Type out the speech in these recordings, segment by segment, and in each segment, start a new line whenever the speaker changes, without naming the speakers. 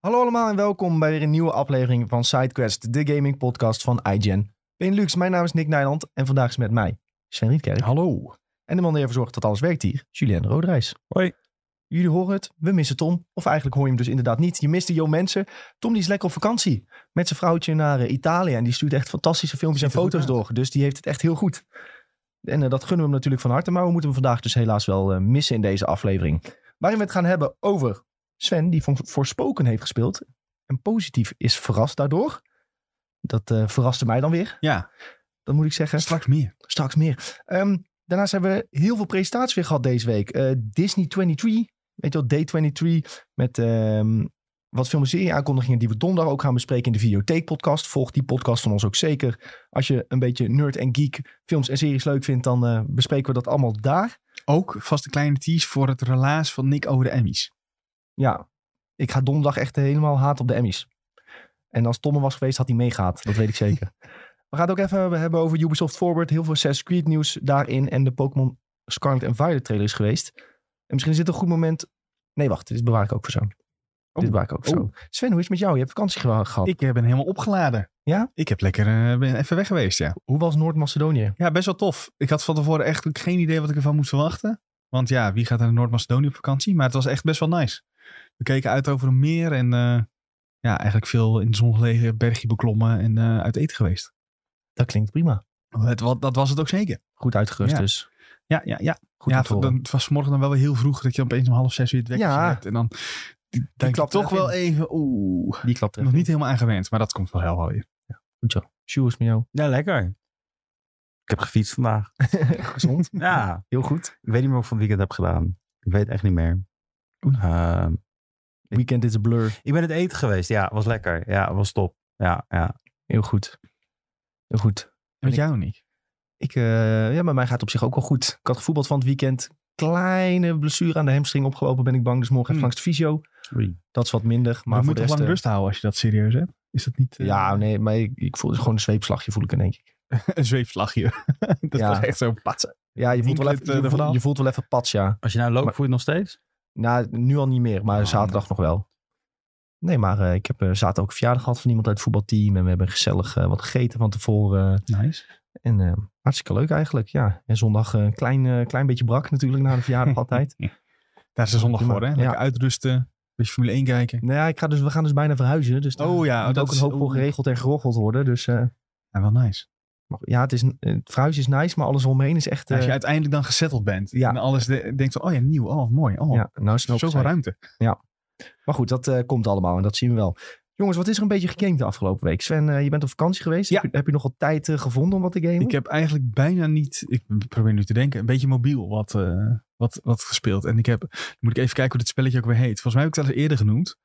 Hallo allemaal en welkom bij weer een nieuwe aflevering van SideQuest, de gaming podcast van iGen. Benelux, mijn naam is Nick Nijland en vandaag is met mij Sven Rietkerk.
Hallo.
En de man die ervoor zorgt dat alles werkt hier, Julien Roderijs.
Hoi.
Jullie horen het, we missen Tom. Of eigenlijk hoor je hem dus inderdaad niet. Je miste Jo Mensen. Tom die is lekker op vakantie met zijn vrouwtje naar eh, Italië. En die stuurt echt fantastische filmpjes
Ziet
en
er goed
foto's
uit.
door. Dus die heeft het echt heel goed. En eh, dat gunnen we hem natuurlijk van harte. Maar we moeten hem vandaag dus helaas wel eh, missen in deze aflevering. Waarin we het gaan hebben over Sven, die voor Voorspoken heeft gespeeld. En positief is verrast daardoor. Dat eh, verraste mij dan weer.
Ja,
Dat moet ik zeggen.
straks meer.
Straks meer. Ehm, daarnaast hebben we heel veel presentaties weer gehad deze week. Eh, Disney 23, weet je wel, Day 23. Met ehm, wat film- en serie-aankondigingen die we donderdag ook gaan bespreken in de Videotheek-podcast. Volg die podcast van ons ook zeker. Als je een beetje nerd en geek films en series leuk vindt, dan eh, bespreken we dat allemaal daar.
Ook vast een kleine tease voor het relaas van Nick over de Emmys.
Ja, ik ga donderdag echt helemaal haat op de Emmys. En als Tom er was geweest, had hij meegehaat. Dat weet ik zeker. We gaan het ook even hebben over Ubisoft Forward. Heel veel Assassin's Creed nieuws daarin. En de Pokémon Scarlet en Violet trailer is geweest. En misschien is dit een goed moment... Nee, wacht. Dit bewaar ik ook voor zo. Dit bewaar ik ook voor
Oh.
zo. Sven, hoe is het met jou? Je hebt vakantie gewa- gehad.
Ik eh, ben helemaal opgeladen.
Ja?
Ik heb lekker, eh, ben even weg geweest, ja.
Hoe was Noord-Macedonië?
Ja, best wel tof. Ik had van tevoren echt ook geen idee wat ik ervan moest verwachten. Want ja, wie gaat naar Noord-Macedonië op vakantie? Maar het was echt best wel nice. We keken uit over een meer en eh, ja, eigenlijk veel in de zon gelegen, bergje beklommen en eh, uit eten geweest. Oh,
Dat klinkt prima.
Het, wa- dat was het ook zeker.
Goed uitgerust
Ja.
dus.
Ja, ja, ja.
Goed
ja,
om te horen.
dan, het was morgen dan wel weer heel vroeg dat je opeens om half zes weer het wekkertje
Ja.
hebt. En dan denk je
klapt er
toch
echt
wel
in.
even, oeh.
Die klapt er
Nog niet helemaal aangewend, maar dat komt wel heel weer.
Goed zo. Sjoe, hoe is het met jou?
Ja, lekker. Ik heb gefietst vandaag.
Gezond.
Ja,
Heel goed.
ik weet niet meer wat ik van het weekend heb gedaan. Ik weet echt niet meer. Ehm,
Weekend is een blur.
ik ben het eten geweest. Ja, was lekker. Ja, was top. Ja, ja.
Heel goed. Heel goed.
Met jou niet.
Ik, eh, ja, maar mij gaat het op zich ook wel goed. Ik had gevoetbald van het weekend. Kleine blessure aan de hamstring opgelopen, ben ik bang. Dus morgen even
Hmm.
langs de fysio.
Oei.
Dat is wat minder. Maar
Maar we
voor de
moeten
rest,
lang
eh,
rust houden als je dat serieus hebt. Is dat niet eh,
Ja, nee, maar ik, ik voel gewoon een zweepslagje, voel ik in één keer.
een zweefslagje? dat
Ja.
was echt zo'n patsen.
Ja, je voelt, wel
Winkelt,
even,
eh,
je,
ervan
voelt,
af?
je voelt wel even pats, ja.
Als je nou loopt,
Maar-
voel je het nog steeds?
Nou, nu al niet meer, maar
Ah,
zaterdag nog wel. Nee, maar eh, ik heb eh, zaterdag ook een verjaardag gehad van iemand uit het voetbalteam. En we hebben gezellig eh, wat gegeten van tevoren.
Nice.
En eh, hartstikke leuk eigenlijk, ja. En zondag eh, een klein, eh, klein beetje brak natuurlijk na de verjaardag altijd.
Daar is de zondag
Prima.
voor, hè?
Ja.
Lekker uitrusten, een beetje Formule 1 kijken.
Nou ja, ik ga dus, we gaan dus bijna verhuizen. Dus daar
Oh ja,
moet
dat
ook een
is-
hoop voor
oeh.
geregeld en geroggeld worden. Dus eh,
Ja, wel nice.
maar ja, het, is, eh, het verhuizen is nice, maar alles omheen is echt...
Als
eh,
je uiteindelijk dan gezetteld bent
Ja.
en alles de- denkt van, oh ja, nieuw, oh mooi, oh,
ja, nou is het wel
zoveel
gezegd.
ruimte.
Maar goed, dat eh, komt allemaal en dat zien we wel. Jongens, wat is er een beetje gegamed de afgelopen week? Sven, eh, je bent op vakantie geweest.
Ja.
Heb, je, heb je nog wat tijd eh, gevonden om wat te gamen?
Ik heb eigenlijk bijna niet, ik probeer nu te denken, een beetje mobiel wat, eh, wat, wat gespeeld. En ik heb, dan moet ik even kijken hoe dit spelletje ook weer heet. Volgens mij heb ik het al eens eerder genoemd.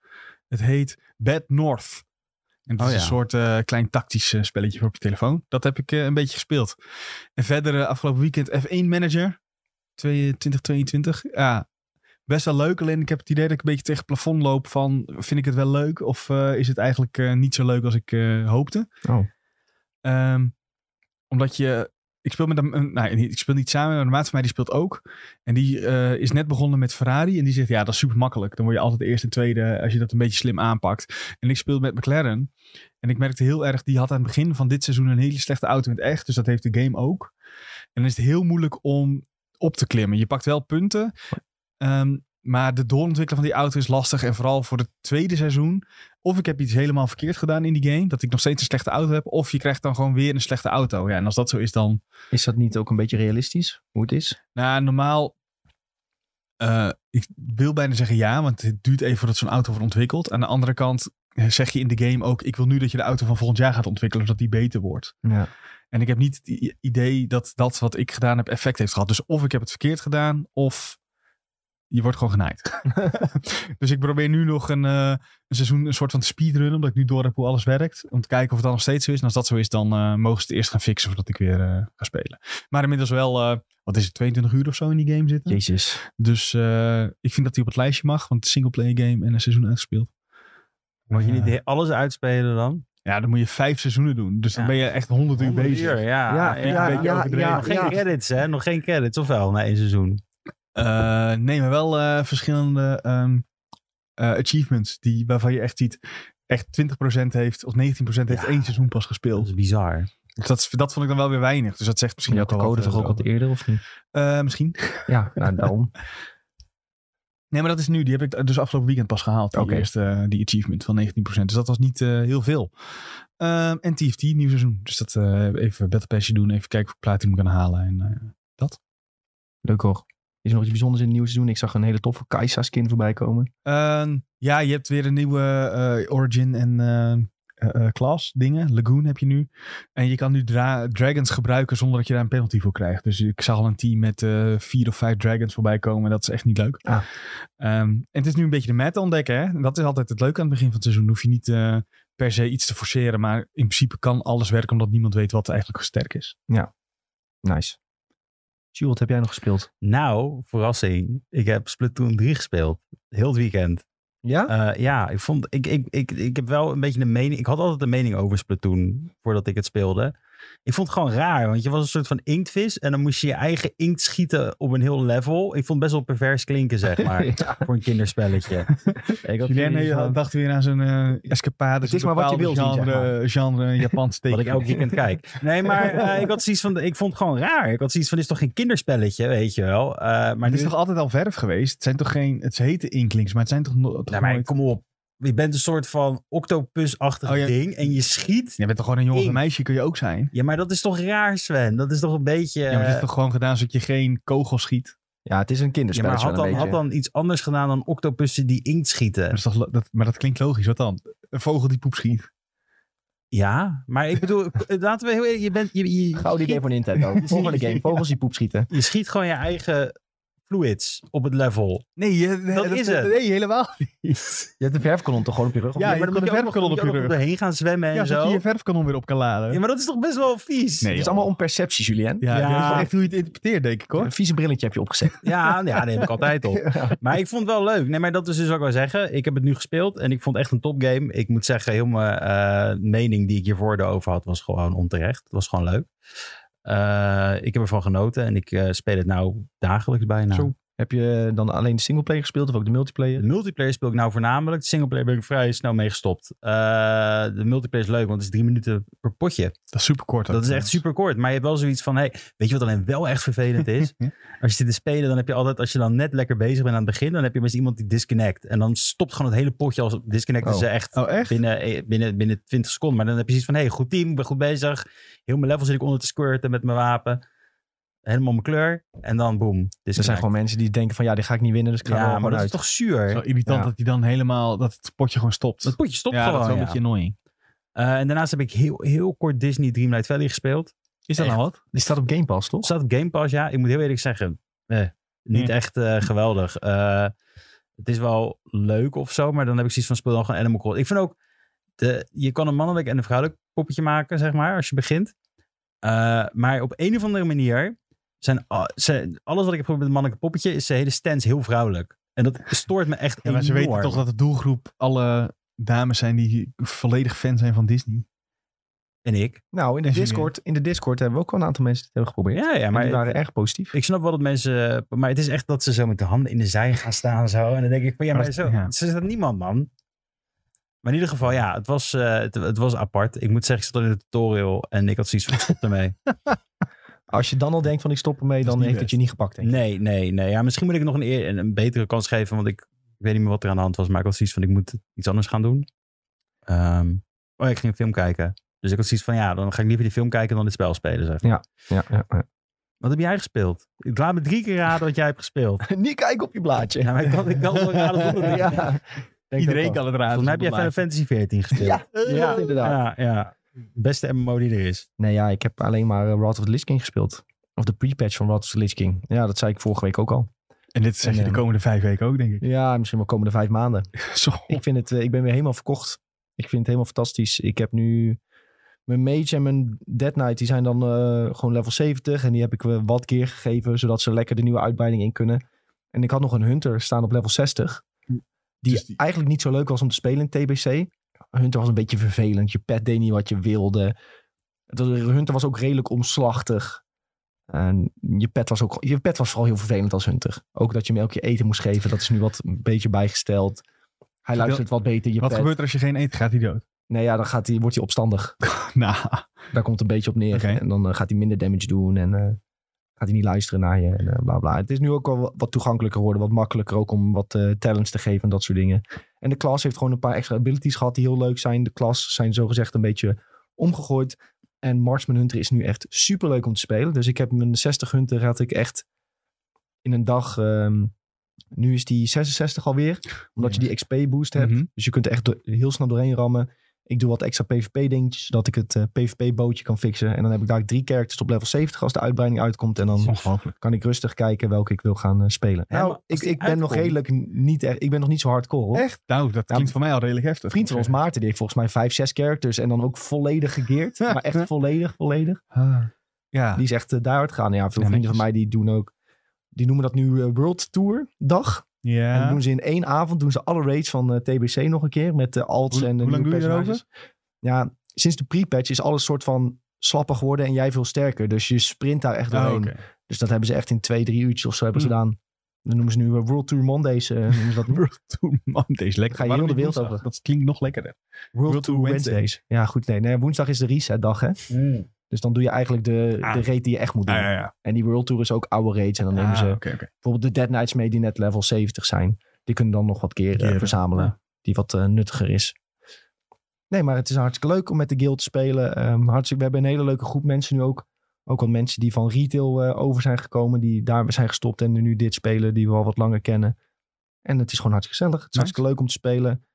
Het heet Bad North. En dat
Oh
is
ja.
een soort eh, klein tactisch eh, spelletje voor op je telefoon. Dat heb ik eh, een beetje gespeeld. En verder eh, afgelopen weekend F1 Manager 2022. Ja, best wel leuk. Alleen ik heb het idee dat ik een beetje tegen het plafond loop van... vind ik het wel leuk of eh, is het eigenlijk eh, niet zo leuk als ik eh, hoopte?
Oh.
Ehm, omdat je... Ik speel, met een, een- nou, niet- ik speel niet samen, maar een maat van mij die speelt ook. En die eh, is net begonnen met Ferrari. En die zegt, ja, dat is super makkelijk. Dan word je altijd de eerste en tweede als je dat een beetje slim aanpakt. En ik speelde met McLaren. En ik merkte heel erg, die had aan het begin van dit seizoen een hele slechte auto in het echt. Dus dat heeft de game ook. En dan is het heel moeilijk om op te klimmen. Je pakt wel punten. ehm, maar de doorontwikkelen van die auto is lastig. En vooral voor het tweede seizoen. Of ik heb iets helemaal verkeerd gedaan in die game. Dat ik nog steeds een slechte auto heb. Of je krijgt dan gewoon weer een slechte auto. Ja, en als dat zo is, dan
Is dat niet ook een beetje realistisch, hoe het is?
nou, normaal. eh, ik wil bijna zeggen ja, want het duurt even voordat zo'n auto wordt ontwikkeld. Aan de andere kant eh, zeg je in de game ook: ik wil nu dat je de auto van volgend jaar gaat ontwikkelen, zodat die beter wordt.
Ja.
En ik heb niet het i- idee dat dat wat ik gedaan heb effect heeft gehad. Dus of ik heb het verkeerd gedaan, of je wordt gewoon genaaid. dus ik probeer nu nog een, eh, een seizoen, een soort van speedrun, omdat ik nu door heb hoe alles werkt. Om te kijken of het dan nog steeds zo is. En als dat zo is, dan eh, mogen ze het eerst gaan fixen voordat ik weer eh, ga spelen. Maar inmiddels wel, eh, wat is het, 22 uur of zo in die game zitten.
Jezus.
Dus eh, ik vind dat hij op het lijstje mag, want het is een singleplayer game en een seizoen uitgespeeld.
Moet je niet
Eh,
he- alles uitspelen dan?
Ja, dan moet je vijf seizoenen doen. Dus dan
Ja.
ben je echt 100 uur
Honderd
bezig.
uur,
Ja,
ja.
ja,
een beetje
ja,
overdreven.
ja,
Nog geen
ja.
credits, hè? Nog geen credits, of wel, na één seizoen?
Eh, nee, maar wel eh, verschillende ehm, eh, achievements die, waarvan je echt ziet, echt 20% heeft of 19% heeft
Ja.
één seizoen pas gespeeld.
Dat is bizar.
Dus dat, dat vond ik dan wel weer weinig. Dus dat zegt misschien
Je
ook
had de
al
code
wat,
toch ook
eh,
al eerder, of niet?
eh, misschien.
Ja, nou, daarom.
Nee, maar dat is nu. Die heb ik eh, dus afgelopen weekend pas gehaald. Die
Oké.
eerste eh, die achievement van 19%. Dus dat was niet eh, heel veel. Ehm, en TFT, nieuw seizoen. Dus dat eh, even Battle Passje doen. Even kijken of ik Platinum kan halen. En, eh,
Leuk hoor. Is er nog iets bijzonders in het nieuwe seizoen? Ik zag een hele toffe Kaisa skin voorbij komen.
Ehm, ja, je hebt weer een nieuwe eh, Origin en eh Class dingen. Lagoon heb je nu. En je kan nu dra- dragons gebruiken zonder dat je daar een penalty voor krijgt. Dus ik zag al een team met eh, vier of vijf dragons voorbij komen. Dat is echt niet leuk.
Ah.
Ehm, en het is nu een beetje de meta ontdekken. Hè? En Dat is altijd het leuke aan het begin van het seizoen. Hoef je niet eh, per se iets te forceren. Maar in principe kan alles werken omdat niemand weet wat eigenlijk sterk is.
Nice. Jules, wat heb jij nog gespeeld?
Nou, verrassing. Ik heb Splatoon 3 gespeeld. Heel het weekend.
Ja?
Eh, ja, ik, vond, ik, ik, ik, ik heb wel een beetje een mening. Ik had altijd een mening over Splatoon voordat ik het speelde. Ik vond het gewoon raar, want je was een soort van inktvis en dan moest je je eigen inkt schieten op een heel level. Ik vond het best wel pervers klinken, zeg maar,
Ja,
voor een kinderspelletje.
Eh, ik had eh,
Julien
zo'n-
dacht weer aan zijn eh escapade.
Het
zo'n
is maar wat je
bepaalde
wil zien, zeg
Genre, genre Japans
Wat
teken.
ik elk weekend kijk. Nee, maar eh, ik had zoiets van, ik vond het gewoon raar. Ik had zoiets van, dit is toch geen kinderspelletje, weet je wel. Eh, maar
Maar
nu,
het is toch altijd al verf geweest? Het zijn toch geen... Het heten Inklings, maar het zijn toch, no- toch
nou, maar
nooit...
kom op. Je bent een soort van octopus-achtig
Oh, ja.
ding en je schiet.
Je bent toch gewoon een jongen of een
Ink.
meisje, kun je ook zijn?
Ja, maar dat is toch raar, Sven? Dat is toch een beetje...
ja, maar het
eh,
is toch gewoon gedaan zodat je geen kogel schiet?
Ja, het is een
Ja, maar
kinderspelletje
had
wel
dan,
een
had
beetje.
dan iets anders gedaan dan octopussen die inkt
Dat
schieten.
is toch, lo- dat, maar dat klinkt logisch, wat dan? Een vogel die poep schiet.
Ja, maar ik bedoel, eh, laten we heel eerlijk- je bent je, je, je,
Gouden idee
schiet,
voor Nintendo. Volgende game. Vogels die poep schieten.
je schiet gewoon je eigen fluids op het level.
Nee,
dat-
Nee, helemaal
Je hebt de verfkanon toch gewoon op je rug?
Ja,
Ja,
je
maar dan
moet
moet
een
je ook nog
verfkanon
moet je
op
ook
je
nog
rug.
doorheen gaan zwemmen en
Ja, zodat
zo.
je je verfkanon weer op kan laden.
Ja, maar dat is toch best wel vies?
Nee,
het is
joh.
allemaal om perceptie, Julien.
Ja,
Ja.
dat is wel echt hoe je het interpreteert, denk ik, hoor.
Een vieze brilletje heb je opgezet.
Ja, ja, die heb ik altijd op. Maar ik vond het wel leuk. Nee, maar dat is dus ook wel zeggen. Ik heb het nu gespeeld en ik vond het echt een topgame. Ik moet zeggen, heel mijn eh, mening die ik hiervoor over had, was gewoon onterecht. Het was gewoon leuk. Eh, ik heb ervan genoten en ik eh, speel het nou dagelijks bijna.
Zo. Heb je eh, dan alleen de singleplayer gespeeld of ook de multiplayer?
De multiplayer speel ik nou voornamelijk. De singleplayer ben ik vrij snel mee gestopt. Eh, de multiplayer is leuk, want het is drie minuten per potje.
Dat is super kort.
Dat is echt super kort. Maar je hebt wel zoiets van, hey, weet je wat alleen wel echt vervelend is? als je zit te spelen, dan heb je altijd, als je dan net lekker bezig bent aan het begin, dan heb je met iemand die disconnect. En dan stopt gewoon het hele potje als disconnecten
Oh.
ze echt,
Oh, echt?
Binnen, eh, binnen, binnen 20 seconden. Maar dan heb je zoiets van, hey, goed team, ik ben goed bezig. Heel mijn level zit ik onder te squirten met mijn wapen. Helemaal mijn kleur. En dan boem.
Er zijn gewoon mensen die denken van ja, die ga ik niet winnen, dus ik ga er
Ja, maar
gewoon
dat is
uit.
toch
Het
zuur?
is wel irritant
Ja.
dat hij dan helemaal... Dat het potje gewoon stopt.
Dat potje stopt
ja,
gewoon.
dat is wel
ja.
een beetje annoying.
Eh, en daarnaast heb ik heel, heel kort Disney Dreamlight Valley gespeeld.
Is dat
Echt.
nou wat?
Die staat op Game Pass, toch?
Staat op Game Pass, ja. Ik moet heel eerlijk zeggen, eh, niet
Ja.
echt eh, geweldig. Eh, het is wel leuk of zo, maar dan heb ik zoiets van speel dan gewoon Animal Crossing. Ik vind ook, de, je kan een mannelijk en een vrouwelijk poppetje maken, zeg maar, als je begint. Eh, maar op een of andere manier zijn, a- zijn- alles wat ik heb geprobeerd met een mannelijk poppetje, is zijn hele stance heel vrouwelijk. En dat stoort me echt
Ja, maar
enorm.
ze weten toch dat de doelgroep alle dames zijn die volledig fan zijn van Disney.
En ik.
Nou, in de,
Deze
Discord, in de Discord hebben we ook wel een aantal mensen die het hebben geprobeerd.
Ja, ja,
maar
maar
die waren erg positief.
Ik snap wel dat mensen. eh, Maar het is echt dat ze zo met de handen in de zij gaan staan. Zo. En dan denk ik
Oh,
van ja,
Maar
maar
dat-
zo.
ja.
Ze staat niemand, man. Maar in ieder geval, ja, het was, eh, het, het was apart. Ik moet zeggen, ik zat al in de tutorial en ik had zoiets van, stop ermee.
Als je dan al denkt van ik stop ermee,
Dat is
dan
niet
heeft het
best.
je niet gepakt. Denk ik.
Nee, nee, nee. Ja, misschien moet ik nog een, eer- een, een betere kans geven, want ik, ik weet niet meer wat er aan de hand was. Maar ik had zoiets van, ik moet iets anders gaan doen. Ehm, oh ja, ik ging een film kijken. Dus ik had zoiets van, ja, dan ga ik liever die film kijken dan dit spel spelen, zeg.
Ja, ja, ja.
Wat heb jij gespeeld? Ik laat me drie keer raden wat jij hebt gespeeld.
niet kijken op je blaadje.
Ja, maar ik kan, ik kan wel raden zonder drie.
Ja, denk dat wel.
het raden.
Volgens mij heb jij Final Fantasy 14 gespeeld.
Ja, ja, inderdaad.
Ja, ja. Beste MMO die er is.
Nee, ja, ik heb alleen maar eh, Wrath of the Lich King gespeeld. Of de pre-patch van Wrath of the Lich King. Ja, dat zei ik vorige week ook al.
En dit zeg je de
En, eh,
komende vijf weken ook, denk ik.
Ja, misschien wel komende vijf maanden.
Zo.
Ik, vind het, eh, ik ben weer helemaal verkocht. Ik vind het helemaal fantastisch. Ik heb nu... Mijn Mage en mijn Dead Knight, die zijn dan eh, gewoon level 70. En die heb ik eh, wat keer gegeven, zodat ze lekker de nieuwe uitbreiding in kunnen. En ik had nog een Hunter staan op level 60. Die,
Dus die-
eigenlijk niet zo leuk was om te spelen in TBC. Hunter was een beetje vervelend. Je pet deed niet wat je wilde. Het was- Hunter was ook redelijk omslachtig. En je pet, was ook, je pet was vooral heel vervelend als hunter. Ook dat je hem elke keer eten moest geven. Dat is nu wat een beetje bijgesteld. Hij luistert wat beter. Je
Wat
pet.
gebeurt er als je geen eet? Gaat hij dood?
Nee, ja, dan gaat hij, wordt hij opstandig.
Nou,
Daar komt het een beetje op neer.
Oké.
En dan eh, gaat hij minder damage doen en eh, gaat hij niet luisteren naar je en eh, bla bla. Het is nu ook al wa- wat toegankelijker geworden, wat makkelijker ook om wat eh, talents te geven en dat soort dingen. En de klas heeft gewoon een paar extra abilities gehad die heel leuk zijn. De klas zijn zogezegd een beetje omgegooid. En Marksman Hunter is nu echt super leuk om te spelen. Dus ik heb mijn 60 Hunter had ik echt in een dag. ehm, nu is die 66 alweer, omdat je die XP boost hebt.
Mhm.
Dus je kunt er echt do- heel snel doorheen rammen. Ik doe wat extra PvP-dingetjes, zodat ik het eh, PvP-bootje kan fixen. En dan heb ik daar drie characters op level 70 als de uitbreiding uitkomt. En dan
ongelooflijk.
kan ik rustig kijken welke ik wil gaan eh, spelen.
Ja, maar
nou,
als
ik,
die
ik ben nog
uitkomt-
redelijk niet echt, ik ben nog niet zo hardcore. Hoor.
Echt? Nou, dat klinkt voor mij al redelijk heftig.
Een vriend van ons, Maarten, die heeft volgens mij vijf, zes characters. En dan ook volledig gegeerd.
Ja,
maar echt
ja.
volledig, volledig.
Ah. Ja.
Die is echt eh, daaruit gegaan. Ja, veel
Ja,
vrienden van
netjes.
mij die doen ook... Die noemen dat nu eh, World Tour dag. En
ja.
dan doen ze in één avond doen ze alle raids van eh, TBC nog een keer. Met de alts
Hoe-
en de
hoe lang
nieuwe
doe je erover?
personages. Ja, sinds de pre-patch is alles soort van slapper geworden. En jij veel sterker. Dus je sprint daar echt
Oh,
doorheen.
oké.
Dus dat hebben ze echt in twee, drie uurtjes of zo hebben ze
Hmm.
gedaan. Dan noemen ze nu eh, World Tour Mondays. eh, noemen ze dat nu.
World Tour Man, deze is lekker.
Ga je
Waarom
heel de
niet
wereld
woensdag? Dat klinkt nog lekkerder.
World,
Tour
Tour Wednesdays.
Wednesdays.
Ja, goed. Nee, nee, woensdag is de resetdag, hè? Dus dan doe je eigenlijk de,
Ah.
de raid die je echt moet doen.
Ah, ja, ja.
En die World Tour is ook oude raids. En dan nemen
Ah,
ze
oké, oké.
bijvoorbeeld de Dead Knights mee die net level 70 zijn. Die kunnen dan nog wat keer eh,
Keren,
verzamelen.
ja.
Die wat eh, nuttiger is. Nee, maar het is hartstikke leuk om met de guild te spelen. Ehm, hartstikke, we hebben een hele leuke groep mensen nu ook. Ook wat mensen die van retail eh, over zijn gekomen. Die daar zijn gestopt en nu dit spelen. Die we al wat langer kennen. En het is gewoon hartstikke gezellig. Het is
Nice.
hartstikke leuk om te spelen.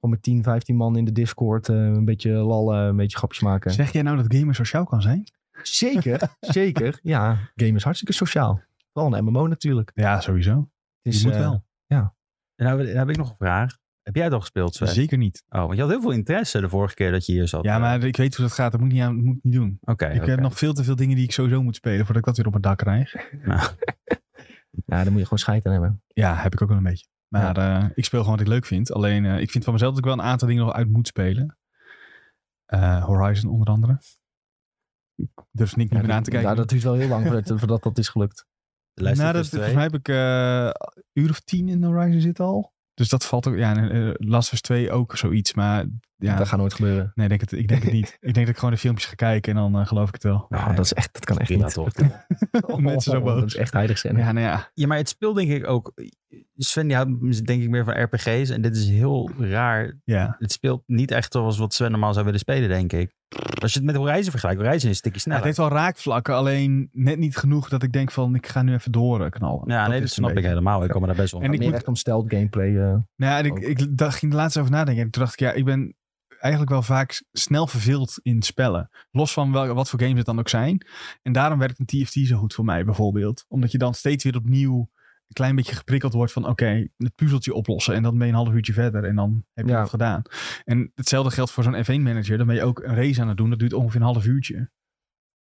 Om met 10, 15 man in de Discord. eh, een beetje lallen, een beetje grapjes maken.
Zeg jij nou dat gamer sociaal kan zijn?
Zeker, zeker. Ja, game is hartstikke sociaal. Vooral een MMO natuurlijk.
Ja, sowieso.
Het
je
is,
moet
eh,
wel.
Nou, dan heb ik nog een vraag. Heb jij het al gespeeld, Sven?
Zeker niet.
Oh, want je had heel veel interesse de vorige keer dat je hier zat.
Ja, maar ik weet hoe dat eh, gaat. Dat moet ik niet, aan, moet ik niet doen.
Oké,
ik
oké.
heb nog veel te veel dingen die ik sowieso moet spelen voordat ik dat weer op mijn dak krijg.
Ja, Nou, daar moet je gewoon scheid aan hebben.
Ja, heb ik ook wel een beetje. Maar eh, ik speel gewoon wat ik leuk vind. Alleen eh, ik vind van mezelf dat ik wel een aantal dingen nog uit moet spelen. Eh, Horizon onder andere. Ik durf Nick niet
Ja,
meer
dat-
aan te kijken.
nou, dat duurt wel heel lang voordat, voordat dat is gelukt.
De lijst
Nou,
van
dat,
twee.
volgens mij heb ik eh, een uur of tien in Horizon zit al. Dus dat valt ook. Ja, en, eh, Last of Us 2 ook zoiets. Maar ja,
Dat gaat nooit gebeuren.
nee, denk het, ik denk het niet. ik denk dat ik gewoon de filmpjes ga kijken en dan eh, geloof ik het wel.
Nou,
Nee.
dat, is echt, dat kan echt
Prima,
niet.
toch?
Oh,
Mensen zo boos.
Dat is echt heilig zijn.
Ja, nou ja.
Ja, maar het speelt denk ik ook... Sven die houdt denk ik meer van RPG's. En dit is heel raar.
ja.
Het speelt niet echt zoals wat Sven normaal zou willen spelen, denk ik. Als je het met Horizon vergelijkt. Horizon is een stukje
Ja, het
sneller.
heeft wel raakvlakken, alleen net niet genoeg dat ik denk van ik ga nu even doorknallen.
Ja, nee, dat
is
snap
een
ik
beetje-
helemaal. Ik kan me daar best wel
En
Maar
ik
meer
moet-
echt om stealth gameplay. eh.
Nou, ja, en
Ook.
ik, ik dacht, ging er laatst over nadenken. En toen dacht ik, ja, ik ben eigenlijk wel vaak s- snel verveeld in spellen. Los van wel, wat voor games het dan ook zijn. En daarom werkt een TFT zo goed voor mij bijvoorbeeld. Omdat je dan steeds weer opnieuw een klein beetje geprikkeld wordt van... oké, het puzzeltje oplossen en dan ben je een half uurtje verder en dan heb je
Ja.
het gedaan. En hetzelfde geldt voor zo'n F1-manager. Dan ben je ook een race aan het doen. Dat duurt ongeveer een half uurtje.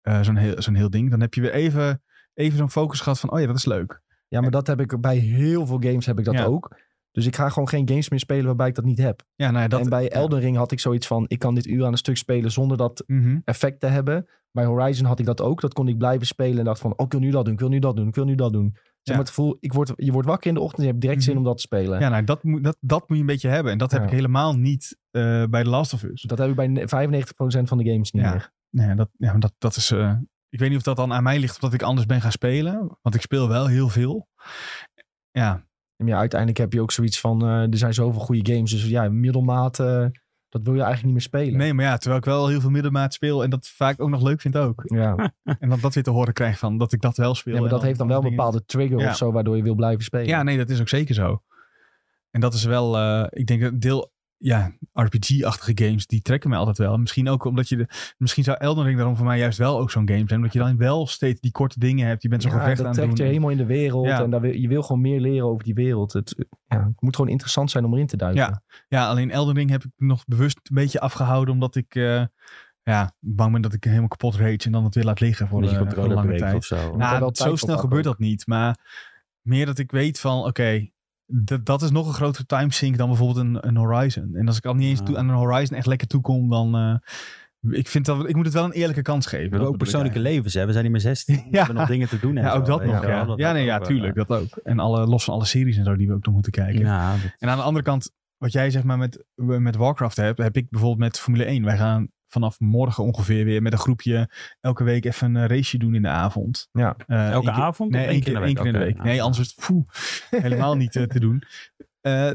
Eh, zo'n, heel, zo'n heel ding. Dan heb je weer even, even zo'n focus gehad van... oh ja, dat is leuk.
ja, maar dat heb ik bij heel veel games heb ik dat
Ja.
ook. Dus ik ga gewoon geen games meer spelen waarbij ik dat niet heb.
Ja, nou ja, dat...
en bij Elden Ring had ik zoiets van, ik kan dit uur aan een stuk spelen zonder dat
Mhm.
effect te hebben. Bij Horizon had ik dat ook. Dat kon ik blijven spelen en dacht van, oh, ik wil nu dat doen, ik wil nu dat doen, ik wil nu dat doen. Zeg
Ja. Mhm.
maar het gevoel, ik word, je wordt wakker in de ochtend en je hebt direct zin om dat te spelen.
Ja, nou, dat moet, dat, dat moet je een beetje hebben. En dat heb
Ja.
ik helemaal niet eh, bij The Last of Us.
Dat heb ik bij 95% van de games niet
Ja.
meer.
Nee, dat, ja, maar dat, dat is. eh, ik weet niet of dat dan aan mij ligt, omdat ik anders ben gaan spelen. Want ik speel wel heel veel. Ja,
Maar ja, uiteindelijk heb je ook zoiets van, eh, er zijn zoveel goede games. Dus ja, middelmaat, eh, dat wil je eigenlijk niet meer spelen.
nee, maar ja, terwijl ik wel heel veel middenmaat speel en dat vaak ook nog leuk vind ook.
Ja.
En dat dat weer te horen krijg van dat ik dat wel speel.
Ja, maar
en
dat heeft dan wel een
dingen-
bepaalde trigger
Ja.
of zo, waardoor je wil blijven spelen.
Ja, nee, dat is ook zeker zo. En dat is wel, eh, ik denk dat deel, ja, RPG-achtige games, die trekken mij altijd wel. Misschien ook omdat je, de, misschien zou Elden Ring daarom voor mij juist wel ook zo'n game zijn. Omdat je dan wel steeds die korte dingen hebt. Je bent zo'n
Ja,
gevecht aan
dat
het doen.
trekt je helemaal in de wereld.
Ja.
En daar wil, je wil gewoon meer leren over die wereld. Het, ja, het moet gewoon interessant zijn om erin te duiken.
Ja. Ja, alleen Elden Ring heb ik nog bewust een beetje afgehouden. Omdat ik, eh, ja, bang ben dat ik helemaal kapot rage en dan het weer laat liggen voor,
Omdat je
eh, voor een
controle
lange
breekt
tijd.
of zo.
kan wel
Nou,
tijd
zo
voor
snel
pakken
gebeurt
ook.
dat niet. Maar meer dat ik weet van, oké, dat, dat is nog een grotere timesink dan bijvoorbeeld een, een Horizon. En als ik al niet eens
Ja.
toe- aan een Horizon echt lekker toekom, dan... eh, ik, vind dat, ik moet het wel een eerlijke kans geven.
We
dat
hebben ook
bedoel ik
persoonlijke levens, hè? We zijn niet meer 16. We
Ja.
hebben nog dingen te doen. en
eigenlijk. Ja,
zo,
ook dat
weet
nog.
je wel.
Ja,
Dat-
ja, nee,
dat
ja
ook, eh,
tuurlijk. Dat ook. En alle, los van alle series en zo die we ook nog moeten kijken.
Ja, dat-
En aan de andere kant wat jij zeg maar met, met Warcraft hebt, heb ik bijvoorbeeld met Formule 1. Wij gaan vanaf morgen ongeveer weer met een groepje elke week even een raceje doen in de avond.
Ja.
Eh,
Elke
één keer-
avond?
Nee,
of
één keer, één keer in de week.
Oké,
Nee,
ja.
anders is het poeh, helemaal niet eh, te doen. Eh,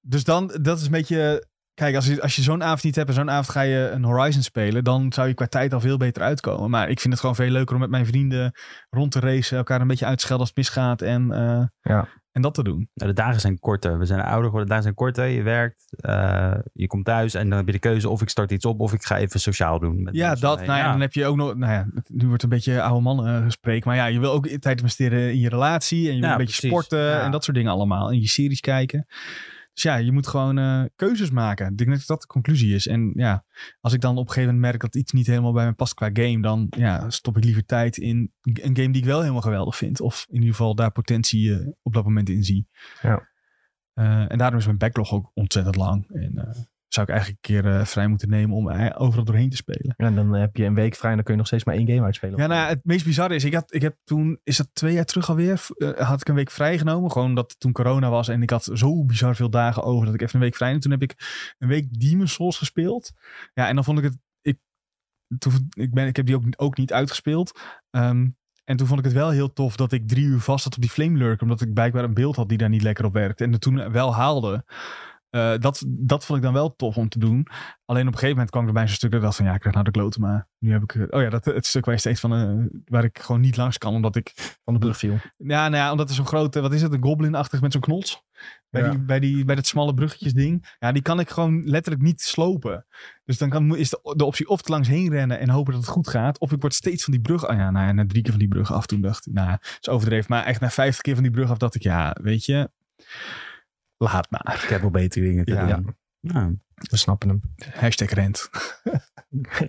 dus dan, dat is een beetje... Kijk, als je, als je zo'n avond niet hebt en zo'n avond ga je een Horizon spelen, dan zou je qua tijd al veel beter uitkomen. Maar ik vind het gewoon veel leuker om met mijn vrienden rond te racen, elkaar een beetje uit te schelden als het misgaat en, eh,
Ja.
en dat te doen.
Nou, de dagen zijn korter. We zijn ouder geworden. De dagen zijn korter. Je werkt, eh, je komt thuis en dan heb je de keuze of ik start iets op of ik ga even sociaal doen. met
Ja,
mensen
dat.
omheen.
Nou ja, en dan heb je ook nog. Nou ja, het- nu wordt het een beetje oude mannen gesprek. Maar ja, je wil ook tijd investeren in je relatie. En je wil
Ja,
een beetje
precies.
sporten
Ja.
en dat soort dingen allemaal. En je series kijken. Dus ja, je moet gewoon eh, keuzes maken. Ik denk dat dat de conclusie is. En ja, als ik dan op een gegeven moment merk dat iets niet helemaal bij me past qua game, dan ja, stop ik liever tijd in een game die ik wel helemaal geweldig vind. Of in ieder geval daar potentie eh, op dat moment in zie.
Ja.
Eh, en daarom is mijn backlog ook ontzettend lang. En eh, zou ik eigenlijk een keer eh, vrij moeten nemen om eh, overal doorheen te spelen.
En dan heb je een week vrij en dan kun je nog steeds maar één game uitspelen.
Ja, nou, ja, het meest bizarre is, ik, had, ik heb toen, is dat twee jaar terug alweer, v- eh, had ik een week vrijgenomen. Gewoon dat toen corona was en ik had zo bizar veel dagen over dat ik even een week vrij. En toen heb ik een week Demon Souls gespeeld. Ja, en dan vond ik het, ik, toen, ik, ben, ik heb die ook, ook niet uitgespeeld. Ehm, en toen vond ik het wel heel tof dat ik drie uur vast zat op die Flame Lurker, omdat ik blijkbaar een beeld had die daar niet lekker op werkte. En het toen wel haalde. Eh, dat, dat vond ik dan wel tof om te doen. Alleen op een gegeven moment kwam ik er bij zo'n stuk dat ik dacht van ja, ik krijg nou de klote, maar nu heb ik... eh, Oh ja, dat, het stuk waar je steeds van, eh, waar ik gewoon niet langs kan, omdat ik...
Van de brug viel.
Ja, nou ja, omdat er zo'n grote, wat is het, een goblin-achtig met zo'n knots? Bij,
Ja.
die, bij, die, bij dat smalle bruggetjes ding. Ja, die kan ik gewoon letterlijk niet slopen. Dus dan kan, is de, de optie of te langs heen rennen en hopen dat het goed gaat. Of ik word steeds van die brug... Oh ja, nou ja, na drie keer van die brug af toen dacht ik, nou, dat is overdreven. Maar echt na vijftig keer van die brug af dacht ik, ja, weet je, laat maar.
Ik heb wel betere dingen te
Ja.
doen. Nou,
We snappen hem.
Hashtag rent.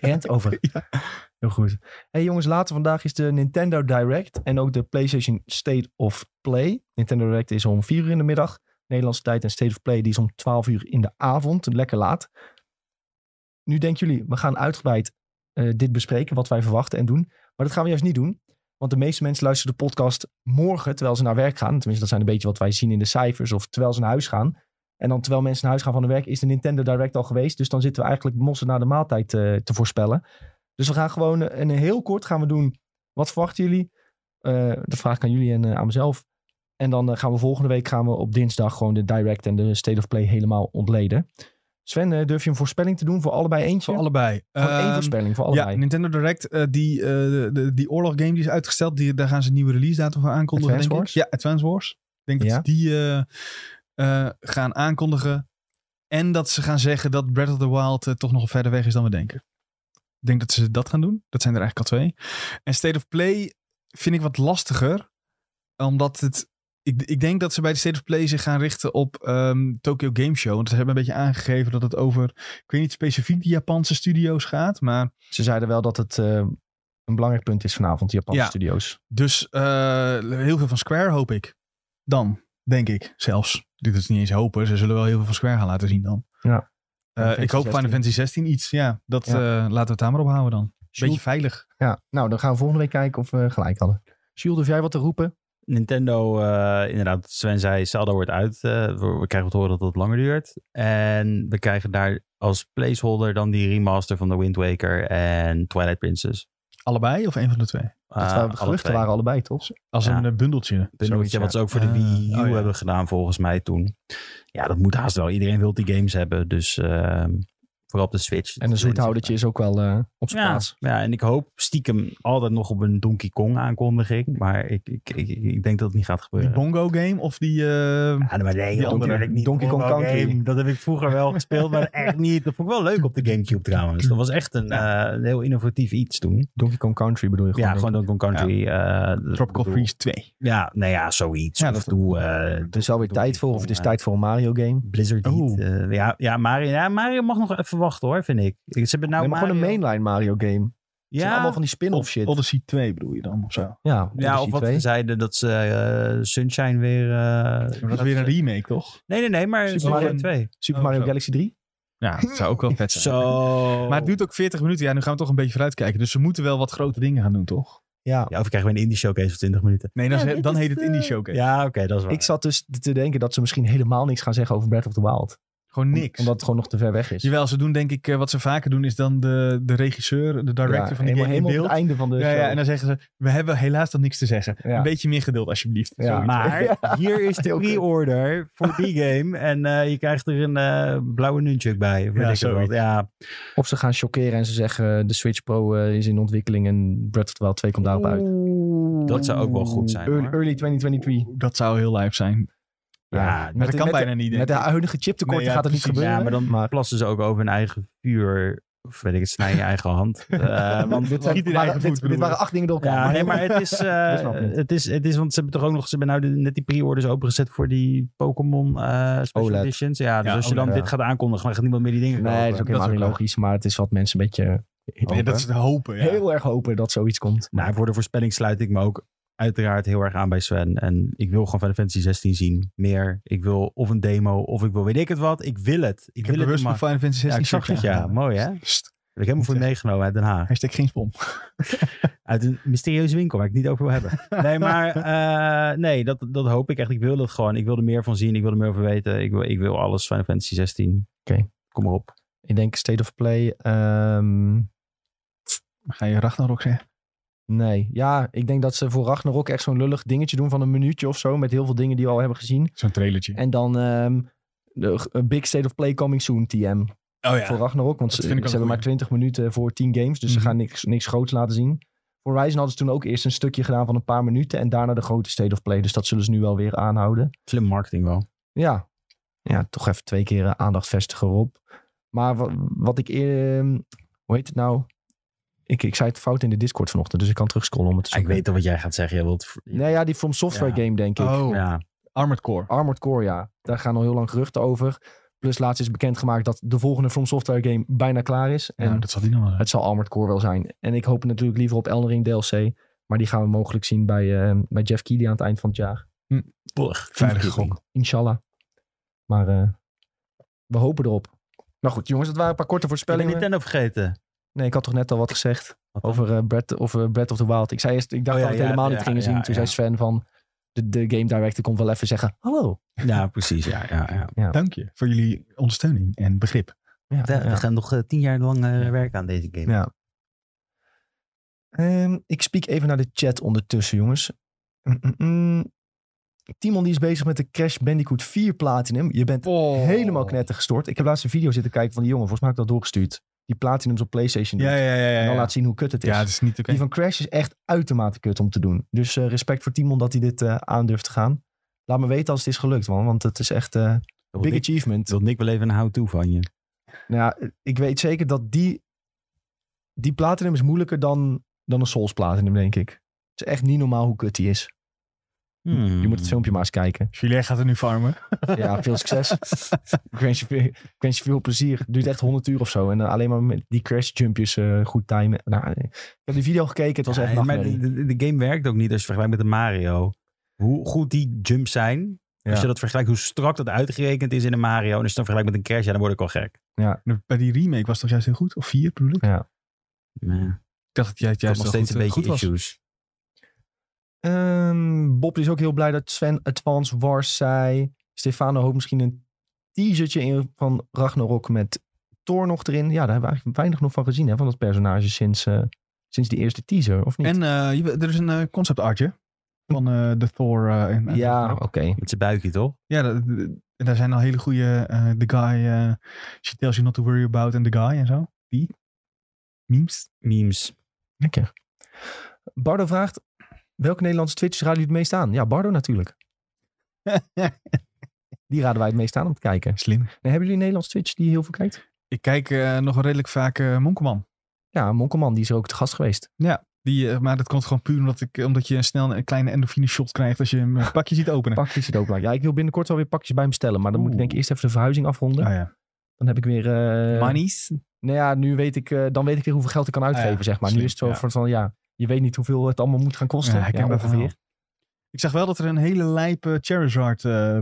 Rent over.
Ja.
Heel goed. Hey jongens, later vandaag is de Nintendo Direct en ook de PlayStation State of Play. Nintendo Direct is om 4 uur in de middag, Nederlandse tijd. En State of Play die is om 12 uur in de avond, lekker laat. Nu denken jullie, we gaan uitgebreid eh, dit bespreken, wat wij verwachten en doen. Maar dat gaan we juist niet doen. Want de meeste mensen luisteren de podcast morgen terwijl ze naar werk gaan. Tenminste, dat zijn een beetje wat wij zien in de cijfers. Of terwijl ze naar huis gaan. En dan terwijl mensen naar huis gaan van hun werk, is de Nintendo Direct al geweest. Dus dan zitten we eigenlijk mossen na de maaltijd eh, te voorspellen. Dus we gaan gewoon eh, een heel kort gaan we doen. Wat verwachten jullie? Eh dat vraag ik aan jullie en eh, aan mezelf. En dan eh, gaan we volgende week gaan we op dinsdag gewoon de Direct en de State of Play helemaal ontleden. Sven, eh, durf je een voorspelling te doen voor allebei eentje?
Voor allebei.
Gewoon één
Ehm,
voorspelling voor allebei.
Ja, Nintendo Direct, eh, die, eh, de, de- die oorlog game die is uitgesteld, die, daar gaan ze een nieuwe release datum voor aankondigen.
Advance
denk ik.
Wars?
Ja, Advance Wars. Ik denk
Ja.
dat ze die eh, eh, gaan aankondigen. En dat ze gaan zeggen dat Breath of the Wild eh, toch nog verder weg is dan we denken. Ik denk dat ze dat gaan doen. Dat zijn er eigenlijk al twee. En State of Play vind ik wat lastiger. Omdat het... Ik, ik denk dat ze bij de State of Play zich gaan richten op ehm, Tokyo Game Show. Want ze hebben een beetje aangegeven dat het over... Ik weet niet specifiek die Japanse studio's gaat. Maar
Ze zeiden wel dat het eh, een belangrijk punt is vanavond, die Japanse
Ja.
studio's.
Dus eh, heel veel van Square hoop ik. Dan, denk ik zelfs. Dit is niet eens hopen. Ze zullen wel heel veel van Square gaan laten zien dan.
Ja.
Eh,
Fantasy
ik hoop Final
16.
Fantasy 16 iets. Ja, dat
Ja.
eh, laten we het daar maar op houden dan. Beetje
Jules-
veilig.
Ja, nou dan gaan we volgende week kijken of we gelijk hadden. Jules, durf jij wat te roepen?
Nintendo, eh, inderdaad, wat Sven zei, Zelda wordt uit. eh, we, we krijgen te horen dat het langer duurt. En we krijgen daar als placeholder dan die remaster van The Wind Waker en Twilight Princess.
Allebei of een van de twee?
Eh,
Dat waren de
alle
geruchten
twee.
waren allebei, toch?
Als
Ja.
een eh, bundeltje.
Zoiets, ja, wat ze ook voor de
Eh,
Ah,
Wii U
oh ja.
hebben gedaan volgens mij toen. Ja, dat moet haast wel. Iedereen wil die games hebben. Dus ehm, vooral op de Switch.
En een zoethoudertje is ook wel eh, op zijn
Ja,
plaats.
ja, en ik hoop stiekem altijd nog op een Donkey Kong aankondiging. Maar ik, ik, ik, ik denk dat het niet gaat
Die
gebeuren.
bongo game of die... eh,
eh, Ja, maar nee,
Die
joh,
andere,
natuurlijk niet.
Donkey Kong
Bongo
Country.
Game, Dat heb ik vroeger wel gespeeld, maar echt niet. Dat vond ik wel leuk op de Gamecube trouwens. Dat was echt een, eh, een heel innovatief iets toen.
Donkey Kong Country bedoel je gewoon?
ja, gewoon Donkey Kong Country. eh, dat-
Tropical
bedoel-
Freeze 2.
Ja, nou ja, zoiets.
Ja,
of
dat-
doe eh,
Er is alweer
Donkey
tijd voor, of het is
Kong, Nou,
tijd voor een Mario game.
Blizzard
Oh.
Heat. eh, ja, ja, Mario, ja, Mario mag nog even wachten hoor, vind ik. Ze hebben nou
nee, maar gewoon
Mario-
een mainline Mario game. Het zijn allemaal van die spin-off shit.
Odyssey 2 bedoel je dan of zo.
ja, Odyssey
ja, of wat
2.
ze zeiden dat ze eh, Sunshine weer... eh,
Maar dat is weer een remake toch?
Nee, nee, nee, maar
Super
Super Mario
Mario-
2.
Super
Oh,
Mario
zo.
Galaxy 3?
Ja, dat zou ook wel vet zijn.
Zo.
Maar het duurt ook 40 minuten. Ja, nu gaan we toch een beetje vooruitkijken. Dus ze moeten wel wat grote dingen gaan doen, toch?
Ja.
Ja, of we krijgen weer een indie showcase van 20 minuten.
Nee, dan,
Ja,
is-
dit
dan
is
heet het
de-
Indie Showcase.
Ja, oké, dat is waar.
Ik zat dus te denken dat ze misschien helemaal niks gaan zeggen over Breath of the Wild.
Gewoon
Om-
niks.
Omdat het gewoon nog te ver weg is.
Jawel, ze doen denk ik, eh, wat ze vaker doen is dan de, de regisseur, de director
Ja,
van de
helemaal,
game in
helemaal op
beeld.
het einde van de
ja, ja,
show.
en dan zeggen ze, we hebben helaas dan niks te zeggen.
Ja.
Een beetje meer geduld alsjeblieft.
Ja.
Zoiets.
Maar hier is de
Heel kut.
pre-order voor die game. En eh, je krijgt er een eh, blauwe nunchuk bij. Of
Ja,
weet ik het wat.
zoiets.
ja,
Of ze gaan shockeren en ze zeggen de Switch Pro eh, is in ontwikkeling en Breath of the Wild 2 komt daarop uit.
dat zou ook wel goed zijn.
Early,
hoor.
early 2023.
dat zou heel lijp zijn.
Ja,
met
Maar
de-
dat kan
met de-
bijna niet. denk
Met de
ik.
huidige chiptekorten
Nee, ja,
gaat het niet
precies.
gebeuren.
Ja, maar dan
maar,
plassen ze ook over hun eigen vuur. Of weet ik het, snij je eigen hand. Eh, want
dit,
Giet in
waren,
eigen
dit-
voet,
dit
bedoel
waren
ik.
acht dingen door elkaar.
Ja, nee, maar het is, eh,
Dat snap ik niet.
het, is, het is, want ze hebben toch ook nog, ze hebben nou de- net die pre-orders opengezet voor die Pokémon eh Special
OLED.
Editions. Ja, dus
Ja,
als je dan
OLED,
dit gaat aankondigen, dan gaat niemand meer die dingen kopen.
Nee, dat is ook
Dat is
helemaal
ook
niet
waar.
logisch. Maar het is wat mensen een beetje
Nee, dat is het hopen. Ja.
heel erg hopen dat zoiets komt.
Nou, voor de voorspelling sluit ik me ook uiteraard heel erg aan bij Sven. En ik wil gewoon Final Fantasy 16 zien. Meer. Ik wil of een demo, of ik wil weet ik het wat. Ik wil het. Ik,
ik
wil
heb
het
bewust
maar-
mijn Final Fantasy 16
Ja, ik zag het,
shirtje
ja.
aan.
Mooi, hè?
Sst,
Heb ik helemaal voor je meegenomen uit Den Haag.
hashtag geen spom.
Uit een mysterieuze winkel waar ik het niet over wil hebben. Nee, maar eh, nee, dat, dat hoop ik echt. Ik wil het gewoon. Ik wil er meer van zien. Ik wil er meer over weten. Ik wil, ik wil alles Final Fantasy 16.
Oké.
Kom maar op.
Ik denk State of Play. ehm,
Ga je Ragnarok zeggen?
nee. Ja, ik denk dat ze voor Ragnarok echt zo'n lullig dingetje doen van een minuutje of zo. Met heel veel dingen die we al hebben gezien.
Zo'n trailertje.
En dan ehm, de, een Big State of Play coming soon, TM.
oh ja.
voor Ragnarok. Want ze,
dat
ze
vind ik
hebben
ook een
maar 20 minuten voor 10 games. Dus
Mhm.
ze gaan niks, niks groots laten zien. Voor Horizon hadden ze toen ook eerst een stukje gedaan van een paar minuten. En daarna de grote State of Play. Dus dat zullen ze nu wel weer aanhouden.
Slim marketing wel.
Ja, ja toch even twee keer eh, aandacht vestigen op. Maar wat, wat ik eer... Hoe heet het nou? Ik, ik zei het fout in de Discord vanochtend. Dus ik kan terugscrollen om het te
Ah, ik
zoeken.
weet al wat jij gaat zeggen. Jij wilt...
Nee, ja, die From Software
Ja.
game denk ik.
Oh,
Ja.
Armored Core.
Armored Core, ja. Daar gaan al heel lang geruchten over. Plus laatst is bekendgemaakt dat de volgende From Software game bijna klaar is. En
nou, dat zal die nog wel zijn.
Het zal Armored Core wel zijn. En ik hoop natuurlijk liever op Elden Ring DLC. Maar die gaan we mogelijk zien bij, eh, bij Jeff Keighley aan het eind van het jaar.
Boeg.
Veilige gok.
Inshallah. Maar eh, we hopen erop. Nou goed, jongens, dat waren een paar korte
Ik ben
voorspellingen.
Nintendo vergeten.
Nee, ik had toch net al wat gezegd
Wat dan?
over eh Breath, of, eh, Breath of the Wild. Ik zei eerst, ik dacht
Oh ja,
dat we het
ja,
helemaal
ja,
niet gingen
ja,
zien. Toen
ja.
zei Sven van, de, de game director komt wel even zeggen, hallo.
Ja, precies. Ja, ja, ja.
Dank je voor jullie ondersteuning en begrip.
Ja,
We- We
ja.
gaan nog eh, tien jaar lang eh, werken aan deze game.
Ja. Ehm, ik spiek even naar de chat ondertussen, jongens. Mm, mm, mm. Timon die is bezig met de Crash Bandicoot 4 Platinum. Je bent
Oh.
helemaal knettergestort. Ik heb laatst een video zitten kijken van die jongen. Volgens mij heb ik dat doorgestuurd. Die Platinums op PlayStation doet.
Ja, ja, ja. ja,
En
ja.
dan laat zien hoe kut het is.
ja, het is niet oké.
Die van Crash is echt uitermate kut om te doen. Dus eh, respect voor Timon dat hij dit eh aan durft te gaan. Laat me weten als het is gelukt, man. Want het is echt eh
Wil
big
Nick-
achievement.
wil Nick wel even een how-to van je?
Nou ja, ik weet zeker dat die, die platinum is moeilijker dan, dan een Souls platinum, denk ik. Het is echt niet normaal hoe kut die is.
Hmm.
Je moet het filmpje maar eens kijken.
Julien gaat er nu farmen.
Ja, veel succes. ik, wens je, veel- ik wens je veel plezier. Het duurt echt 100 uur of zo. En dan alleen maar met die crash jumpjes eh, goed timen. Nou, ik heb die video gekeken. Het was
Ja,
echt
maar
nachtmerrie.
de, de- de game werkt ook niet als je vergelijkt met de Mario. Hoe goed die jumps zijn. Als
Ja.
je dat vergelijkt, hoe strak dat uitgerekend is in een Mario. En als je dan vergelijkt met een Crash, ja, dan word ik al gek.
Bij die remake was het toch juist heel goed? Of vier bedoel ik? Ik
Ja.
dacht dat jij het
Ik had
juist
nog
wel
steeds
goed, eh,
een beetje
goed was.
issues.
Ehm, Bob is ook heel blij dat Sven Advance Wars zei. Stefano hoopt misschien een teasertje in van Ragnarok met Thor nog erin. Ja, daar hebben we eigenlijk weinig nog van gezien hè, van dat personage sinds, eh, sinds die eerste teaser, of niet?
En eh, je- er is een eh, concept artje van eh, de Thor. eh, en, en-
ja, oké.
Met zijn buikje, toch?
ja dat- en daar zijn al hele goede eh, The Guy, eh, She Tells You Not To Worry About and The Guy en zo. Die memes.
Memes.
Lekker. Bardo vraagt, welke Nederlandse Twitch raden jullie het meest aan? Ja, Bardo natuurlijk. Die raden wij het meest aan om te kijken.
Slim.
Nee, hebben jullie een Nederlandse Twitch die heel veel kijkt?
Ik kijk eh, nog wel redelijk vaak eh Monkeman.
Ja, Monkelman, die is er ook te gast geweest.
Die, eh, maar dat komt gewoon puur omdat, ik, omdat je snel een kleine endorfine shot krijgt als je hem een pakje ziet openen.
Pakjes zit ook belangrijk. Ja, ik wil binnenkort wel weer pakjes bij hem bestellen. Maar dan moet ik denk ik eerst even de verhuizing afronden.
Ah, ja.
Dan heb ik weer. eh,
Manies.
Nou ja, nu weet ik, eh, dan weet ik weer hoeveel geld ik kan uitgeven,
Ah ja,
zeg maar.
slim,
nu is het zo
ja.
van, van, ja, je weet niet hoeveel het allemaal moet gaan kosten.
Ja,
Ja,
herkenbaar verhaal.
ongeveer.
Ik zag wel dat er een hele lijpe Charizard eh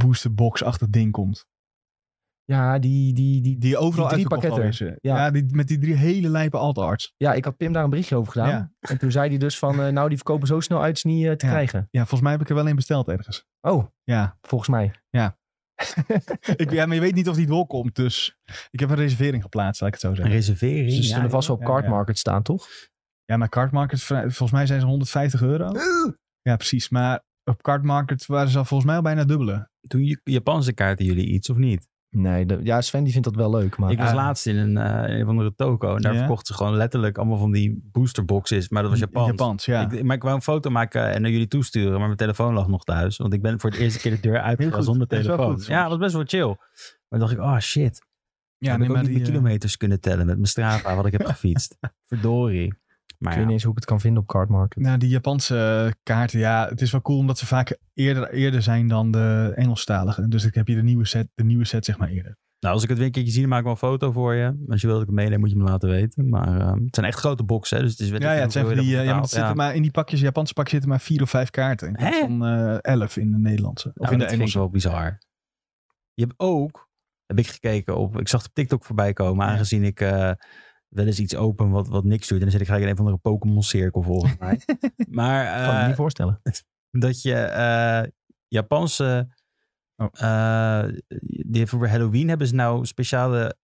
boosterbox-achtig ding komt.
Ja, die, die, die,
Die overal
Die drie
uitverkocht al
pakketten.
is. Ja,
Ja.
die, met die drie hele lijpe alt-arts.
ja, ik had Pim daar een berichtje over gedaan.
Ja.
En toen zei hij dus van, eh, nou, die verkopen zo snel uit, is niet eh, te
Ja.
krijgen.
Ja, volgens mij heb ik er wel een besteld ergens.
Oh,
Ja,
volgens mij.
Ja. Ik, ja, maar je weet niet of die doorkomt, dus ik heb een reservering geplaatst, laat ik het zo
Een
zeggen.
reservering.
Ze
ja,
zullen vast Dus wel op
ja,
card
ja.
market staan, toch?
Ja, maar Card Market, vrij- volgens mij zijn ze 150 euro. Ja, precies. Maar op Card Market waren ze al volgens mij al bijna dubbele.
Doen J- Japanse kaarten jullie iets of niet?
Nee, de- ja, Sven die vindt dat wel leuk, maar...
ik was
Ah.
laatst in een, eh, in een of andere toko. En daar
Ja.
verkochten ze gewoon letterlijk allemaal van die boosterboxes. Maar dat was Japans.
Japans, ja.
Ik, maar ik wou een foto maken en naar jullie toesturen. Maar mijn telefoon lag nog thuis. Want ik ben voor de eerste keer de deur
Heel
uitgegaan
goed.
zonder
Dat is wel
telefoon.
goed soms.
ja, dat was best wel chill. Maar dan dacht ik, oh shit. Ja,
ja, nee,
heb ik
maar
ook niet
die,
mijn
eh,
kilometers kunnen tellen met mijn Strava wat ik heb gefietst. Verdorie.
Ik
Maar
weet
ja,
niet eens hoe ik het kan vinden op card market.
Nou, die Japanse kaarten, ja, het is wel cool omdat ze vaak eerder, eerder zijn dan de Engelstalige. Dus ik heb je de nieuwe set, de nieuwe set zeg maar eerder.
nou, als ik het weer een keertje zie, dan maak ik wel een foto voor je. Als je wil dat ik het meeneem, moet je me laten weten. Maar eh, het zijn echt grote boxen, hè, dus het is weet
Ja,
ik
ja, het
hoeveel
zijn van
je
die,
ervoor
eh, ja, maar, het
betaalt.
zitten maar in die pakjes, Japanse pak zitten maar vier of vijf kaarten. In plaats
Hè?
van eh, elf in de Nederlandse. Of
Nou,
in de
dat vind ik
Engelse.
wel bizar. Je hebt ook, heb ik gekeken op, ik zag het op TikTok voorbij komen,
Ja.
aangezien ik eh, wel eens iets open wat, wat niks doet. En dan zit ik gelijk in een van de Pokémon cirkel volgens mij. maar
Ik kan me
eh,
niet voorstellen.
dat je eh, Japanse,
Oh.
eh, die voor Halloween hebben ze nou speciale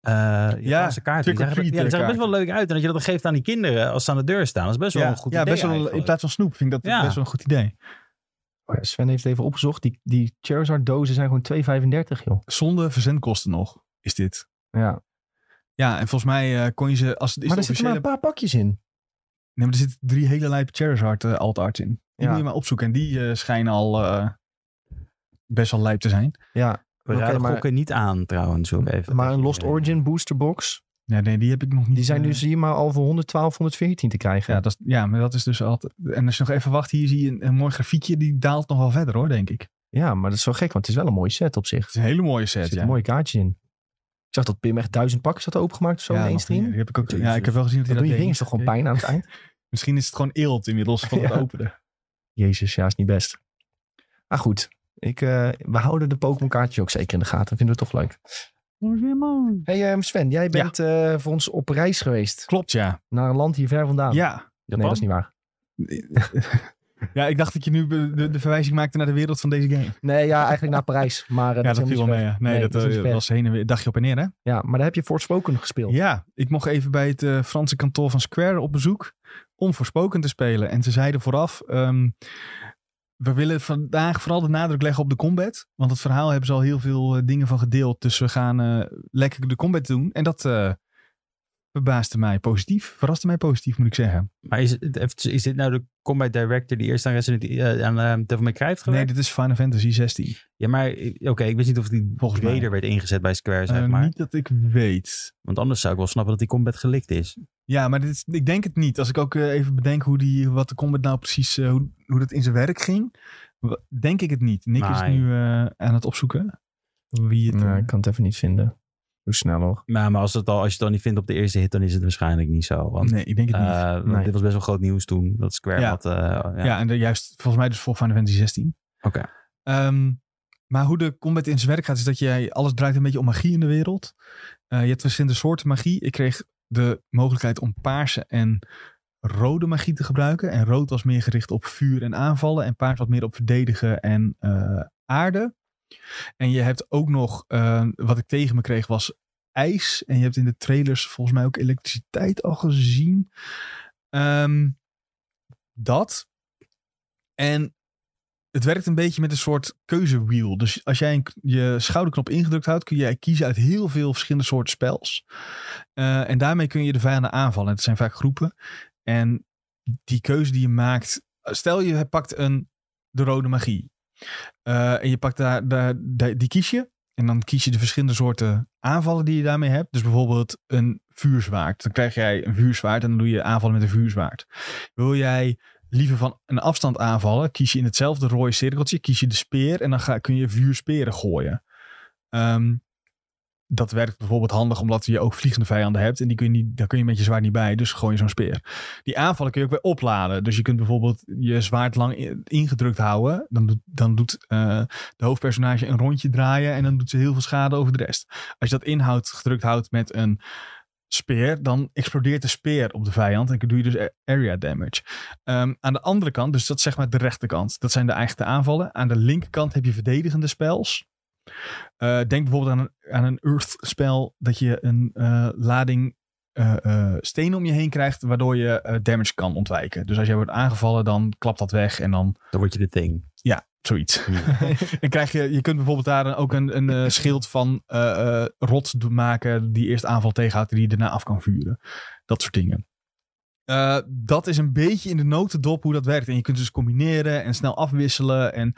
eh Japanse kaarten. Die
trick or
zagen, er- ja,
treat,
die
eh,
zagen er best wel leuk uit. En dat je dat geeft aan die kinderen als ze aan de deur staan. Dat is best wel
ja,
een goed
ja,
idee
best wel, in
eigenlijk.
plaats van snoep vind ik dat
Ja.
best wel een goed idee.
Oh ja, Sven heeft het even opgezocht. Die, die Charizard dozen zijn gewoon 2,35, joh.
Zonder verzendkosten nog, is dit.
Ja.
Ja, en volgens mij eh, kon je ze, als het is
Maar
de
er zitten maar
officiële...
een paar pakjes in.
Nee, maar er zitten drie hele lijpe Charizard eh, alt-arts in. Die
Ja.
moet je maar opzoeken. En die eh, schijnen al eh, best wel lijp te zijn.
Ja,
We
Oké,
raden
maar-
gokken niet aan trouwens. Zo even
maar een Lost Origin booster box.
Ja, nee, die heb ik nog niet.
Die zijn
eh,
dus hier maar al voor 112, 114 te krijgen.
Ja, dat is, ja, maar dat is dus altijd. En als je nog even wacht, hier zie je een, een mooi grafiekje. Die daalt nog wel verder hoor, denk ik. Het
Ja, maar dat is wel gek, want het is wel een mooie set op zich.
is een hele mooie
Er
set.
zitten
ja.
mooie kaartjes in. Ik zag dat Pim echt duizend pakjes had opengemaakt of zo
ja,
in één
nog
stream.
meer. Die heb ik, ook, ja,
Jezus.
ik heb wel gezien dat
Dan
hij
doen
dat
je
deed.
vingers toch gewoon pijn aan het eind?
Misschien is het gewoon eelt inmiddels van het
Ja.
openen.
Jezus, ja, is niet best. Maar goed, ik, eh, we houden de Pokémon kaartjes ook zeker in de gaten. Vinden we toch leuk. Hey ehm, Sven, jij bent eh, voor ons op reis geweest.
Klopt, ja.
Naar een land hier ver vandaan.
Ja.
nee, dat is niet waar.
ja, ik dacht dat je nu be- de, de verwijzing maakte naar de wereld van deze game.
Nee, ja, eigenlijk naar Parijs. Maar eh,
ja,
is
dat viel wel
helemaal
mee.
niet
ja. Nee,
Nee,
dat,
dat is
eh,
niet ver.
was heen en weer, dagje op en neer, hè?
ver. Ja, maar daar heb je Forspoken gespeeld.
Ja, ik mocht even bij het eh, Franse kantoor van Square op bezoek om voorspoken te spelen. En ze zeiden vooraf, ehm, we willen vandaag vooral de nadruk leggen op de combat. Want het verhaal hebben ze al heel veel eh, dingen van gedeeld. Dus we gaan eh, lekker de combat doen. En dat eh verbaasde mij positief. Verraste mij positief, moet ik zeggen.
Maar is, het, even- is dit nou de Combat Director die eerst aan Resident eh, aan eh, Devil May Cry heeft
Nee,
gewerkt?
dit is Final Fantasy 16.
Ja, maar eh, oké, ik wist niet of die
Volgens mij.
breder werd ingezet bij Square, zeg
Eh,
maar.
niet dat ik weet.
Want anders zou ik wel snappen dat die combat gelikt is.
Ja, maar dit is, ik denk het niet. Als ik ook eh, even bedenk hoe die, wat de combat nou precies, eh, hoe, hoe dat in zijn werk ging, w- denk ik het niet. Nick is
Nee.
nu eh, aan het opzoeken wie het...
Nee,
eh,
ik kan het even niet vinden. Hoe snel hoor.
Nou, Maar, maar als, het al, als je het dan niet vindt op de eerste hit, dan is het waarschijnlijk niet zo. Want,
nee, ik denk het niet.
eh, want
Nee.
dit was best wel groot nieuws toen, dat Square
Ja.
had... eh, ja.
Ja, en de- juist volgens mij dus voor Final Fantasy 16.
Oké.
Ehm, maar hoe de combat in zijn werk gaat, is dat jij alles draait een beetje om magie in de wereld. Eh, je hebt verschillende soorten magie. Ik kreeg de mogelijkheid om paarse en rode magie te gebruiken. En rood was meer gericht op vuur en aanvallen. En paars wat meer op verdedigen en eh, aarde. En je hebt ook nog, eh, wat ik tegen me kreeg, was ijs. En je hebt in de trailers volgens mij ook elektriciteit al gezien. Ehm, dat. En het werkt een beetje met een soort keuzewiel. Dus als jij een, k- je schouderknop ingedrukt houdt, kun jij kiezen uit heel veel verschillende soorten spels. Eh, en daarmee kun je de vijanden aanvallen. Het zijn vaak groepen. En die keuze die je maakt. Stel je pakt een, de rode magie. Eh, en je pakt daar, daar, die- die kies je. En dan kies je de verschillende soorten aanvallen die je daarmee hebt. Dus bijvoorbeeld een vuurzwaard. Dan krijg jij een vuurzwaard en dan doe je aanvallen met een vuurzwaard. Wil jij liever van een afstand aanvallen, kies je in hetzelfde rode cirkeltje, kies je de speer en dan ga, kun je vuursperen gooien. Ehm, dat werkt bijvoorbeeld handig omdat je ook vliegende vijanden hebt en die kun je niet, daar kun je met je zwaard niet bij, dus gooi je zo'n speer. Die aanvallen kun je ook weer opladen. Dus je kunt bijvoorbeeld je zwaard lang i- ingedrukt houden, dan doet, dan doet eh, de hoofdpersonage een rondje draaien en dan doet ze heel veel schade over de rest. Als je dat inhoudt, gedrukt houdt met een speer, dan explodeert de speer op de vijand en doe je dus a- area damage. Ehm, aan de andere kant, dus dat is zeg maar de rechterkant, dat zijn de eigen aanvallen. Aan de linkerkant heb je verdedigende spels. Eh, denk bijvoorbeeld aan een, aan een Earth-spel dat je een eh, lading eh, eh, stenen om je heen krijgt, waardoor je eh, damage kan ontwijken. Dus als jij wordt aangevallen, dan klapt dat weg en dan
Dan word je de thing.
zoiets. en krijg je, je kunt bijvoorbeeld daar dan ook een, een eh, schild van eh, eh, rot do- maken die eerst aanval tegenhoudt en die je daarna af kan vuren. Dat soort dingen. Eh, dat is een beetje in de notendop hoe dat werkt. En je kunt dus combineren en snel afwisselen. En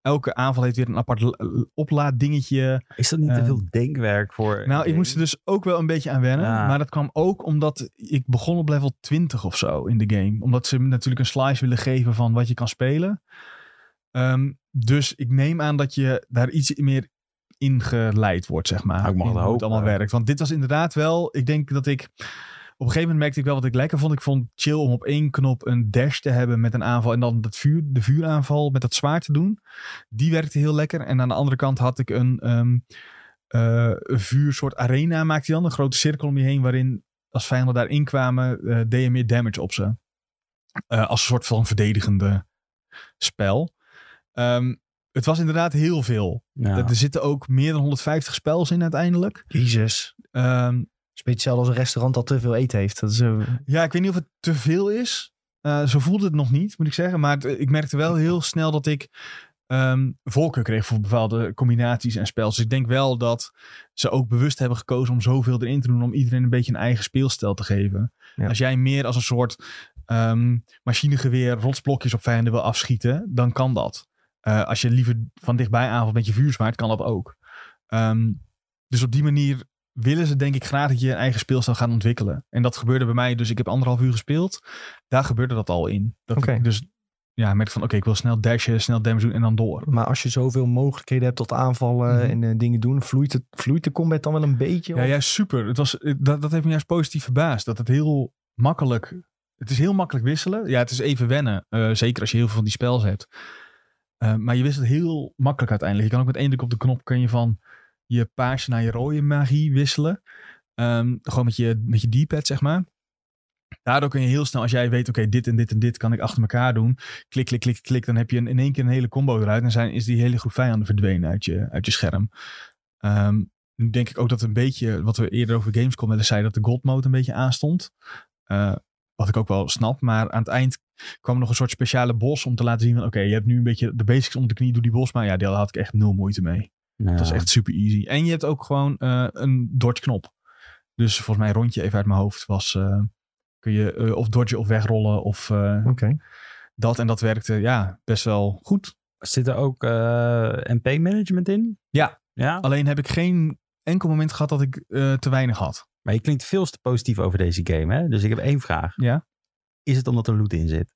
elke aanval heeft weer een apart l- l- oplaaddingetje.
Is dat niet te
Ehm,
veel denkwerk voor...
Nou, ik moest er dus ook wel een beetje aan wennen.
Ja.
Maar dat kwam ook omdat ik begon op level 20 of zo in de game. Omdat ze me natuurlijk een slice willen geven van wat je kan spelen. Ehm, dus ik neem aan dat je daar iets meer ingeleid wordt, zeg maar.
Nou, ik mag
in
het
hoe het
hopen.
allemaal werkt. Want dit was inderdaad wel, ik denk dat ik... Op een gegeven moment merkte ik wel wat ik lekker vond. Ik vond het chill om op één knop een dash te hebben met een aanval. En dan dat vuur, de vuuraanval met dat zwaard te doen. Die werkte heel lekker. En aan de andere kant had ik een, ehm eh, een vuursoort arena maakte hij dan. Een grote cirkel om je heen waarin als vijanden daarin kwamen eh deed je meer damage op ze. Eh, als een soort van verdedigende spel. Ehm, het was inderdaad heel veel.
Ja.
Er- Er zitten ook meer dan 150 spels in uiteindelijk.
Jezus.
Ehm,
Het is een beetje hetzelfde als een restaurant dat te veel eten heeft. Dat is, eh,
Ja, ik weet niet of het te veel is. Eh, zo voelde het nog niet, moet ik zeggen. Maar het- ik merkte wel heel snel dat ik ehm voorkeur kreeg voor bepaalde combinaties en spels. Dus ik denk wel dat ze ook bewust hebben gekozen om zoveel erin te doen. Om iedereen een beetje een eigen speelstijl te geven.
Ja.
Als jij meer als een soort ehm, machinegeweer rotsblokjes op vijanden wil afschieten, dan kan dat. Eh, als je liever van dichtbij aanvalt met je vuurzwaard, kan dat ook. Ehm, dus op die manier willen ze denk ik graag dat je een eigen speelstijl gaat ontwikkelen. En dat gebeurde bij mij. Dus ik heb anderhalf uur gespeeld. Daar gebeurde dat al in. Dat
Oké.
ik dus ja, merk van oké, ik wil snel dashen, snel damage doen en dan door.
maar als je zoveel mogelijkheden hebt tot aanvallen
Mhm.
en eh, dingen doen, vloeit, het, vloeit de combat dan wel een beetje?
Ja,
of-
juist super. Het was, eh, dat, dat heeft me juist positief verbaasd. Dat het heel makkelijk... Het is heel makkelijk wisselen. Ja, het is even wennen. eh, zeker als je heel veel van die spels hebt. Eh, maar je wisselt heel makkelijk uiteindelijk. Je kan ook met één druk op de knop... kun je van je paarse naar je rode magie wisselen. Ehm, gewoon met je, met je D-pad, zeg maar. Daardoor kun je heel snel, als jij weet... oké, dit en dit en dit kan ik achter elkaar doen. Klik, klik, klik, klik. Dan heb je een- in één keer een hele combo eruit. En zijn, is die hele groep vijanden verdwenen uit je, uit je scherm. Ehm, nu denk ik ook dat een beetje, wat we eerder over Gamescom wel eens zeiden, dat de God Mode een beetje aanstond. Eh, wat ik ook wel snap. Maar aan het eind kwam er nog een soort speciale bos om te laten zien van oké, je hebt nu een beetje de basics om de knie, doe die bos. Maar ja, daar had ik echt nul moeite mee.
Ja.
Dat is echt super easy. En je hebt ook gewoon eh, een dodge knop. Dus volgens mij rondje even uit mijn hoofd was, eh, kun je eh, of dodgen of wegrollen of eh,
Oké.
dat. En dat werkte ja, best wel goed.
Zit er ook eh, MP-management in?
Ja.
Ja?
Alleen heb ik geen enkel moment gehad dat ik eh, te weinig had.
Maar je klinkt veel te positief over deze game, hè? Dus ik heb één vraag.
Ja.
Is het omdat er loot in zit?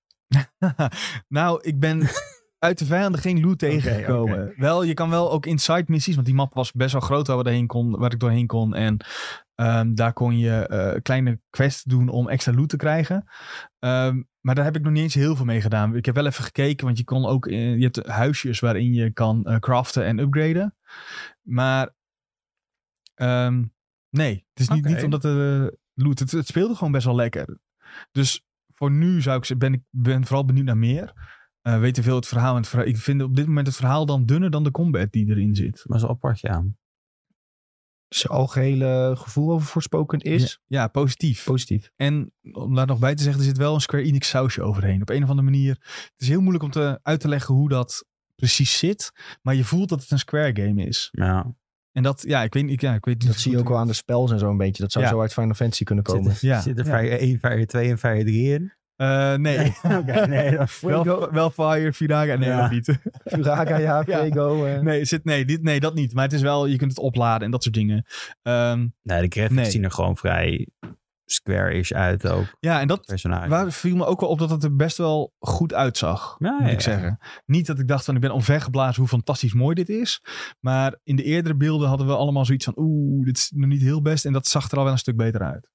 nou, ik ben uit de vijanden geen loot tegengekomen. Wel, je kan wel ook inside missies, want die map was best wel groot waar, we doorheen kon, waar ik doorheen kon. En ehm, daar kon je eh, kleine quests doen om extra loot te krijgen. Ehm, maar daar heb ik nog niet eens heel veel mee gedaan. Ik heb wel even gekeken, want je kon ook, eh, je hebt huisjes waarin je kan eh, craften en upgraden. Maar ehm, nee, het is niet,
Oké.
niet omdat de loot, het, het speelde gewoon best wel lekker. Dus voor nu zou ik, ze- ben ik ben vooral benieuwd naar meer. Eh weten veel het verhaal. En het verhaal. Ik vind op dit moment het verhaal dan dunner dan de combat die erin zit.
Maar zo apart, ja.
Zijn Dus algehele gevoel over voorspoken is
Ja, positief.
positief.
en om daar nog bij te zeggen, er zit wel een Square Enix sausje overheen. Op een of andere manier. Het is heel moeilijk om te, uit te leggen hoe dat precies zit. Maar je voelt dat het een Square game is.
Ja. Er
En dat, ja, ik weet niet. Ja, ik weet niet
Dat zie je ook wel aan de spels en zo een beetje. Dat zou
Ja.
zo uit Final Fantasy kunnen komen.
Zit,
Ja.
zit er
Ja.
Fire 1, Fire 2 en Fire 3 in?
Eh, nee.
Oké, nee. dat-
wel, wel Fire, Viraga. Nee,
Ja.
dat niet.
Furaga, ja,
Ja.
Fuego. eh.
Nee, het zit, nee, dit, nee, dat niet. Maar het is wel, je kunt het opladen en dat soort dingen. Ehm,
Nee, de graphics
Nee.
zien er gewoon vrij square-ish uit ook.
ja, en dat,
Personage.
Waar viel me ook wel op dat het er best wel goed uitzag.
Ja,
moet
ja,
ik
ja.
zeggen. Niet dat ik dacht van ik ben onvergeblazen hoe fantastisch mooi dit is. Maar in de eerdere beelden hadden we allemaal zoiets van oeh, dit is nog niet heel best. En dat zag er al wel een stuk beter uit.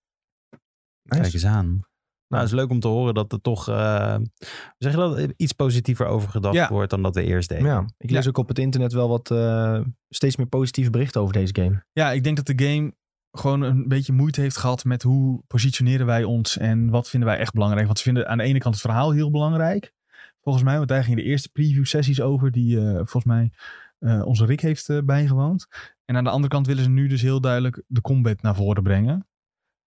Kijk eens aan. Nou, het is leuk om te horen dat er toch, eh, hoe zeg je dat, Eh, iets positiever over gedacht
Ja.
wordt dan dat we eerst deden.
Ja, ik lees ook op het internet wel wat eh, steeds meer positieve berichten over deze game.
Ja, ik denk dat de game gewoon een beetje moeite heeft gehad met hoe positioneren wij ons en wat vinden wij echt belangrijk. Want ze vinden aan de ene kant het verhaal heel belangrijk. Volgens mij, want daar gingen de eerste preview sessies over die eh, volgens mij eh, onze Rick heeft eh, bijgewoond. En aan de andere kant willen ze nu dus heel duidelijk de combat naar voren brengen.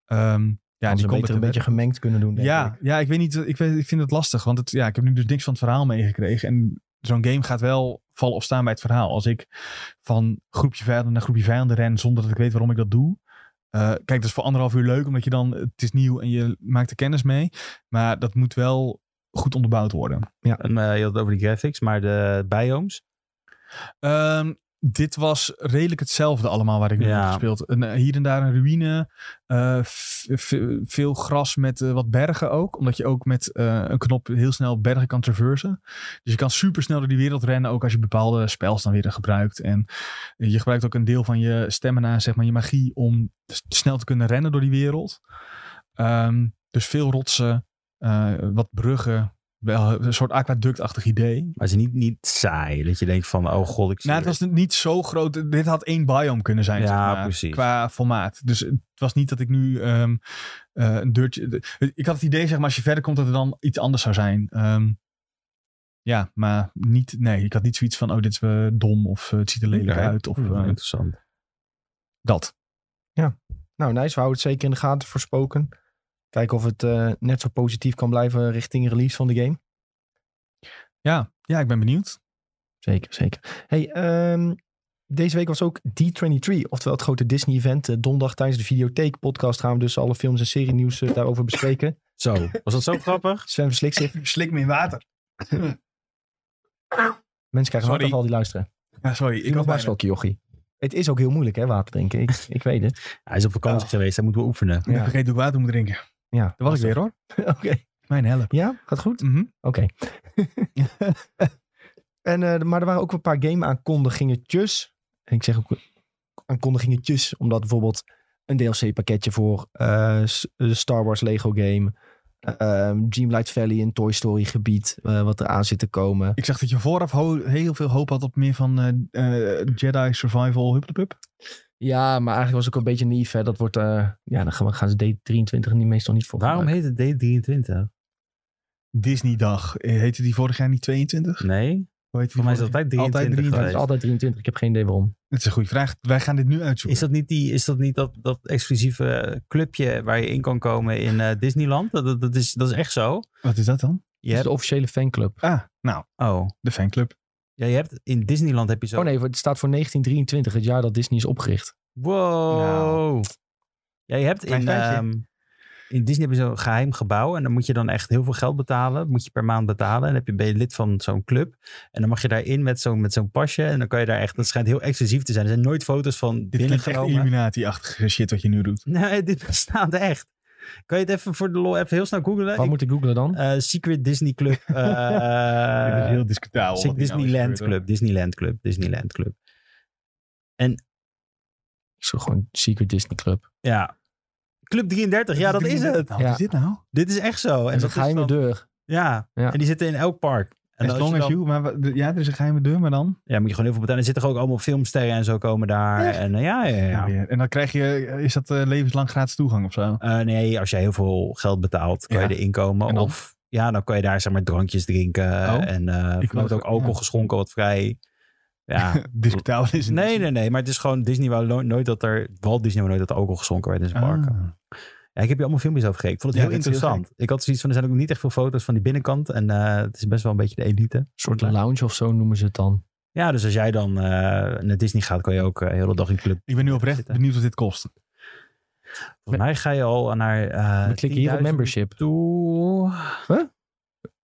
Ehm ja,
Ja,
en
die
die
beter een
combat
beetje gemengd kunnen doen, denk
ja,
ik.
ja, ik weet niet. Ik, weet, ik vind het lastig. Want het, ja, ik heb nu dus niks van het verhaal meegekregen. En zo'n game gaat wel vallen of staan bij het verhaal. Als ik van groepje vijanden naar groepje vijanden ren zonder dat ik weet waarom ik dat doe. eh, kijk, dat is voor anderhalf uur leuk, omdat je dan, het is nieuw en je maakt er kennis mee. Maar dat moet wel goed onderbouwd worden.
En, eh, je had het over die graphics, maar de biomes.
Ehm, dit was redelijk hetzelfde allemaal waar ik nu
Ja.
heb gespeeld. Een, eh, hier en daar een ruïne. eh, v- v- veel gras met eh, wat bergen ook. Omdat je ook met eh, een knop heel snel bergen kan traversen. Dus je kan super snel door die wereld rennen. Ook als je bepaalde spels dan weer gebruikt. En je gebruikt ook een deel van je stamina, zeg maar je magie. Om s- snel te kunnen rennen door die wereld. Ehm, dus veel rotsen. eh, wat bruggen. Wel een soort aquaductachtig idee.
Maar ze niet, niet saai. Dat je denkt van, oh god, ik zie
Nou, het was niet zo groot. Dit had één biome kunnen zijn.
Ja,
zeg maar,
precies.
Qua formaat. Dus het was niet dat ik nu ehm, eh, een deurtje. de- Ik had het idee, zeg maar, als je verder komt, dat er dan iets anders zou zijn. Ehm, ja, maar niet. Nee, ik had niet zoiets van: oh, dit is eh, dom. Of eh, het ziet er lelijk
Oké.
uit. Of
Hmm,
eh,
interessant.
dat.
Nou, nice. We houden het zeker in de gaten voor Spoken. Kijken of het eh, net zo positief kan blijven richting release van de game.
Ja, ja, ik ben benieuwd.
Zeker, zeker. Hey, ehm, deze week was ook D23, oftewel het grote Disney-event. Eh, donderdag tijdens de Videotheek-podcast gaan we dus alle films en serienieuws eh, daarover bespreken.
Zo, was dat zo grappig?
Sven verslikt zich.
Slik me in water.
Mensen krijgen
Sorry.
hard al die luisteren.
Ja, sorry.
Ik
Ik
nog maar
had bijna-
slokje, jochie. Het is ook heel moeilijk, hè, water drinken. Ik, ik weet het.
Hij is op vakantie
Oh.
geweest, hij moet wel oefenen.
Ik
Ja.
heb vergeten hoe ik water moet drinken.
Ja,
Daar was ik weer hoor.
Oké.
Mijn help.
Ja, gaat goed?
Mhm.
Oké. en eh, maar er waren ook een paar game-aankondigingetjes. En ik zeg ook aankondigingetjes, omdat bijvoorbeeld een DLC-pakketje voor eh, S- de Star Wars Lego game, eh, ehm, Dreamlight Valley en Toy Story gebied, eh, wat er aan zit te komen.
Ik zag dat je vooraf ho- heel veel hoop had op meer van eh, eh, Jedi Survival Hupplepup.
Ja, maar eigenlijk was ik ook een beetje naïef. Hè. Dat wordt, eh, ja, dan gaan, we- gaan ze D23 niet, meestal niet voor
Waarom
gebruiken.
heet het D23?
Disney-dag. Eh, Heette die vorig jaar niet 22?
Nee,
Hoe heette die
voor mij is
vorig-
het altijd 23
Altijd
Het is
23.
geweest.
altijd 23, ik heb geen idee waarom.
Dat is een goede vraag. Wij gaan dit nu uitzoeken.
Is dat niet, die, is dat, niet dat, dat exclusieve clubje waar je in kan komen in eh, Disneyland? Dat, dat, dat is, dat is echt zo.
Wat is dat dan?
Je
Het is
hebt,
de officiële fanclub.
Ah, nou,
oh,
de fanclub.
ja, je hebt, in Disneyland heb je zo...
Oh nee, het staat voor 1923, het jaar dat Disney is opgericht.
Wow.
Nou.
Ja, je hebt
Klein
in,
feitje.
ehm, in Disney heb je zo'n geheim gebouw. En dan moet je dan echt heel veel geld betalen. Moet je per maand betalen. En dan heb je, ben je lid van zo'n club. En dan mag je daarin met zo'n met zo'n pasje. En dan kan je daar echt... Dat schijnt heel exclusief te zijn. Er zijn nooit foto's van
Dit klinkt echt
binnengenomen.
Illuminati-achtige shit wat je nu doet.
Nee, dit bestaat echt. Kan je het even voor de lol even heel snel googlen?
Wat
Ik-
moet ik googlen dan?
eh, Secret Disney Club. eh,
dit is heel discutabel.
Sig-
wat hier nou is
Disneyland
gebeurd, hoor.
Club. Disneyland Club. Disneyland Club.
Ik zoek gewoon Secret Disney Club.
Ja. Club 33. Ja, dat is het.
Nou, Wat
Ja.
is dit nou?
Dit is echt zo.
En dat is een
dat
geheime
dan-
deur.
Ja,
Ja.
en die zitten in elk park. En
As
als
long
je
as
dan-
you. Maar, wa- de- ja, er is een geheime deur, maar dan?
Ja, moet je gewoon heel veel betalen. Er zitten ook allemaal filmsterren en zo komen daar. En eh, ja, ja, ja.
Ja, weer. En dan krijg je, is dat eh, levenslang gratis toegang of zo?
Eh, nee, als jij heel veel geld betaalt, kan
Ja.
je erin komen.
En dan?
Of ja, dan kan je daar zeg maar drankjes drinken.
Oh.
En eh er wordt
wou-
ook alcohol
ja.
geschonken, wat vrij. Ja.
discutabel is het
nee, nee, nee. Maar het is gewoon Disney wou no- nooit dat er, Walt Disney wou nooit dat er alcohol geschonken werd in zijn parken.
Ah.
Ja, ik heb hier allemaal filmpjes over gekeken. Ik vond het
Ja,
heel
dat is heel
interessant. ik had zoiets van, er zijn ook niet echt veel foto's van die binnenkant. En eh, het is best wel een beetje de elite.
Een soort lounge of zo noemen ze het dan.
Ja, dus als jij dan eh, naar Disney gaat, kan je ook eh, de hele dag in club.
Ik ben nu oprecht
Zitten.
benieuwd wat dit kost.
Volgens mij ga je al naar. eh
We klikken hier op
10.000
membership.
Toe.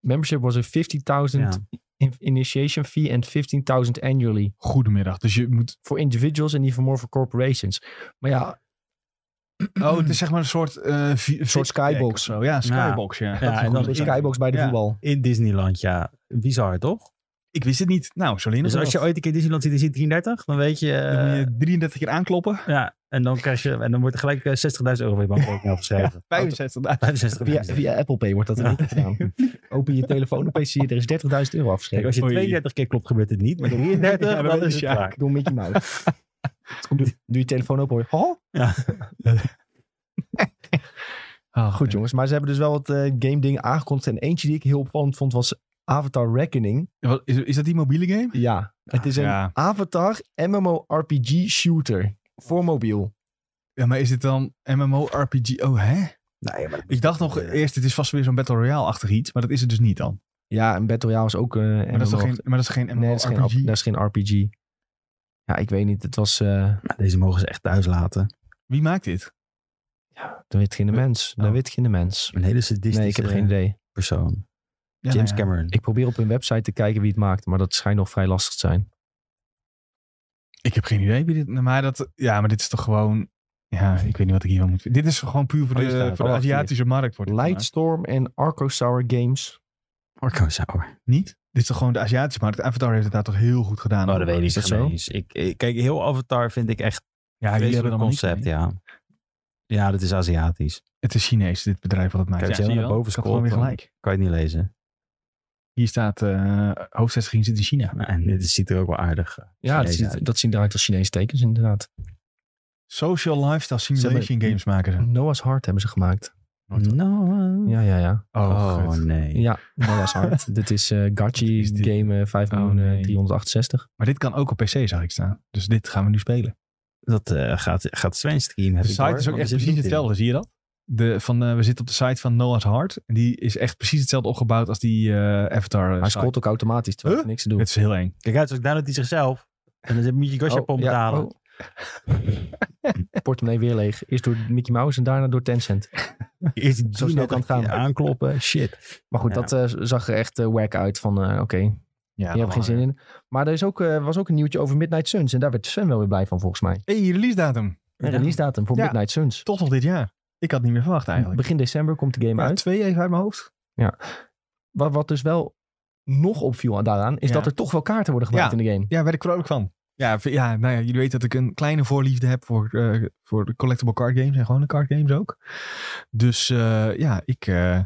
Membership was een 50.000 in- initiation fee en 15.000 annually.
Goedemiddag. Dus je moet.
Voor individuals en even more voor corporations. Maar ja,
Oh, het is zeg maar een soort. eh, vi- fitpack
skybox.
of Zo. Ja, skybox. Ja.
Ja,
Dat is
en
een
dan-
goede
een
idee.
skybox bij de
Ja.
voetbal.
In Disneyland, ja. Bizar, toch?
Ik wist het niet. Nou, Solina.
Dus als je ooit een keer Disneyland ziet, dan zie je 33, dan weet je.
Dan moet
eh,
je 33 keer aankloppen.
ja, en dan, krijg je, en dan wordt er gelijk eh, 60.000 euro voor je bankrekening afgeschreven.
65 dagen.
65.000.
Via, via Apple Pay wordt dat er
Ja.
ook gedaan. Open je telefoon, opeens zie je er is 30.000 euro
Kijk,
afgeschreven.
als je
Oei.
32 keer klopt, gebeurt het niet. Maar 33,
Ja, dan
dan
ben
is
je Sjaak.
het klaar.
Door Mickey Mouse. doe, doe je telefoon open hoor. Huh?
Ah,
Ah, Goed jongens, maar ze hebben dus wel wat eh, game dingen aangekondigd. En eentje die ik heel opvallend vond was Avatar Reckoning.
Wat- Is, is dat die mobiele game?
Ja, het is een
Ja.
Avatar MMORPG shooter voor mobiel.
Ja, maar is dit dan MMORPG? Oh, hè?
Nou ja, maar
Ik dacht nog eh, eerst, dit is vast weer zo'n Battle Royale-achtig iets. Maar dat is het dus niet dan.
Ja, en Battle Royale is ook eh, een
Maar dat is, toch geen, maar dat is geen
Nee, dat is, geen,
MMORPG?
dat is geen RPG. Ja, ik weet niet. Het was... eh
deze mogen ze echt thuis laten.
Wie maakt dit?
dat weet geen de mens. Dat
Oh.
weet geen de mens.
Een hele sadistische
Nee, ik heb
eh,
geen idee.
persoon.
Ja,
James
nou ja.
Cameron.
Ik probeer op hun website te kijken wie het maakt, maar dat schijnt nog vrij lastig te zijn.
Ik heb geen idee wie dit... Maar, dat, ja, maar dit is toch gewoon... Ja, ik weet niet wat ik hiervan moet... Dit is gewoon puur voor
Oh,
de,
hier staat het.
voor de
Oh, wacht,
Aziatische markt. Wordt dit gemaakt.
Lightstorm en Arco Sour Games.
Marco Sauer.
Niet? Dit is toch gewoon de Aziatische markt? Avatar heeft het daar toch heel goed gedaan?
Oh, dat weet ik
dat
niet
zo?
eens. Ik, ik- kijk, heel Avatar vind ik echt
Ja,
een
Ah, jullie hebben dan
concept,
niet-
ja. Ja, dat is Aziatisch.
Het is Chinees, dit bedrijf wat het maakt.
Kijk, als
Ja,
je
zie
naar
wel.
boven
Ik had gewoon weer
scrolt, dan-
gelijk.
Kan je het niet lezen.
Hier staat eh hoofdvestiging zit in China.
Nou, en dit ziet er ook wel aardig eh,
Ja, dat
Chinees uit.
ziet, dat zien eruit als Chinese tekens inderdaad.
Social lifestyle
Ze
simulation
hebben-
games maken ze.
Noah's Heart hebben ze gemaakt.
Nooit op.
No.
Ja, ja, ja.
Oh,
Nou, eh. Oh,
gut.
nee.
Ja, Noah's Heart. dit is eh Gachi
Wat is dit? Oh,
Game eh, 5 miljoen, eh,
nee.
368.
Maar dit kan ook op PC, zag ik staan. Dus dit gaan we nu spelen.
Dat eh, gaat, gaat Sven streamen.
De site is ook echt precies hetzelfde, zie je dat? De, van, eh, we zitten op de site van Noah's Heart. En die is echt precies hetzelfde opgebouwd als die eh, Avatar. eh,
Hij
site.
scoort ook automatisch, terwijl
Huh?
ik niks te doen.
Het is heel eng.
Kijk uit, zo downloadt hij zichzelf. En dan moet je Gosha
Oh,
Pom
ja,
betalen.
oh. Portemonnee weer leeg. Eerst door Mickey Mouse en daarna door Tencent.
Eerst die
Zo snel kan het gaan.
Aankloppen, shit.
Maar goed,
Ja.
dat eh, zag er echt eh, wack uit van eh, oké,
Ja,
hier heb ik geen zin in. Maar er is ook, eh, was ook een nieuwtje over Midnight Suns en daar werd Sven wel weer blij van volgens mij.
hey, release datum.
Een
Ja.
release datum voor
Ja.
Midnight Suns.
Toch nog dit jaar. Ik had het niet meer verwacht eigenlijk.
Begin december komt de game
maar
uit.
twee even uit mijn hoofd.
Wat, wat dus wel nog opviel aan- daaraan, is
Ja.
dat er toch wel kaarten worden gemaakt in de game.
Ja, werd ik vrolijk van. Ja, v- ja, nou ja, jullie weten dat ik een kleine voorliefde heb voor, eh, voor de collectible card games en gewone card games ook. Dus eh, ja, ik eh,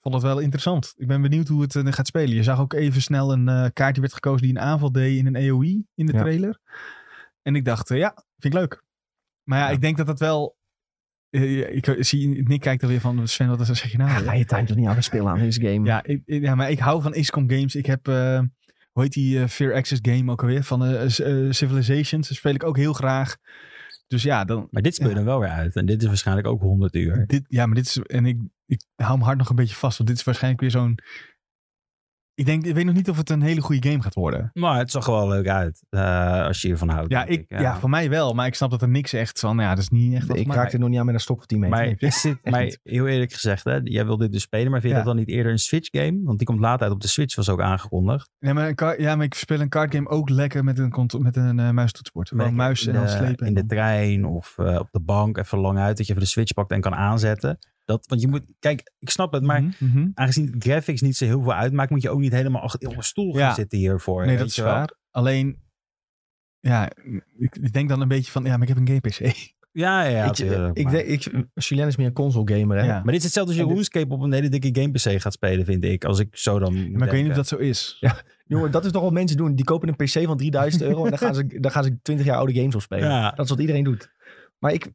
vond het wel interessant. Ik ben benieuwd hoe het eh, gaat spelen. Je zag ook even snel een eh, kaart die werd gekozen die een aanval deed in een AOE in de
Ja.
trailer. En ik dacht, eh, ja, vind ik leuk. Maar ja,
Ja.
ik denk dat dat wel... eh, ik zie, Nick kijkt er weer van, Sven, wat zeg je nou?
Ja,
weer?
ga je tijd toch niet aan het spelen aan deze
Mm.
game.
Ja, ik, ik- ja, maar ik hou van XCOM games. Ik heb, eh, hoe heet die eh, Fear Access game ook alweer? Van eh, C- eh, Civilizations. Dat speel ik ook heel graag. Dus ja, dan,
Maar dit speel je dan wel weer uit. En dit is waarschijnlijk ook 100 uur.
dit, ja maar dit is... En ik, ik hou me hard nog een beetje vast. Want dit is waarschijnlijk weer zo'n... Ik, denk, ik weet nog niet of het een hele goede game gaat worden.
Maar het zag er wel leuk uit. eh, als je hiervan houdt.
Ja,
denk
ik, ja. voor mij wel. Maar ik snap dat er niks echt van... Ja, dat is niet echt... wat
ik
voor mij.
raakte nog niet aan met een stok op die meter.
Maar,
nee,
is dit, maar
niet.
heel eerlijk gezegd, hè, jij wil dit dus spelen, maar vind je
Ja.
dat dan niet eerder een Switch game? Want die komt later uit op de Switch, was ook aangekondigd.
Nee, maar een ka- ja, maar ik speel een card game ook lekker met een, cont- met een eh, muistoetsenbord. Gewoon
Lekker
muis en
in
dan
de-
slepen.
In
en
de trein of eh, op de bank, even lang uit, dat je even de Switch pakt en kan aanzetten. Dat, want je moet, kijk, ik snap het,
dan-
maar
Mhm, mhm.
aangezien graphics niet zo heel veel uitmaakt, moet je ook niet helemaal achter op een stoel gaan
Ja.
zitten hiervoor.
Nee,
weet
dat is
je wel.
waar. Alleen, ja, ik, ik denk dan een beetje van, ja, maar ik heb een game PC.
Ja, ja, ja.
ik,
tuurlijk,
ik,
maar.
denk- ik, Julien is meer een console gamer, hè?
Ja.
maar dit is hetzelfde als
En
je
dit-
RuneScape op een hele dikke game PC gaat spelen, vind ik. Als ik zo dan. eh,
Maar ik weet niet of dat zo is. Ja,
Jongen, dat is toch wat mensen doen. Die kopen een PC van 3000 euro en dan gaan ze, dan gaan ze 20 jaar oude games opspelen.
Ja,
Dat is wat iedereen doet. Maar ik,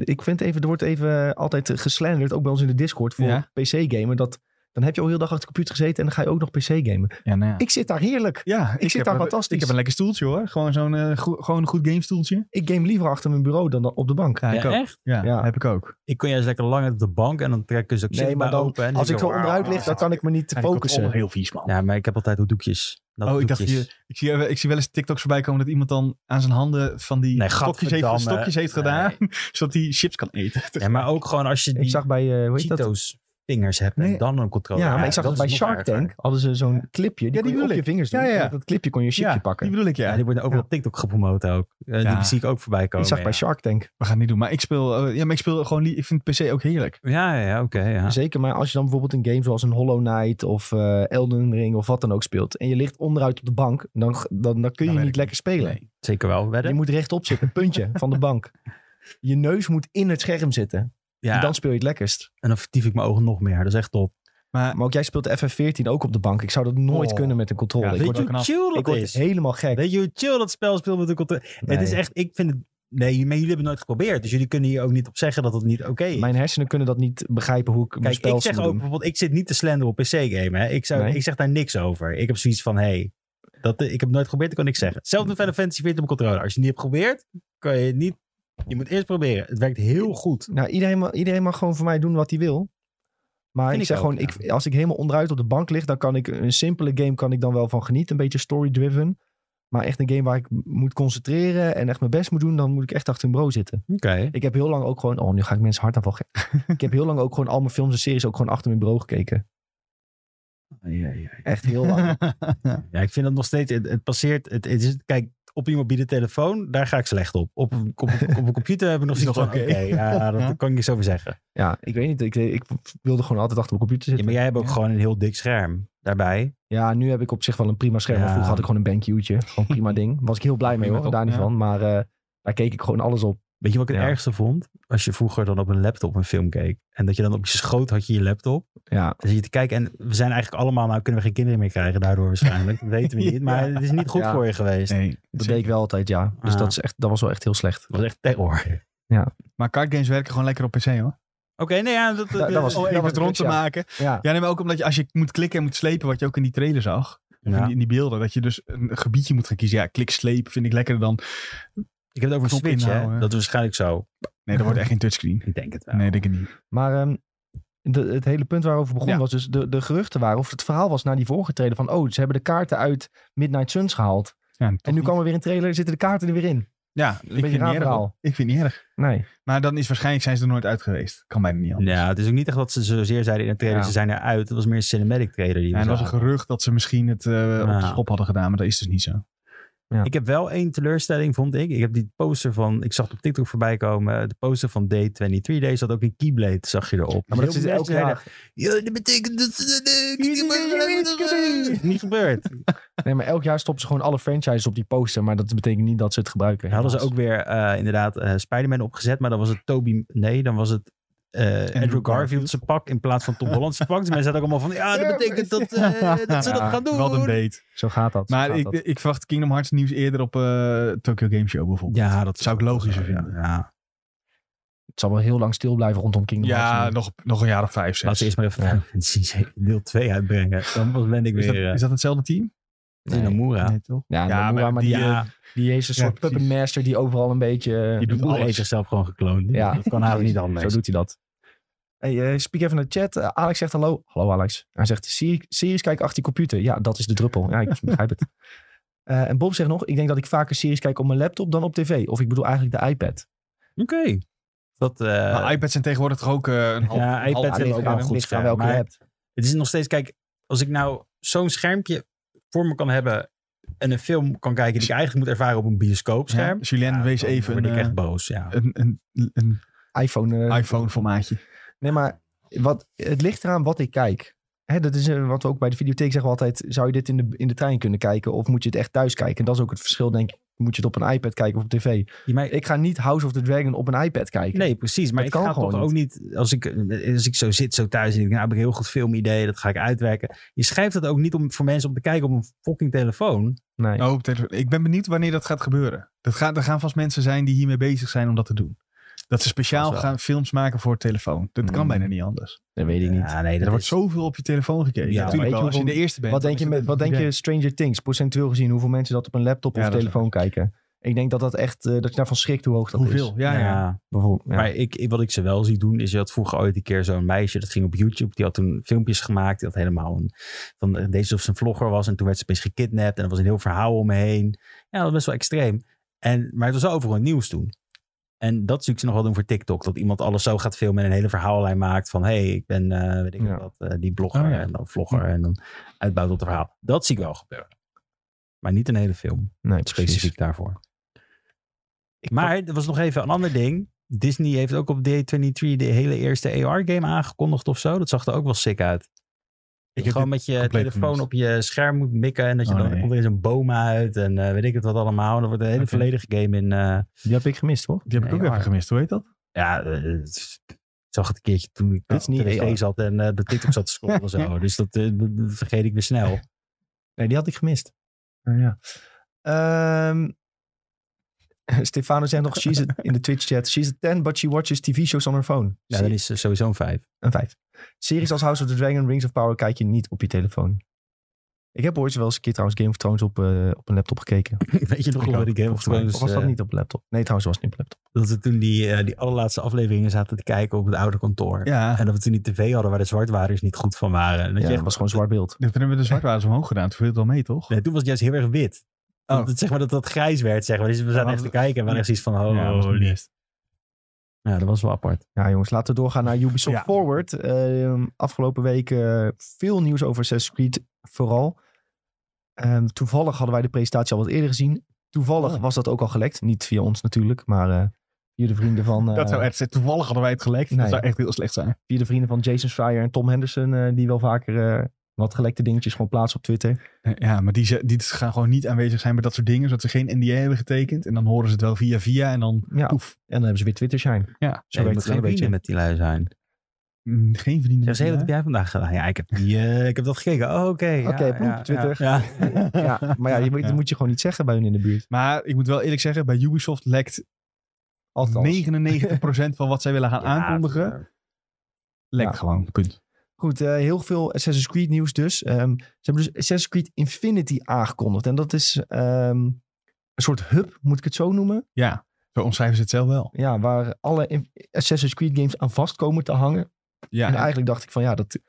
ik vind even, er wordt even altijd geslenderd, ook bij ons in de Discord, voor
Ja.
PC-gamen. Dat, dan heb je al heel dag achter de computer gezeten en dan ga je ook nog PC-gamen.
nou ja.
Ik zit daar heerlijk.
ja,
zit
heb
daar
een-
fantastisch.
Ik heb een lekker stoeltje hoor. Gewoon zo'n eh, goe- gewoon een goed game stoeltje.
Ik game liever achter mijn bureau dan op de bank.
Ja, ik
Ja,
ook.
echt?
Ja,
Ja.
heb ik ook.
Ik kon juist lekker lang uit op de bank en dan trekken ze ook
Nee,
zichtbaar
maar dan-
open. en dan
Als
zie
ik
je
zo onderuit lig, dan kan ik me niet
Ja, die controller,
focussen.
heel vies man.
Ja, maar ik heb altijd wat doekjes. Natte
Oh, ik dacht,
doekjes.
je, ik, zie, ik zie wel eens TikToks voorbij komen dat iemand dan aan zijn handen van die
Nee,
stokjes, heeft,
gadverdamme.
stokjes heeft
Nee.
gedaan. Zodat hij chips kan eten.
Ja, maar ook gewoon als je die
Ik zag bij, eh hoe heet dat?
Cheetos vingers hebt en
Nee.
dan een controle.
Ja, maar ik zag dat, bij Shark Tank hadden ze zo'n clipje. Die,
Ja, die
kon je op
bedoel
je
ik.
vingers doen.
Ja, ja, ja.
En met dat clipje kon je een chipje
ja,
pakken.
die bedoel ik, ja.
Ja, die worden ook
Ja.
wel op TikTok gepromoot ook. Eh,
Ja.
Die zie ik ook voorbij komen.
ik zag bij
ja.
Shark Tank.
We gaan het niet doen. Maar ik speel, eh, ja, maar ik speel gewoon, li- ik vind PC ook heerlijk.
Ja, ja, ja, oké. ja.
Zeker, maar als je dan bijvoorbeeld een game zoals een Hollow Knight of eh, Elden Ring of wat dan ook speelt. En je ligt onderuit op de bank, dan, dan, dan kun je
Dan werkt
niet
het
lekker spelen.
Nee.
Zeker wel.
Je
Wedden?
moet rechtop zitten, puntje, van de bank. Je neus moet in het scherm zitten.
Ja.
Dan speel je het lekkerst.
En dan vertief ik mijn ogen nog meer. Dat is echt top.
Maar
Maar ook jij speelt FF14 ook op de bank. Ik zou dat nooit
Oh.
kunnen met een controller.
Ja,
ik
weet
word,
je- ook knap.
chill
ik word helemaal gek.
Weet je hoe chill dat spel speelt met de controle?
Nee.
Het is echt, ik vind het Nee, maar jullie hebben het nooit geprobeerd. Dus jullie kunnen hier ook niet op zeggen dat het niet oké is.
Mijn hersenen kunnen dat niet begrijpen hoe ik mijn
Kijk,
spel
ik zeg
moet
ook
doen.
bijvoorbeeld, ik zit niet te slender op PC-game. Ik, zou
Nee.
ik zeg daar niks over. Ik heb zoiets van, hey, dat, eh, ik heb nooit geprobeerd, ik kan niks zeggen. Zelfs met Final Fantasy 14 op mijn controller. Als je het niet hebt geprobeerd, kan je het niet... Je moet eerst proberen. Het werkt heel goed.
Nou, iedereen, ma- iedereen mag gewoon voor mij doen wat hij wil. Maar
Vind
ik zeg
ik ook,
gewoon,
ja.
ik, als ik helemaal onderuit op de bank lig, dan kan ik een simpele game kan ik dan wel van genieten. Een beetje story-driven. Maar echt een game waar ik m- moet concentreren en echt mijn best moet doen, dan moet ik echt achter een bureau zitten.
Oké.
Ik heb heel lang ook gewoon, oh nu ga ik mensen hartaanval geven. ik heb heel lang ook gewoon al mijn films en series ook gewoon achter mijn bureau gekeken.
Ja, ja,
Echt heel lang.
Ja, ik vind dat nog steeds. Het, het passeert. Het, het is, kijk, op je mobiele telefoon, daar ga ik slecht op. Op, een- op, een- op een computer heb ik nog
Is
zoiets van:
nog
oké,
oké.
ja, dat
Ja.
kan ik niks over zeggen.
ja, ik weet niet. Ik, ik wilde gewoon altijd achter mijn computer
Ja,
zitten.
maar jij hebt ook
Ja.
gewoon een heel dik scherm daarbij.
Ja, nu heb ik op zich wel een prima scherm. maar
Ja.
Vroeger had ik gewoon een BenQ'tje. Gewoon prima ding. Was ik heel blij mee
Prima
hoor,
top,
daar niet
ja.
van. Maar eh, daar keek ik gewoon alles op.
Weet je wat ik het
Ja.
ergste vond? Als je vroeger dan op een laptop een film keek. En dat je dan op je schoot had je je laptop.
Ja,
Dan zit je te kijken. En we zijn eigenlijk allemaal, nou kunnen we geen kinderen meer krijgen daardoor waarschijnlijk. Dat weten we niet. Maar
Ja.
het is niet goed
Ja.
voor je geweest.
nee,
dat
zeker.
deed ik wel altijd, ja. Dus
Ah.
dat, is echt, dat was wel echt heel slecht.
Dat was echt terror. Oké,
Maar cardgames werken gewoon lekker op PC hoor.
nee, ja, dat,
Dat- dat was-
Oh, even het
druk,
rond te
ja.
maken.
Ja,
Ja, nee, maar ook omdat je als je moet klikken en moet slepen, wat je ook in die trailer zag, of in,
Ja.
die, in die beelden, dat je dus een gebiedje moet gaan kiezen. Ja, klik sleep vind ik lekkerder dan.
Ik heb het over een
Knop
Switch, hè?
inhouden.
Dat is waarschijnlijk zo.
Nee, dat wordt echt geen touchscreen.
Ik denk het wel.
Nee, denk ik niet.
maar ehm, de, het hele punt waarover begon
Ja.
was dus de, de geruchten waren, of het verhaal was naar die voorgetreden van, oh, ze hebben de kaarten uit Midnight Suns gehaald.
Ja,
en nu kwam er weer een trailer, zitten de kaarten er weer in.
Ja, ik vind,
raar
het niet erg,
verhaal.
hoor. ik vind het niet erg.
Nee.
Maar dan is waarschijnlijk zijn ze er nooit uit geweest. Kan bijna niet anders.
Ja, het is ook niet echt dat ze zozeer zeiden in de trailer,
Ja.
ze zijn eruit. Het was meer een cinematic trailer die we
en er was een
zagen.
gerucht dat ze misschien het eh, op de schop hadden gedaan, maar dat is dus niet zo.
Ik heb wel één teleurstelling, vond ik. Ik heb die poster van, ik zag het op TikTok voorbij komen, de poster van Day 23 Days had ook een Keyblade, zag je erop.
maar dat is elk jaar.
Ja, dat betekent dat ze eh, de Niet gebeurd.
Nee, maar elk jaar stoppen ze gewoon alle franchises op die poster. Maar dat betekent niet dat ze het gebruiken.
Daar hadden ze
helaas.
ook weer eh, inderdaad eh Spider-Man opgezet, maar dan was het Toby, nee, dan was het eh, Andrew Garfield zijn pak in plaats van Tom Holland zijn pak. Dus mensen zaten ook allemaal van, ja, dat betekent dat, eh, dat ze dat
Ja,
gaan doen.
Wat een date.
Zo gaat dat. zo
Maar
gaat
ik,
dat.
ik verwacht Kingdom Hearts nieuws eerder op eh, Tokyo Game Show bijvoorbeeld.
Ja, dat
Zou ik logischer vinden.
Ja.
Het zal wel heel lang stil blijven rondom Kingdom Hearts.
Ja, nog, nog een jaar of vijf,
Laat
zes.
ze eerst maar even Final Fantasy 7 deel 2 uitbrengen. Dan pas ben ik
is, dat,
weer eh,
is dat hetzelfde team?
Nee.
Nomura.
Nee, toch?
Ja, Nomura, maar, die,
eh,
ja,
die heeft een
ja,
soort
precies.
puppet master die overal een beetje... eh,
Die
de
doet
boer
alles.
heeft zichzelf gewoon gekloond.
Ja.
Dat kan haar niet
Zo
anders.
doet hij dat. Hey, eh, speak even naar de chat. Eh, Alex zegt hallo. Hallo Alex. Hij zegt, "Serie- series kijken achter je computer. Ja, dat is de druppel. Ja, ik begrijp het. Eh, en Bob zegt nog, ik denk dat ik vaker series kijk op mijn laptop dan op tv. Of ik bedoel eigenlijk de iPad.
Oké. Dat, eh,
Maar iPads zijn tegenwoordig toch ook eh, een half,
Ja,
een half
iPads
Ja,
hebben
ligt
uur
ook wel
aan-
scherm.
een goed
ligt aan
scherm,
welke je
maar-
hebt.
het is nog steeds, kijk, als ik nou zo'n schermpje voor me kan hebben en een film kan kijken die ik eigenlijk moet ervaren op een bioscoopscherm.
Ja, Julien
ja,
wees
dan
even
word
een,
ik echt
eh,
boos, ja.
een, een, een
iPhone. eh,
iPhone-formaatje.
Nee, maar wat, het ligt eraan wat ik kijk. Hè, dat is eh, wat we ook bij de videotheek zeggen we altijd. Zou je dit in de, in de trein kunnen kijken? Of moet je het echt thuis kijken? En dat is ook het verschil, denk ik. Moet je het op een iPad kijken of op tv?
Ja, maar-
Ik ga niet House of the Dragon op een iPad kijken.
Nee, precies. Maar
Het
ik
kan
ga
gewoon
toch ook niet... Als ik, eh, als ik zo zit, zo thuis, en ik denk, nou heb ik een heel goed filmidee, dat ga ik uitwerken. Je schrijft dat ook niet om, voor mensen om te kijken op een fucking telefoon.
Nee.
Oh, op telefoon. ik ben benieuwd wanneer dat gaat gebeuren. Dat gaat, er gaan vast mensen zijn die hiermee bezig zijn om dat te doen. Dat ze speciaal
Vast wel.
gaan films maken voor telefoon. Dat kan
Mm.
bijna niet anders.
dat weet ik niet.
Ja, nee,
Er
dat
wordt
is-
zoveel op je telefoon gekeken.
Ja,
Ja,
weet
natuurlijk
je
wel. Als je
hoeveel-
de eerste bent.
Wat denk,
dan
je,
is
met,
dat
wat denk
natuurlijk
je Stranger Things, procentueel gezien, hoeveel mensen dat op een laptop of
Ja, dat is
telefoon kijken? Ik denk dat dat echt, eh, dat je daarvan schrikt hoe hoog dat is.
Hoeveel? Ja,
Ja,
ja.
Bijvoorbeeld, ja.
Maar ik, ik- wat ik ze wel zie doen, is je had vroeger ooit een keer zo'n meisje, dat ging op YouTube, die had toen filmpjes gemaakt, die had helemaal een, van eh, deze of zijn vlogger was en toen werd ze opeens gekidnapt en er was een heel verhaal omheen. Ja, dat was best wel extreem. En, maar het was wel overal in het nieuws toen. En dat zie ik ze nog wel doen voor TikTok, dat iemand alles zo gaat filmen en een hele verhaallijn maakt van, hé, hey, ik ben, eh, weet ik
Ja.
wat, eh, die blogger
Oh, ja.
en dan vlogger en dan uitbouwt tot het verhaal. Dat zie ik wel gebeuren. Maar niet een hele film,
nee,
specifiek
precies.
daarvoor.
Ik-
Maar er was nog even een ander ding. Disney heeft ook op D23 de hele eerste AR-game aangekondigd of zo. Dat zag er ook wel sick uit.
heb
Dat je gewoon
dit
met je
compleet
telefoon
gemist.
op je scherm moet mikken. En dat je
Oh,
dan
nee.
komt er eens een boom uit. En eh, weet ik het wat allemaal. En dan wordt een hele
Oké.
volledige game in. eh,
Die heb ik gemist, hoor.
Die heb ik
Nee,
ook even
maar-
gemist. Hoe heet dat?
ja, eh, het- ik zag het een keertje toen ik
Dit is
op de
niet
tv
AR.
zat en eh, de TikTok zat te scrollen. en zo. Dus dat, eh, dat vergeet ik weer snel.
Nee, die had ik gemist. ja. Ehm, Stefano zegt nog, she's a, in de Twitch chat, she's a 10, but she watches TV shows on her phone.
Ja, dan is ze sowieso een vijf.
Een vijf. Series als House of the Dragon, Rings of Power kijk je niet op je telefoon. Ik heb ooit wel eens een keer trouwens Game of Thrones op, eh, op een laptop gekeken.
Weet je nog wel die Game of
Volgens mij.
Thrones?
Of was dat
eh,
niet op een laptop? Nee, trouwens was het niet op een laptop.
Dat we toen die, eh, die allerlaatste afleveringen zaten te kijken op het oude kantoor.
Ja,
En dat we toen die tv hadden waar de zwartwaarders niet goed van waren. En
Ja,
dat je
het
echt-
was gewoon zwart beeld.
toen hebben we de zwartwaardes omhoog gedaan. Toen viel het wel mee, toch?
Nee, toen was het juist heel erg wit.
Oh.
Dat, dat, zeg maar dat dat grijs werd, zeg maar. Dus we
Ja,
zaten
maar
echt te
dat-
kijken en waren echt zoiets van, oh,
Ja, dat was niet
holy.
best.
Ja, dat was wel apart.
Ja jongens, laten we doorgaan naar Ubisoft
Ja.
Forward. Ehm, afgelopen week eh, veel nieuws over Assassin's Creed vooral. Ehm, toevallig hadden wij de presentatie al wat eerder gezien. Toevallig
Oh.
was dat ook al gelekt. Niet via ons natuurlijk, maar eh, via de vrienden van... eh,
Dat zou echt zijn. Toevallig hadden wij het gelekt.
Nee.
Dat zou echt heel slecht zijn.
via de vrienden van Jason Schreier en Tom Henderson, eh, die wel vaker eh, wat gelekte dingetjes gewoon plaatsen op Twitter.
Ja, maar die, ze- die gaan gewoon niet aanwezig zijn bij dat soort dingen. Zodat ze geen NDA hebben getekend. En dan horen ze het wel via via. En dan
Ja,
poef.
en dan hebben ze weer Twitter shine.
Ja.
Zo werkt het
wel
geen
een beetje
beetje.
met die lui zijn.
Mm, Geen vrienden.
Zeg, hey, wat heb jij vandaag gedaan? Ja, ik heb, die, eh, ik heb dat gekeken. Oh, oké. ja,
Oké, ploep,
ja,
Twitter.
Ja.
Ja, maar ja, je, moet- dat moet je gewoon niet zeggen bij hun in de buurt.
Maar ik moet wel eerlijk zeggen, bij Ubisoft lekt 99%
Altijd alles.
van wat zij willen gaan
Ja,
aankondigen. Lekt
Ja.
gewoon, punt.
Goed, eh, heel veel Assassin's Creed nieuws dus. Ehm, ze hebben dus Assassin's Creed Infinity aangekondigd. En dat is ehm, een soort hub, moet ik het zo noemen.
Ja, zo omschrijven ze het zelf wel.
Ja, waar alle in- Assassin's Creed games aan vast komen te hangen.
Ja,
En eigenlijk dacht ik van ja, dat is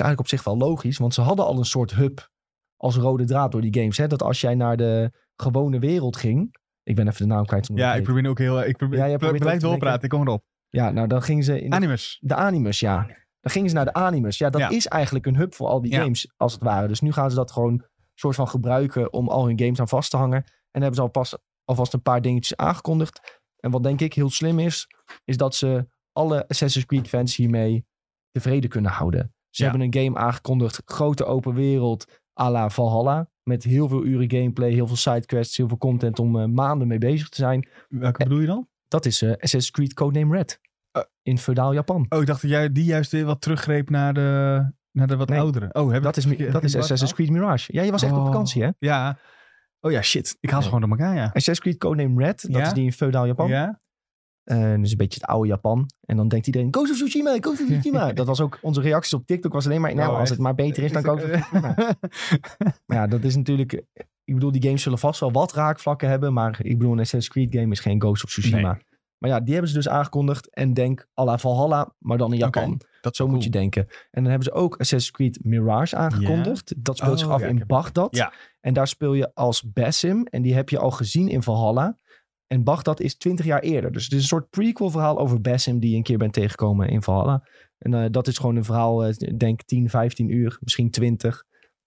eigenlijk op zich wel logisch. Want ze hadden al een soort hub als rode draad door die games. Hè? Dat als jij naar de gewone wereld ging. Ik ben even de naam kwijt. van hoe
ja
dat
ik
heet.
probeer nu ook heel... Ik probeer,
Ja, jij
ik
probeert
blijf
ook te
doorpraten, ik kom erop.
ja nou dan gingen ze in de,
Animus.
de Animus, ja. Dan gingen ze naar de Animus. Ja, dat
Ja.
is eigenlijk een hub voor al die
Ja.
games, als het ware. Dus nu gaan ze dat gewoon soort van gebruiken om al hun games aan vast te hangen. En dan hebben ze alvast, alvast een paar dingetjes aangekondigd. En wat denk ik heel slim is, is dat ze alle Assassin's Creed fans hiermee tevreden kunnen houden. Ze
Ja.
hebben een game aangekondigd, grote open wereld à la Valhalla. Met heel veel uren gameplay, heel veel sidequests, heel veel content om eh, maanden mee bezig te zijn.
Welke bedoel je dan?
Dat is eh Assassin's Creed Codename Red.
Eh.
in feodaal Japan.
Oh, ik dacht dat jij die juist weer wat teruggreep naar de, naar de wat
Nee.
oudere. Oh, heb ik-
Dat is,
heb
dat
ik die
is
pas
Assassin's Creed Mirage. Ja, je was echt op
Oh.
vakantie, hè?
gehad? Ja. Oh ja, shit. Ik haal ze
Nee.
gewoon door elkaar, ja.
Assassin's Creed Codename Red. Dat
Ja.
is die in feodaal Japan.
Ja?
En dus een beetje het oude Japan. En dan denkt iedereen, Ghost of Tsushima, Ghost of Tsushima. dat was ook, onze reacties op TikTok was alleen maar, nou,
Oh,
als
echt?
het maar beter is dan Ghost of Tsushima. Maar ja, dat is natuurlijk, ik bedoel, die games zullen vast wel wat raakvlakken hebben. Maar ik bedoel, een Assassin's Creed game is geen Ghost of Tsushima. Maar ja, die hebben ze dus aangekondigd. En denk, à la Valhalla, maar dan in Japan.
dat
Zo moet je denken. En dan hebben ze ook Assassin's Creed Mirage aangekondigd. Dat speelt
Oh,
zich af
ja, ik
in
heb-
Bagdad.
Ja.
En daar speel je als Basim. En die heb je al gezien in Valhalla. En Bagdad is twintig jaar eerder. Dus het is een soort prequel verhaal over Basim die je een keer bent tegengekomen in Valhalla. En eh, dat is gewoon een verhaal, eh, denk 10, 15 uur, misschien 20.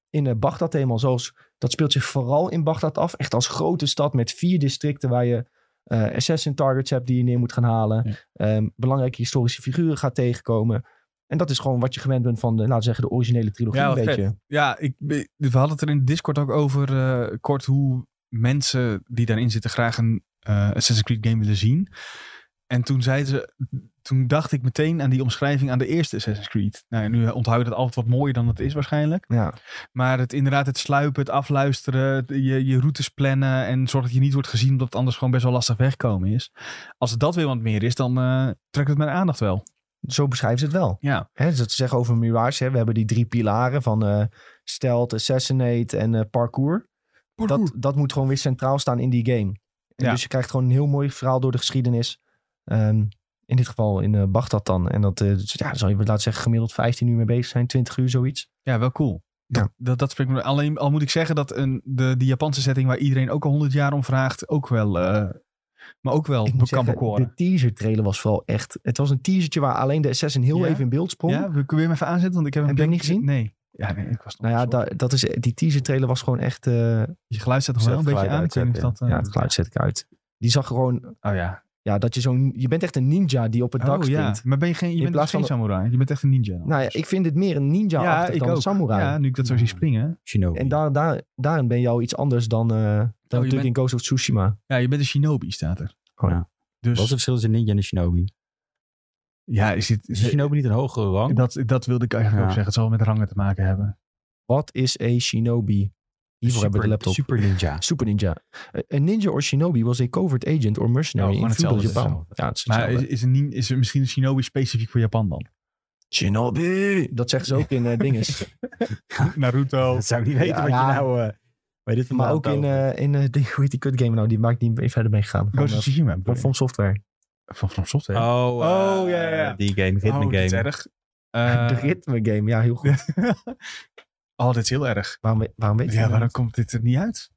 In eh, Bagdad helemaal zoals, dat speelt zich vooral in Bagdad af. Echt als grote stad met vier districten waar je eh assassin targets hebt die je neer moet gaan halen.
Ja.
Ehm, belangrijke historische figuren gaat tegenkomen. En dat is gewoon wat je gewend bent van de, laten we zeggen, de originele trilogie
Ja,
een
wat
beetje.
Ja, ik, we hadden het er in Discord ook over eh, kort hoe mensen die daarin zitten graag een eh, Assassin's Creed game willen zien. En toen zeiden ze, toen dacht ik meteen aan die omschrijving aan de eerste Assassin's Creed. Nou, ja, nu onthoud je dat altijd wat mooier dan het is waarschijnlijk.
Ja.
Maar het inderdaad, het sluipen, het afluisteren, het- je, je routes plannen en zorg dat je niet wordt gezien omdat het anders gewoon best wel lastig wegkomen is. Als het dat weer wat meer is, dan eh, trekt het mijn aandacht wel.
Zo beschrijven ze het wel.
Ja.
Hè, dus dat ze zeggen over Mirage, hè, we hebben die drie pilaren van eh stealth, assassinate en eh, parkour. Dat, dat moet gewoon weer centraal staan in die game. En
Ja.
Dus je krijgt gewoon een heel mooi verhaal door de geschiedenis. Ehm, in dit geval in eh Bagdad dan. En dat, eh, dus ja, daar zal je, laten zeggen, gemiddeld 15 uur mee bezig zijn, 20 uur, zoiets.
Ja, wel cool. Dat,
Ja.
dat, dat spreekt me. Alleen al moet ik zeggen dat een, de, die Japanse setting waar iedereen ook al 100 jaar om vraagt, ook wel. eh, maar ook wel
Ik moet
kan
zeggen, de
bekoren.
teaser trailer was vooral echt... Het was een teasertje waar alleen de Assassin heel
Ja?
even in beeld sprong.
Ja, we kunnen hem even aanzetten, want ik heb hem
Heb je hem
denk
niet gezien?
Nee. Ja, nee, ik was nog
Nou ja,
zo-
da- dat is, die teaser trailer was gewoon echt... eh,
Je geluid staat nog wel een
Zet
beetje
geluid
aan. Ik weet niet of
uitzetten,
dat... eh,
ja, het geluid zet ik uit. Die zag gewoon...
Oh ja.
Ja, dat je zo'n... Je bent echt een ninja die op het dak
Oh ja.
springt.
Maar ben je geen, je
In
bent
plaats
dus geen
van
samurai. Je bent echt een ninja. dan.
Nou ja, ik vind het meer een ninja
Ja,
achtig
ik
dan een
ook.
samurai.
ja, nu ik dat zo zie springen.
Shinobi.
En daar, daar, daarin ben je al iets anders dan, eh, dan natuurlijk
Oh, bent-
in Ghost of Tsushima.
Ja, je bent een shinobi, staat er.
Oh,
ja. Wat
Dus
is het verschil tussen ninja en een shinobi?
ja, is dit... eh,
Is een shinobi niet een hogere rang?
dat, dat wilde ik eigenlijk
Ja.
ook zeggen. Het zal wel met rangen te maken hebben.
Wat is een shinobi? Hiervoor hebben we de
Super-
laptop.
Super Ninja.
Super Ninja. Eh, Een ninja or shinobi was a covert agent or mercenary
Ja,
in
gewoon
feudal
hetzelfde,
Japan.
hetzelfde.
Ja, het is
Maar is,
hetzelfde.
is, er niet, is er misschien een shinobi specifiek voor Japan dan?
Shinobi! Dat zeggen ze ook in eh, dinges.
Naruto.
Dat zou ik niet weten
Ja,
wat
ja.
je nou... eh weet dit
maar
vandaan
ook in,
hebt over.
eh, in eh, die, hoe heet die kutgame nou? Die maakt niet even verder mee gegaan. Van,
Ghost of
eh,
Tsushima.
From- From Software.
Van From Software.
Oh, eh,
Oh, ja, ja, ja.
Die game, Rhythm
Oh, dit is
Game.
erg. Eh,
de ritme game, ja heel goed.
oh, dit is heel erg.
Waarom, waarom weet je
Ja,
dat?
waarom komt dit er niet uit?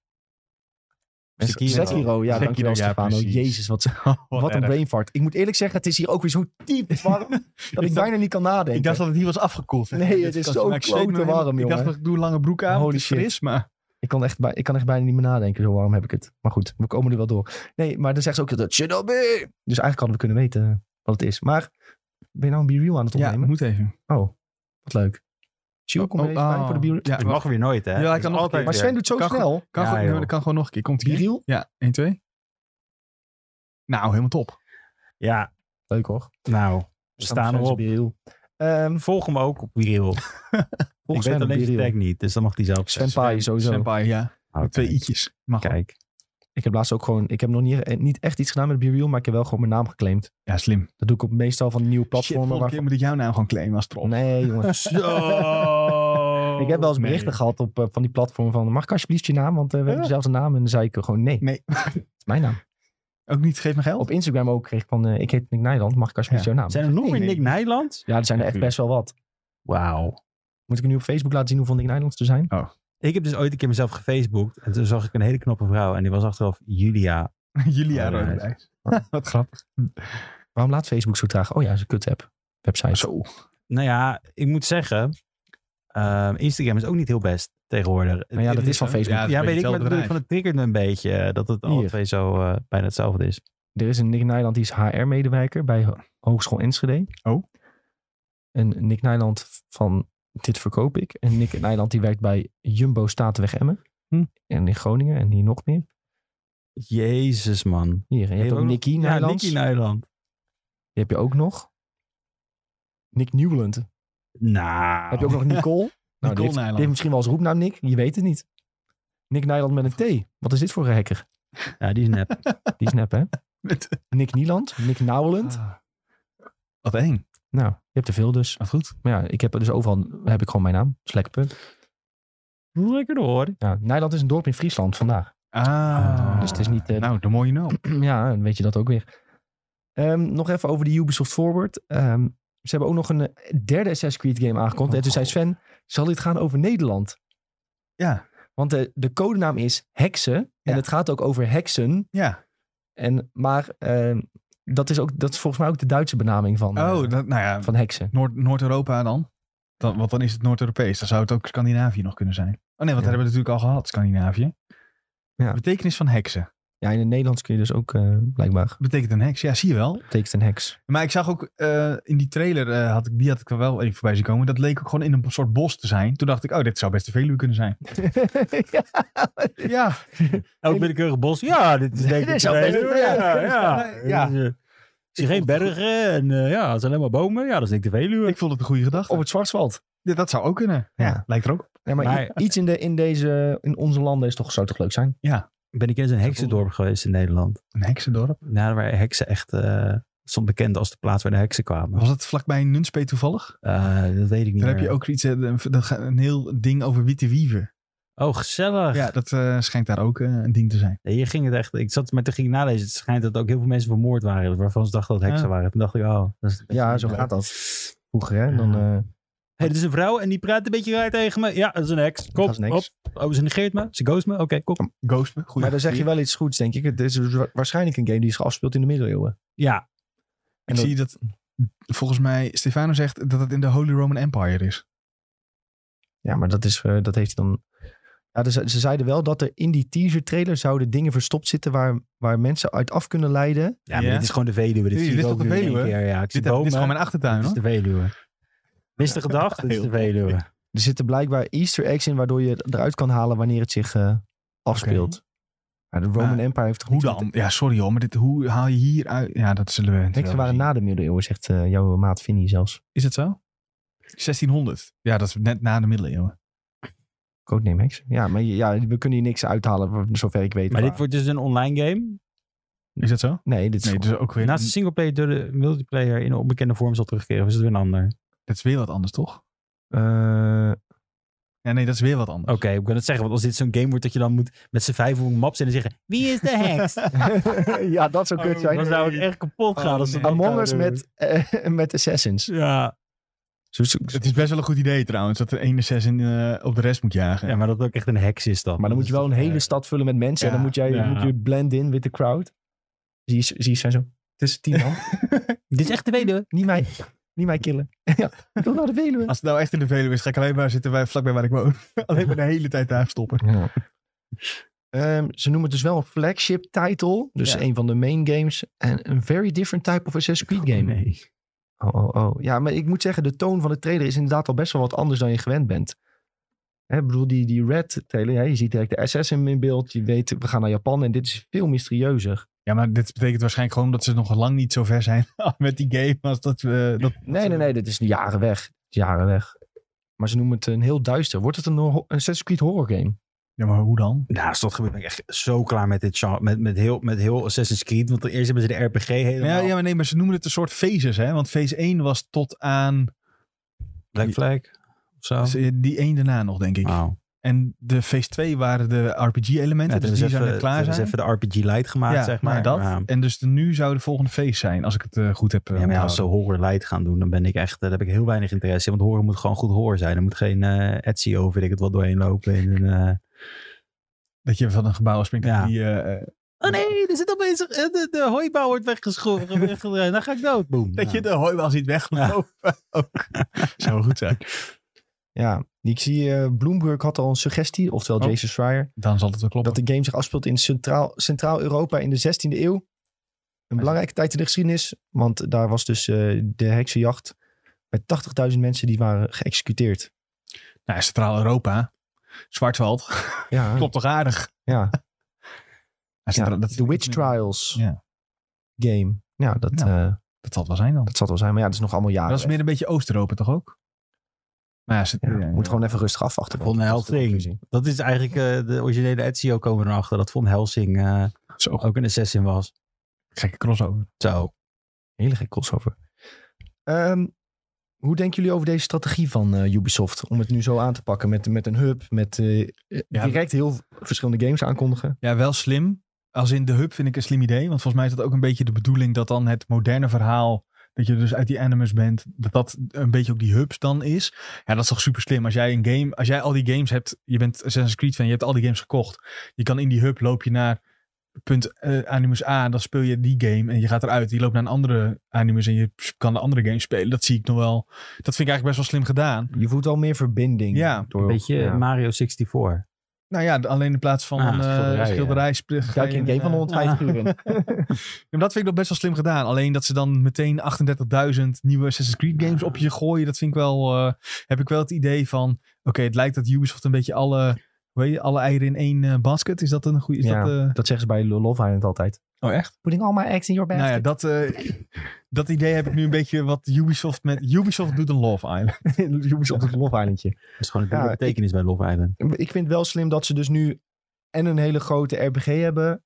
Sekiro.
Sekiro.
Sekiro, ja,
nou? Sekiro,
dankjewel
ja,
Stefano.
precies.
Jezus, wat, wat een
erg.
brain fart. Ik moet eerlijk zeggen, het is hier ook weer zo diep warm dat ik,
dacht-
bijna niet kan nadenken.
Ik dacht dat het hier was afgekoeld.
Nee,
Dit
het is
kan-
zo
maar ik steek me
klote
helemaal-
warm,
Ik dacht,
jongen.
ik doe een lange broek aan.
Holy
het is
shit.
fris, maar...
Ik kan, echt, bij- ik kan echt bijna niet meer nadenken, zo warm heb ik het. Maar goed, we komen er wel door. Nee, maar dan zegt ze ook dat Shinobi. Dus eigenlijk hadden we kunnen weten wat het is. Maar ben je nou een B-Real aan het
Ja,
opnemen?
moet even.
Oh, wat leuk. Sjoerd, kom je
Oh,
even bij
oh.
voor de B-Real?
Ja,
Ik mag weer nooit, hè?
Ja, ik
Dat
kan
is
nog een
altijd
keer.
Maar
weer-
Sven doet zo
Kan goed.
snel.
Kan,
Ja,
gewoon,
joh.
nee, dat kan gewoon nog een keer. Komt hier.
B-Real?
Ja, 1, 2. Nou, helemaal top.
Ja,
Leuk hoor.
nou, we staan
nog
erop.
steeds B-Real. Ehm,
Volg hem ook op Wireel. Ik
volgens
weet
Sven op
alleen zijn
B-Real.
tag niet, dus dan mag hij zelf
Sven Pai sowieso.
Senpai, ja.
Oh,
Met twee
kijk.
i'tjes. Mag wel.
Kijk,
Ik heb laatst ook gewoon, ik heb nog niet, eh, niet echt iets gedaan met BeReal, maar ik heb wel gewoon mijn naam geclaimd.
Ja, slim.
Dat doe ik op meestal van nieuwe
Shit,
platformen.
volgende keer
waarvan-
moet ik jouw naam gewoon claimen als troll.
Nee, jongen.
Zo.
ik heb wel eens
Oh, Nee.
berichten gehad op eh, van die platformen van, mag ik alsjeblieft je naam? Want eh, we hebben dezelfde naam. En dan zei ik eh, gewoon nee.
Nee.
Het is mijn naam.
Ook niet, geef me geld.
Op Instagram ook kreeg ik van, eh, ik heet Nick Nijland, mag ik alsjeblieft
Ja.
jouw naam?
Zijn er nog
Nee,
meer
nee.
Nick Nijland?
Ja, er zijn er echt best wel wat.
Wauw.
Moet ik nu op Facebook laten zien hoeveel Nick Nijlands er zijn?
Ik heb dus ooit een keer mezelf gefaceboekt. En toen zag ik een hele knappe vrouw. En die was achteraf Julia.
Julia
Oh,
Roderijs. Wat grappig.
Waarom laat Facebook zo traag? Oh ja, ze kut app. Website.
Zo.
Nou ja, ik moet zeggen. ehm, Instagram is ook niet heel best tegenwoordig.
Maar ja, dat is van
Ja,
Facebook.
het is
Ja,
een
weet
beetje
ik. Maar dat bedoel ik
hetzelfde
van het triggert me een beetje. eh, Dat het alle
Hier.
twee zo eh, bijna hetzelfde is.
Er is een Nick Nijland, die is HR-medewerker bij Ho- Hogeschool Enschede.
Oh.
En Nick Nijland van Dit Verkoop Ik. En Nick Nijland die werkt bij Jumbo Statenweg Emmen.
Hm.
En in Groningen en hier nog meer.
Jezus, man.
Hier, en je hebt ook Nicky
Ja,
Nijland.
Nicky Nijland.
Die heb je ook nog. Nick Newland.
Nou.
Heb je ook nog Nicole? nou, die heeft, die
Nijland.
heeft misschien wel als roepnaam Nick. Je weet het niet. Nick Nijland met een T. Wat is dit voor een hacker?
Ja, die is nep.
Die is nep, hè?
Met-
Nick Nieland. Nick Nauwland.
Ah. Wat eng.
Nou, je hebt er veel dus.
Wat goed.
Maar ja, ik heb er dus overal heb ik gewoon mijn naam. Dat is lekker punt.
Lekker hoor.
Ja, Nijland is een dorp in Friesland vandaag.
Ah.
Dus het is niet... eh,
Nou, de mooie naam.
ja, dan weet je dat ook weer. Ehm, nog even over de Ubisoft Forward. Ehm, ze hebben ook nog een eh, derde Assassin's Creed game aangekondigd.
Oh,
en toen zei
God.
Sven, zal dit gaan over Nederland?
Ja.
Want de, de codenaam is Heksen. En
Ja.
het gaat ook over heksen.
Ja.
En, maar ehm, dat, is ook, dat is volgens mij ook de Duitse benaming van, eh,
Oh, dat, nou ja.
van heksen.
Noord- Noord-Europa dan. dan? Want dan is het Noord-Europees. Dan zou het ook Scandinavië nog kunnen zijn. Oh nee, want
Ja.
dat hebben we natuurlijk al gehad, Scandinavië.
Ja.
Betekenis van heksen.
Ja, in het Nederlands kun je dus ook eh, blijkbaar.
Betekent een heks. Ja, zie je wel.
Betekent een heks.
Maar ik zag ook eh, in die trailer, eh, had ik, die had ik er wel even voorbij zien komen. Dat leek ook gewoon in een soort bos te zijn. Toen dacht ik, oh, dit zou best de Veluwe kunnen zijn.
ja,
Ja,
Elk willekeurig bos. Ja, dit is denk ik...
Dit is al best-
ja, ja, ja.
Ja.
Dus, eh, Ik zie geen bergen en eh, ja, het zijn alleen maar bomen. Ja, dat is denk ik de Veluwe.
ik vond het een goede gedachte.
op het Zwartswald.
Ja, dat zou ook kunnen. Ja,
Ja.
lijkt er ook. op.
Ja, maar,
Maar-
i- iets in, de, in, deze, in onze landen is toch, zou toch leuk zijn?
ben ik eens in een heksendorp geweest in Nederland.
Een heksendorp.
Daar waren heksen echt... eh stond bekend als de plaats waar de heksen kwamen.
Was het vlakbij Nunspeet toevallig?
Eh, dat weet ik niet
Daar heb
meer.
je ook iets, eh, een, dat gaat een heel ding over witte wieven.
Oh, gezellig.
Ja, dat eh, schijnt daar ook eh, een ding te zijn.
Nee, hier ging het echt... Ik zat maar toen ging ik nalezen. Het schijnt dat ook heel veel mensen vermoord waren. Waarvan ze dachten dat het heksen
Ja.
waren. Toen dacht ik, oh... Dat is
Ja, zo gaat dat. Vroeger, hè? Dan, eh,
Hé, dit is een vrouw en die praat een beetje raar tegen me. Ja, dat is een heks. Kom,
is een heks.
op. Oh, ze negeert me. Ze ghost me. Oké, kom.
Ghost me. Goeie.
maar dan zeg je wel iets goeds, denk ik. Het is dus wa- waarschijnlijk een game die is afspeelt in de middeleeuwen.
Ja,
En
Ik zie dat volgens mij Stefano zegt dat het in de Holy Roman Empire is.
Ja, maar dat, is, eh, dat heeft hij dan... Ja, dus, ze zeiden wel dat er in die teaser trailer zouden dingen verstopt zitten waar, waar mensen uit af kunnen leiden.
Ja, maar
Ja.
dit is gewoon de Veluwe. Dit
Dit
zie
is
ik
toch
ook
de
nu in één
Veluwe?
keer, Ja, ik zie
Dit, dit
bomen.
is gewoon mijn achtertuin
Dit is
hoor.
de Veluwe. Wist de gedacht? Dit is de
Heel
Veluwe.
Er zitten blijkbaar easter eggs in waardoor je eruit kan halen wanneer het zich eh, afspeelt. Maar de Roman
Maar
Empire heeft toch
Hoe
niks met-
dan? Ja, sorry hoor, maar dit, hoe haal je hier uit? Ja, dat zullen we.
Heksen
wel
waren
zien.
na de middeleeuwen, zegt eh, jouw maat Vinnie zelfs.
Is dat zo? 1600. Ja, dat is net na de middeleeuwen.
Codename Hex. Ja, maar je- ja, we kunnen hier niks uithalen, voor- zover ik weet.
Maar dit wordt dus een online game.
Is dat zo?
Nee, dit is
Nee,
gewoon-
dus ook weer.
Naast de singleplayer door de multiplayer in een onbekende vorm zal terugkeren. Of is het weer een ander?
Dat is weer wat anders, toch?
eh,
Ja, nee, dat is weer wat anders.
Oké, ik kan het zeggen. Want als dit zo'n game wordt dat je dan moet met z'n vijf op een map zitten en zeggen... Wie is de heks?
Eh, ja, dat zou kut
Oh,
zijn.
dan zou ik echt kapot gaan.
Oh,
als ze
nee.
dat
Among Us
zouden doen.
met, eh, met Assassins.
Ja.
Zo- zo-
Het is best wel een goed idee trouwens, dat er ene zes in, eh, op de rest moet jagen.
ja, maar dat het ook echt een heks is dan.
Maar dan moet je wel een hele
Ja.
stad vullen met mensen. en dan
Ja,
moet, jij,
ja.
moet je blend in with the crowd. Zie je, zie je zijn zo. Het is tien man.
Dit is echt de tweede.
niet, mij, niet mij killen. ja, ik wil naar de Veluwe.
Als het nou echt in de Veluwe is, ga ik alleen maar zitten bij, vlakbij waar ik woon. alleen maar de hele tijd daar stoppen.
Ehm, ze noemen het dus wel een flagship title. Dus
Ja.
een van de main games. En een very different type of Assassin's Creed game.
Nee.
Oh, oh, oh. Ja, maar ik moet zeggen, de toon van de trailer is inderdaad al best wel wat anders dan je gewend bent. Hè, ik bedoel, die, die Red trailer, hè, je ziet direct de assassin in beeld. Je weet, we gaan naar Japan en dit is veel mysterieuzer.
Ja, maar dit betekent waarschijnlijk gewoon dat ze nog lang niet zo ver zijn met die game als dat we... dat,
Nee, nee, nee, dit is jaren weg. Jaren weg. eh, Maar ze noemen het een heel duister. Wordt het een, ho- een Assassin's Creed horror game?
Ja, maar hoe dan?
Nou, als dat gebeurt ben ik echt zo klaar met dit genre. Met, met, heel, met heel Assassin's Creed. Want eerst hebben ze de RPG helemaal.
Ja, ja, maar nee, maar ze noemen het een soort phases, hè? Want phase 1 was tot aan
Black Flag. Of zo.
dus, eh, die één daarna nog, denk ik.
Wauw.
En de phase 2 waren de
Ah. Ja,
RPG-elementen,
toen
dus die
hebben ze
zouden
even,
klaar
toen hebben
zijn.
ze even de RPG light gemaakt,
ja,
zeg maar.
maar dat.
Ja.
En dus de- nu zou de volgende phase zijn, als ik het eh, goed heb eh,
Ja, maar ja, als
onthouden.
ze horror light gaan doen, dan ben ik echt, eh, daar heb ik heel weinig interesse in. Want horror moet gewoon goed horror zijn. Er moet geen eh Ezio, weet ik het wel, doorheen lopen. In een, eh,
Dat je van een gebouw springt
Ja.
en die... eh, eh,
Oh nee, er zit opeens, eh, de, de hooibouw wordt weggeschoven. weggedraaid. Dan ga ik dood, boem.
dat
Ja.
je de hooi wel ziet weglopen. Ook. Zou goed zijn.
Ja, ik zie eh, Bloomberg had al een suggestie, oftewel
Oh.
Jason Schreier.
Dan zal het wel kloppen.
dat de game zich afspeelt in Centraal- Centraal-Europa in de 16e eeuw. Een belangrijke tijd in de geschiedenis, want daar was dus eh, de heksenjacht met 80.000 mensen die waren geëxecuteerd.
Nou, Centraal-Europa. Zwartveld.
Ja,
Klopt toch aardig?
Ja,
Ja,
ja.
Centra- dat-
de Witch Trials
Ja.
game. Ja, dat,
Nou.
eh,
Dat zal het wel zijn dan.
dat zal het wel zijn, maar ja, het is nog allemaal jaren.
dat is meer een beetje Oost-Europa toch ook? Maar ja, ze-
weg. Ja,
ja,
moet
ja.
gewoon even rustig afwachten.
Van
want dat
Helsing.
is de conclusie.
Dat is eigenlijk eh, de originele Ezio komen we erachter. Dat Von Helsing eh,
Zo,
ook een assassin was.
gekke crossover.
Zo.
Hele gek crossover. Ehm, hoe denken jullie over deze strategie van eh, Ubisoft? Om het nu zo aan te pakken met, met een hub, met eh, direct heel verschillende games aankondigen.
Ja, wel slim. Als in de hub vind ik een slim idee. Want volgens mij is dat ook een beetje de bedoeling dat dan het moderne verhaal. Dat je dus uit die animus bent. Dat dat een beetje ook die hubs dan is. Ja, dat is toch super slim. Als jij een game. Als jij al die games hebt. Je bent Assassin's Creed fan. Je hebt al die games gekocht. Je kan in die hub loop je naar punt eh, animus A. Dan speel je die game. En je gaat eruit. Je loopt naar een andere animus. En je kan de andere game spelen. Dat zie ik nog wel. Dat vind ik eigenlijk best wel slim gedaan.
Je voelt al meer verbinding.
Ja,
door,
Een beetje
ja.
Mario 64.
Nou ja, alleen in plaats van
Ah,
eh,
schilderij,
schilderij.
ja.
sp- ga
Duik
je
je een
in,
game van
eh,
150 uur in.
Ja, maar dat vind ik nog best wel slim gedaan. Alleen dat ze dan meteen 38.000 nieuwe Assassin's Creed
Ah.
games op je gooien. Dat vind ik wel. eh, heb ik wel het idee van. Oké, het lijkt dat Ubisoft een beetje alle. Hoe heet je, alle eieren in één eh, basket. Is dat een goede. Is
Ja.
dat, eh,
Dat zeggen ze bij Love Island altijd.
oh, echt?
Putting all my eggs in your basket.
Nou ja, dat, eh, dat idee heb ik nu een beetje. Wat Ubisoft met. Ubisoft doet een Love Island.
Ubisoft het Love Islandje.
Dat is gewoon een
Ja,
dubbele
ik-
betekenis bij Love Island.
Ik vind wel slim dat ze dus nu en een hele grote RPG hebben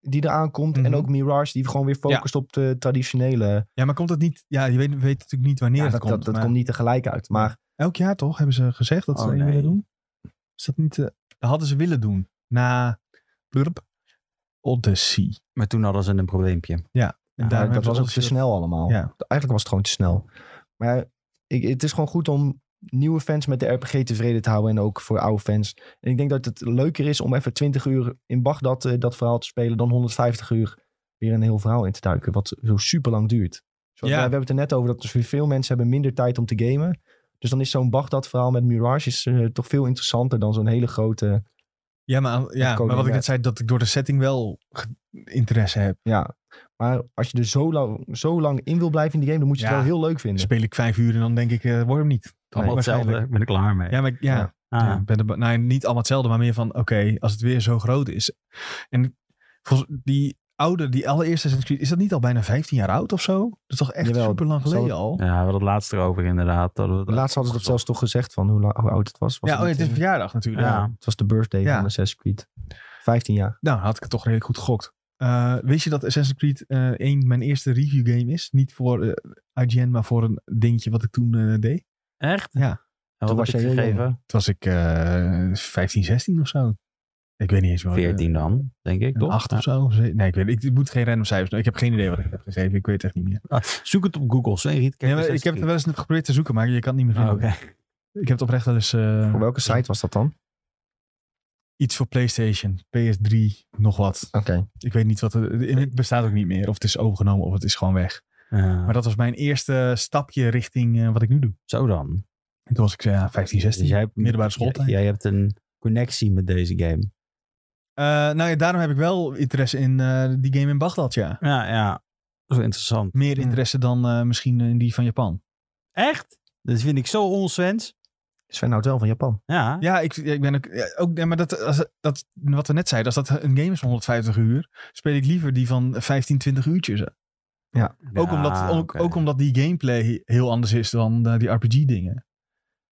die eraan komt.
Mhm.
En ook Mirage die gewoon weer focust op de traditionele.
Ja, maar komt dat niet. Ja, je weet, weet natuurlijk niet wanneer
Ja,
het
dat,
komt.
dat, dat
maar
komt niet tegelijk uit. Maar
Elk jaar toch hebben ze gezegd dat ze
Oh,
dat
nee.
willen doen? Is dat niet. eh, dat hadden ze willen doen. Na. Blurp, Odyssey.
Maar toen hadden ze een probleempje.
En
Ja,
daarom
eh, dat
hebben
was
ze
ook te
dat-
snel allemaal.
Ja.
Eigenlijk was het gewoon te snel. Maar ik, het is gewoon goed om nieuwe fans met de RPG tevreden te houden. En ook voor oude fans. En ik denk dat het leuker is om even 20 uur in Bagdad eh, dat verhaal te spelen. Dan 150 uur weer een heel verhaal in te duiken. Wat zo super lang duurt. Zo,
Ja.
We hebben het er net over dat dus weer veel mensen hebben minder tijd om te gamen. Dus dan is zo'n Bagdad verhaal met Mirage is, eh, toch veel interessanter dan zo'n hele grote...
Ja, maar, ja,
Koning
maar wat ik
Red.
net zei, dat ik door de setting wel ge- interesse heb.
Ja. Maar als je er zo lang, zo lang in wil blijven in die game, dan moet je
Ja.
het wel heel leuk vinden.
Speel ik vijf uur en dan denk ik, eh wordt hem niet.
Allemaal
waarschijnlijk.
hetzelfde. Ben ik klaar mee.
Ja, maar ik- ja,
Ja.
Ah.
ja, ik ben er, ba- nou, niet allemaal hetzelfde, maar meer van, oké, als het weer zo groot is. En volgens die oude, die allereerste Assassin's Creed, is dat niet al bijna 15 jaar oud of zo? Dat is toch echt
Jawel,
super lang
zal
geleden
het-
al?
Ja, we hadden het laatst erover inderdaad. Dat we het
Laatst hadden ze dat zelfs toch gezegd van hoe, la- hoe oud het was. was
Ja, oh ja, het is
niet, eh,
verjaardag natuurlijk.
ja.
Het was de birthday
Ja.
van Assassin's Creed. 15 jaar.
Nou, had ik het toch redelijk goed gegokt. Eh, wist je dat Assassin's Creed eh 1 mijn eerste review game is? Niet voor eh, IGN, maar voor een dingetje wat ik toen eh, deed.
Echt?
Ja.
En
Toen
wat
was
was
jij
je
heel
gegeven?
Toen was ik eh 15, 16 of zo. Ik weet niet eens meer.
14 dan, denk ik, toch?
8 of zo. of ze- Nee, ik weet ik, ik moet geen random cijfers. doen. Ik heb geen idee wat ik heb gegeven. Ik weet het echt niet meer.
Ah, Zoek het op Google. Zo, Riet,
Nee,
kijk,
maar ik heb het wel eens geprobeerd te zoeken, maar je kan het niet meer
Ah,
vinden.
oké.
Ik heb het oprecht wel eens eh,
Voor welke site was dat dan?
iets voor PlayStation, PS3, nog wat.
Oké.
Ik weet niet wat het, het bestaat ook niet meer. Of het is overgenomen of het is gewoon weg.
Ja.
Maar dat was mijn eerste stapje richting eh, wat ik nu doe.
Zo dan.
En toen was ik eh, ja, 15, 16.
Dus jij hebt,
middelbare schooltijd.
Jij, jij hebt een connectie met deze game.
Eh, nou ja, daarom heb ik wel interesse in eh, die game in Bagdad, ja.
Ja, ja. Zo interessant.
Meer
Ja.
interesse dan eh, misschien in die van Japan.
Echt? Dat vind ik zo onswens.
Sven houdt wel van Japan.
Ja.
Ja, ik, ja, ik ben ook... ja, ook ja, maar dat, als- dat, wat we net zeiden, als dat een game is van 150 uur, speel ik liever die van 15, 20 uurtjes. ook, omdat, ook,
oké.
ook omdat die gameplay heel anders is dan eh, die RPG-dingen.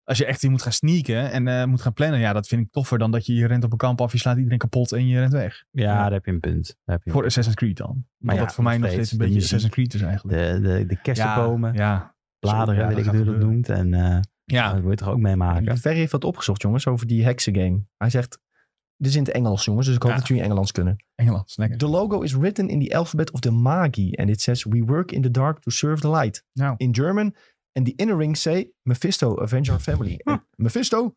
Als je echt in moet gaan sneaken en eh, moet gaan plannen, ja, dat vind ik toffer dan dat je, je rent op een kamp af, je slaat iedereen kapot en je rent weg.
Ja, daar heb je een punt. Daar heb je een
Voor Assassin's Creed dan. Maar
ja,
dat voor mij nog steeds een
de
beetje
muziek,
Assassin's Creed is eigenlijk.
De, de, de kersenbomen,
Ja.
bladeren,
ja,
weet ik
dat
hoe je
gaat
dat noemt. En eh
Ja.
dat wil je toch ook meemaken.
Verre heeft wat opgezocht, jongens, over die heksengame. Hij zegt, dit is in het Engels, jongens, dus ik hoop
Ja.
dat jullie Engels kunnen.
Engeland, lekker.
The logo is written in the alphabet of the Magi. And it says, we work in the dark to serve the light.
Nou.
In German. And the inner rings say, Mephisto, avenge our family. En Mephisto.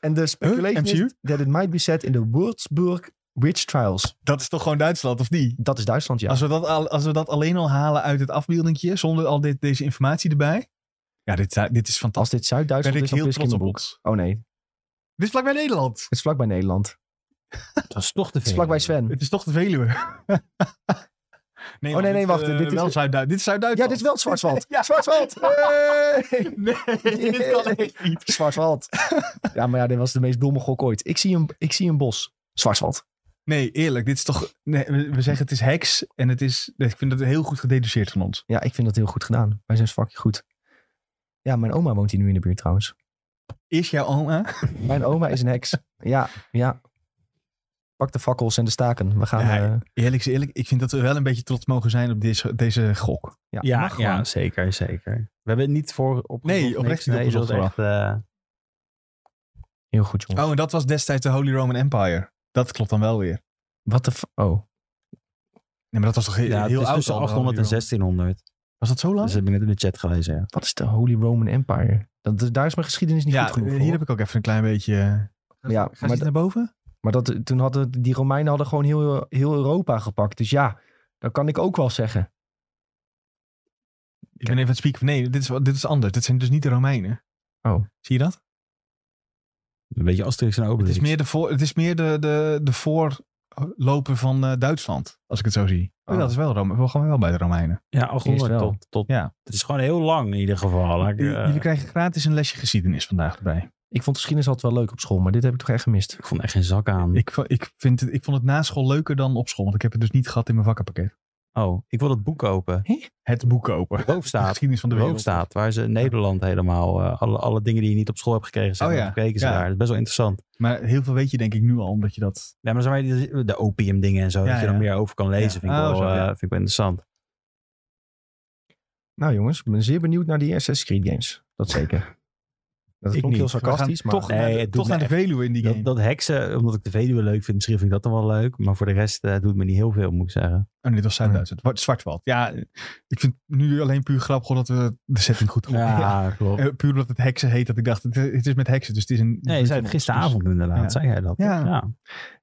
And the speculation is
MCU?
that it might be set in the Würzburg witch trials.
Dat is toch gewoon Duitsland, of niet?
Dat is Duitsland, ja.
Als, we dat al- als we dat alleen al halen uit het afbeeldingje, zonder al dit, deze informatie erbij. Ja, dit, dit is
Als
fantastisch.
dit
Daar
Zuid-Duitsland
ben ik
is, dan
heel
is
trots op
Kinderboek.
ons.
Oh nee, het
Dit is vlakbij Nederland.
is vlakbij Nederland.
Dat is toch te
Het is
veel.
vlakbij Sven.
Het is toch de Veluwe. nee,
Oh, nee, nee, wacht,
eh,
dit is-
wel Zuid-Duits. Dit is Zuid-Duitsland.
Ja, dit is wel het Zwartswald.
Ja.
Zwartswald! Hey!
Nee, dit kan echt niet.
Zwartswald. ja, maar ja, dit was de meest domme gok ooit. Ik zie een, ik zie een bos. Zwartswald.
Nee, eerlijk. Dit is toch... Nee, we we zeggen het is heks. En het is... Ik vind dat heel goed gededuceerd van ons.
Ja, ik vind dat heel goed gedaan. Wij zijn vakje goed. Ja, mijn oma woont hier nu in de buurt trouwens.
Is jouw oma?
Mijn oma is een heks. Ja, ja. Pak de fakkels en de staken. We gaan...
Ja,
eh,
Eerlijk is eerlijk. Ik vind dat we wel een beetje trots mogen zijn op deze, deze gok.
ja,
Ja,
mag gewoon.
ja, zeker, zeker. We hebben het niet voor op
Nee, oprecht niet
Nee, dat is
opgezocht,
echt... eh,
Heel goed, jongen.
Oh, en dat was destijds de Holy Roman Empire. Dat klopt dan wel weer.
Wat de... f- Oh.
Nee, maar dat was toch he-
ja, het
heel
is
oud
tussen
al, de
800 en
Holy Roman.
1600.
Was dat zo lang?
Dus dat heb ik net in de chat gelezen, ja.
Wat is de Holy Roman Empire? Dat, daar is mijn geschiedenis niet goed
ja,
genoeg
hier
voor.
heb ik ook even een klein beetje... eh,
Ja,
Ga
maar
je naar boven?
Maar dat, toen hadden die Romeinen hadden gewoon heel, heel Europa gepakt. Dus ja, dat kan ik ook wel zeggen.
Ik ben even aan het spieken. Nee, dit is, wat- dit is anders. Dit zijn dus niet de Romeinen.
Oh.
Zie je dat?
Een beetje Asterix en
Het
Obelix.
is meer de, voor, het is meer de, de, de voorloper van eh, Duitsland, als ik het zo zie.
Oh.
Dat is wel Rome. We gaan wel bij de Romeinen.
Ja,
Eerst
800
wel.
tot, tot...
Ja.
Het is gewoon heel lang in ieder geval. Ik,
J-
eh,
Jullie krijgen gratis een lesje geschiedenis vandaag erbij.
Ik vond geschiedenis altijd wel leuk op school, maar dit heb ik toch echt gemist.
ik vond echt geen zak aan.
Ik, vo- ik, vind het, ik vond het na school leuker dan op school, want ik heb het dus niet gehad in mijn vakkenpakket.
Oh, ik wil het boek kopen.
Het boek open.
Boven
De
staat.
geschiedenis van de
de
wereld.
staat, waar ze in Nederland helemaal eh, alle, alle dingen die je niet op school hebt gekregen, zijn
Oh
maar
ja,
bekeken ze
ja.
daar. Dat is best wel interessant.
Maar heel veel weet je denk ik nu al, omdat je dat...
Ja, maar dan zijn wij die- de opium dingen en zo,
Ja,
dat je er
ja.
meer over kan lezen,
Ja.
vind,
Oh,
ik wel,
zo, ja.
eh, vind ik wel interessant.
Nou jongens, ik ben zeer benieuwd naar die Assassin's Creed games. Dat zeker. Dat
Ik
klonk heel
niet.
We gaan
sarcastisch, maar...
toch
Nee,
naar, de-
het doet
toch
me
naar de Veluwe in die game.
Dat, dat heksen, omdat ik de Veluwe leuk vind, misschien vind ik dat dan wel leuk, maar voor de rest eh, doet het me niet heel veel, moet ik zeggen.
Oh nee, dit was Zuid-Duitsland. Wa- Zwartwald. Ja, ik vind nu alleen puur grappig dat we de setting goed hebben.
Ja, klopt.
Eh, puur omdat het heksen heet, dat ik dacht, het, het is met heksen, dus het is een...
Nee, je zei het gisteravond inderdaad,
Ja.
zei jij dat?
Ja.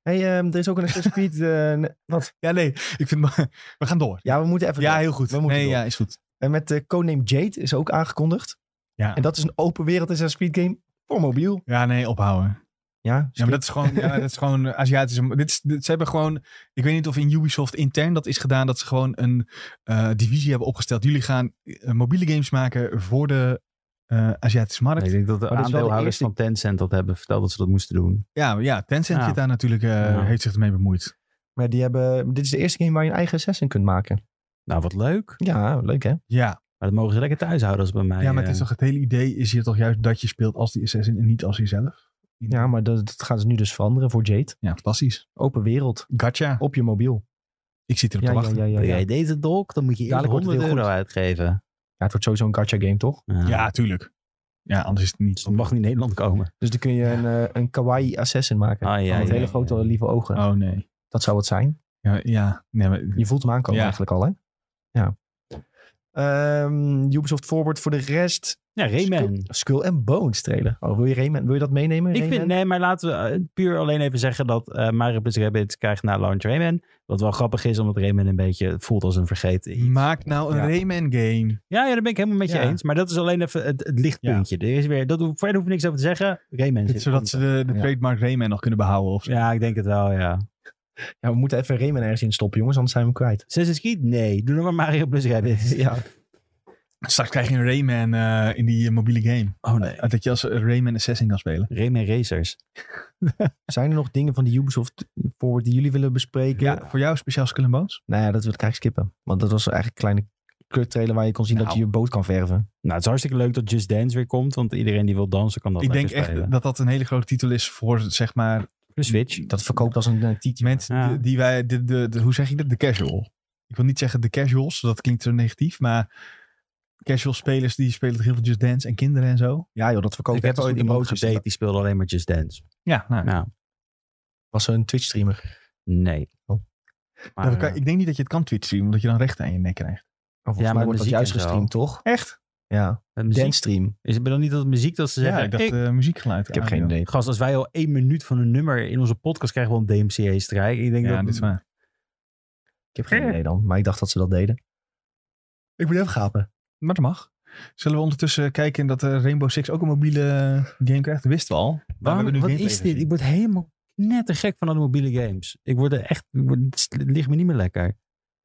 hey, ehm, er is ook een Assassin's Creed... eh, ne- wat?
Ja, nee, ik vind... We gaan door.
Ja, we moeten even...
Ja,
door.
heel goed.
We moeten
Nee,
door.
ja, is goed.
En met de codename Jade is ook aangekondigd.
Ja.
En dat is een open wereld Assassin's Creed game voor mobiel.
Ja, nee, ophouden.
Ja,
Ja, maar dat is gewoon, ja, dat is gewoon Aziatische... Dit is, dit- ze hebben gewoon... Ik weet niet of in Ubisoft intern dat is gedaan, dat ze gewoon een eh, divisie hebben opgesteld. Jullie gaan eh, mobiele games maken voor de eh, Aziatische markt.
Ik denk dat de
Maar dit is wel de
aandeelhouders
eerste-
van Tencent dat hebben verteld dat ze dat moesten doen.
Ja, ja, Tencent
Ja.
zit daar natuurlijk, eh,
Ja.
heeft zich ermee bemoeid.
Maar die hebben, dit is de eerste game waar je een eigen assassin kunt maken.
Nou, wat leuk.
Ja, leuk hè?
Ja,
Maar dat mogen ze lekker thuis houden als bij mij.
ja maar
eh,
het, is toch, het hele idee is hier toch juist dat je speelt als die assassin en niet als jezelf.
Ja, maar dat, dat gaan ze nu dus veranderen voor Jade.
Ja, fantastisch.
Open wereld,
Gacha.
op je mobiel.
Ik zit erop
Ja,
te
ja,
wachten.
ja, ja,
Wil
ja.
jij deze dolk? Dan moet je eerst
Dadelijk wordt
100
het heel
euro
goed.
uitgeven.
Ja, het wordt sowieso een gacha game, toch?
Ja.
Ja, tuurlijk. Ja, anders is het niet.
Dus dat mag niet in Nederland komen.
Dus dan kun je een, eh, een kawaii assassin maken.
Ah, ja,
Met
ja,
hele
ja,
grote
ja. Ah.
lieve ogen.
Oh nee.
Dat zou het zijn.
Ja, ja. Nee, maar,
Je voelt hem aankomen
Ja.
eigenlijk al, hè? Ja. Ehm, Ubisoft Forward voor de rest.
Ja, Rayman.
Skull- Skull and Bones trailer. Oh, wil je Rayman? Wil je dat meenemen?
Ik vind,
Rayman?
nee, maar laten we eh, puur alleen even zeggen dat eh Mario Plus Rabbids krijgt na launch Rayman. Wat wel grappig is, omdat Rayman een beetje voelt als een vergeten iets.
Maak nou een
Ja.
Rayman game.
Ja, ja, daar ben ik helemaal met je
Ja.
eens. Maar dat is alleen even het, het lichtpuntje. Er is weer, dat, hoef- verder hoef ik niks over te zeggen. Rayman zit.
Zodat ze de, de
Ja.
trademark Rayman nog kunnen behouden. Of zo.
Ja, ik denk het wel, ja.
Ja, we moeten even Rayman ergens in stoppen, jongens. Anders zijn we hem kwijt.
Assassin's Creed? Nee. Doe nog maar Mario Plus Rabbids.
Ja.
Straks krijg je een Rayman eh, in die eh, mobiele game.
Oh nee.
Eh, dat je als Rayman Assassin kan spelen.
Rayman Racers.
Zijn er nog dingen van die Ubisoft Forward die jullie willen bespreken?
Ja, voor jou speciaal Skull and Bones?
Nou ja, dat wil ik eigenlijk skippen. Want dat was eigenlijk een kleine kut trailer waar je kon zien dat
Nou.
je je boot kan verven.
Nou, het is hartstikke leuk dat Just Dance weer komt. Want iedereen die wil dansen kan dat
ik denk
lekker
echt
spelen.
dat dat een hele grote titel is voor, zeg maar,
De Switch.
Dat verkoopt als een eh, titel.
mensen
Ja.
die, die wij, de, de, de- hoe zeg ik dat? De casual. Ik wil niet zeggen de casuals, dat klinkt zo negatief, maar casual spelers die spelen toch heel veel Just Dance en kinderen en zo.
Ja joh, dat verkoopt
ik
echt
heb
als
dus ooit
een
iemand
emotie.
gedate die speelde alleen maar Just Dance.
Ja, nou,
Nou,
was zo'n Twitch streamer.
nee.
Oh.
dat
Maar,
Nou, kan-
eh,
ik denk niet dat je het kan Twitch streamen, omdat je dan rechten aan je nek krijgt.
Of
Ja,
ja,
met
mij wordt dat
muziek
juist
en zo.
gestreamd, toch?
Echt?
Ja,
met muziek.
dance stream.
Is het dan niet dat muziek dat ze
Ja,
zeggen?
ik dacht
ik-
eh, muziekgeluid.
Ik heb geen idee.
Gast, als wij al één minuut van een nummer in onze podcast krijgen, we een DMCA-strijk. Ik denk
Ja, mm,
dat...
dit is waar.
Ik heb geen idee dan, maar ik dacht dat ze dat deden. Ik moet even gapen.
Maar dat mag. Zullen we ondertussen kijken dat eh, Rainbow Six ook een mobiele eh, game krijgt? Dat wisten we al. Maar Nou, we
Waarom-
hebben nu
wat
gameplay
is dit?
gezien.
Ik word helemaal net te gek van alle mobiele games. Ik word er echt... Ik word, het sl- ligt me niet meer lekker.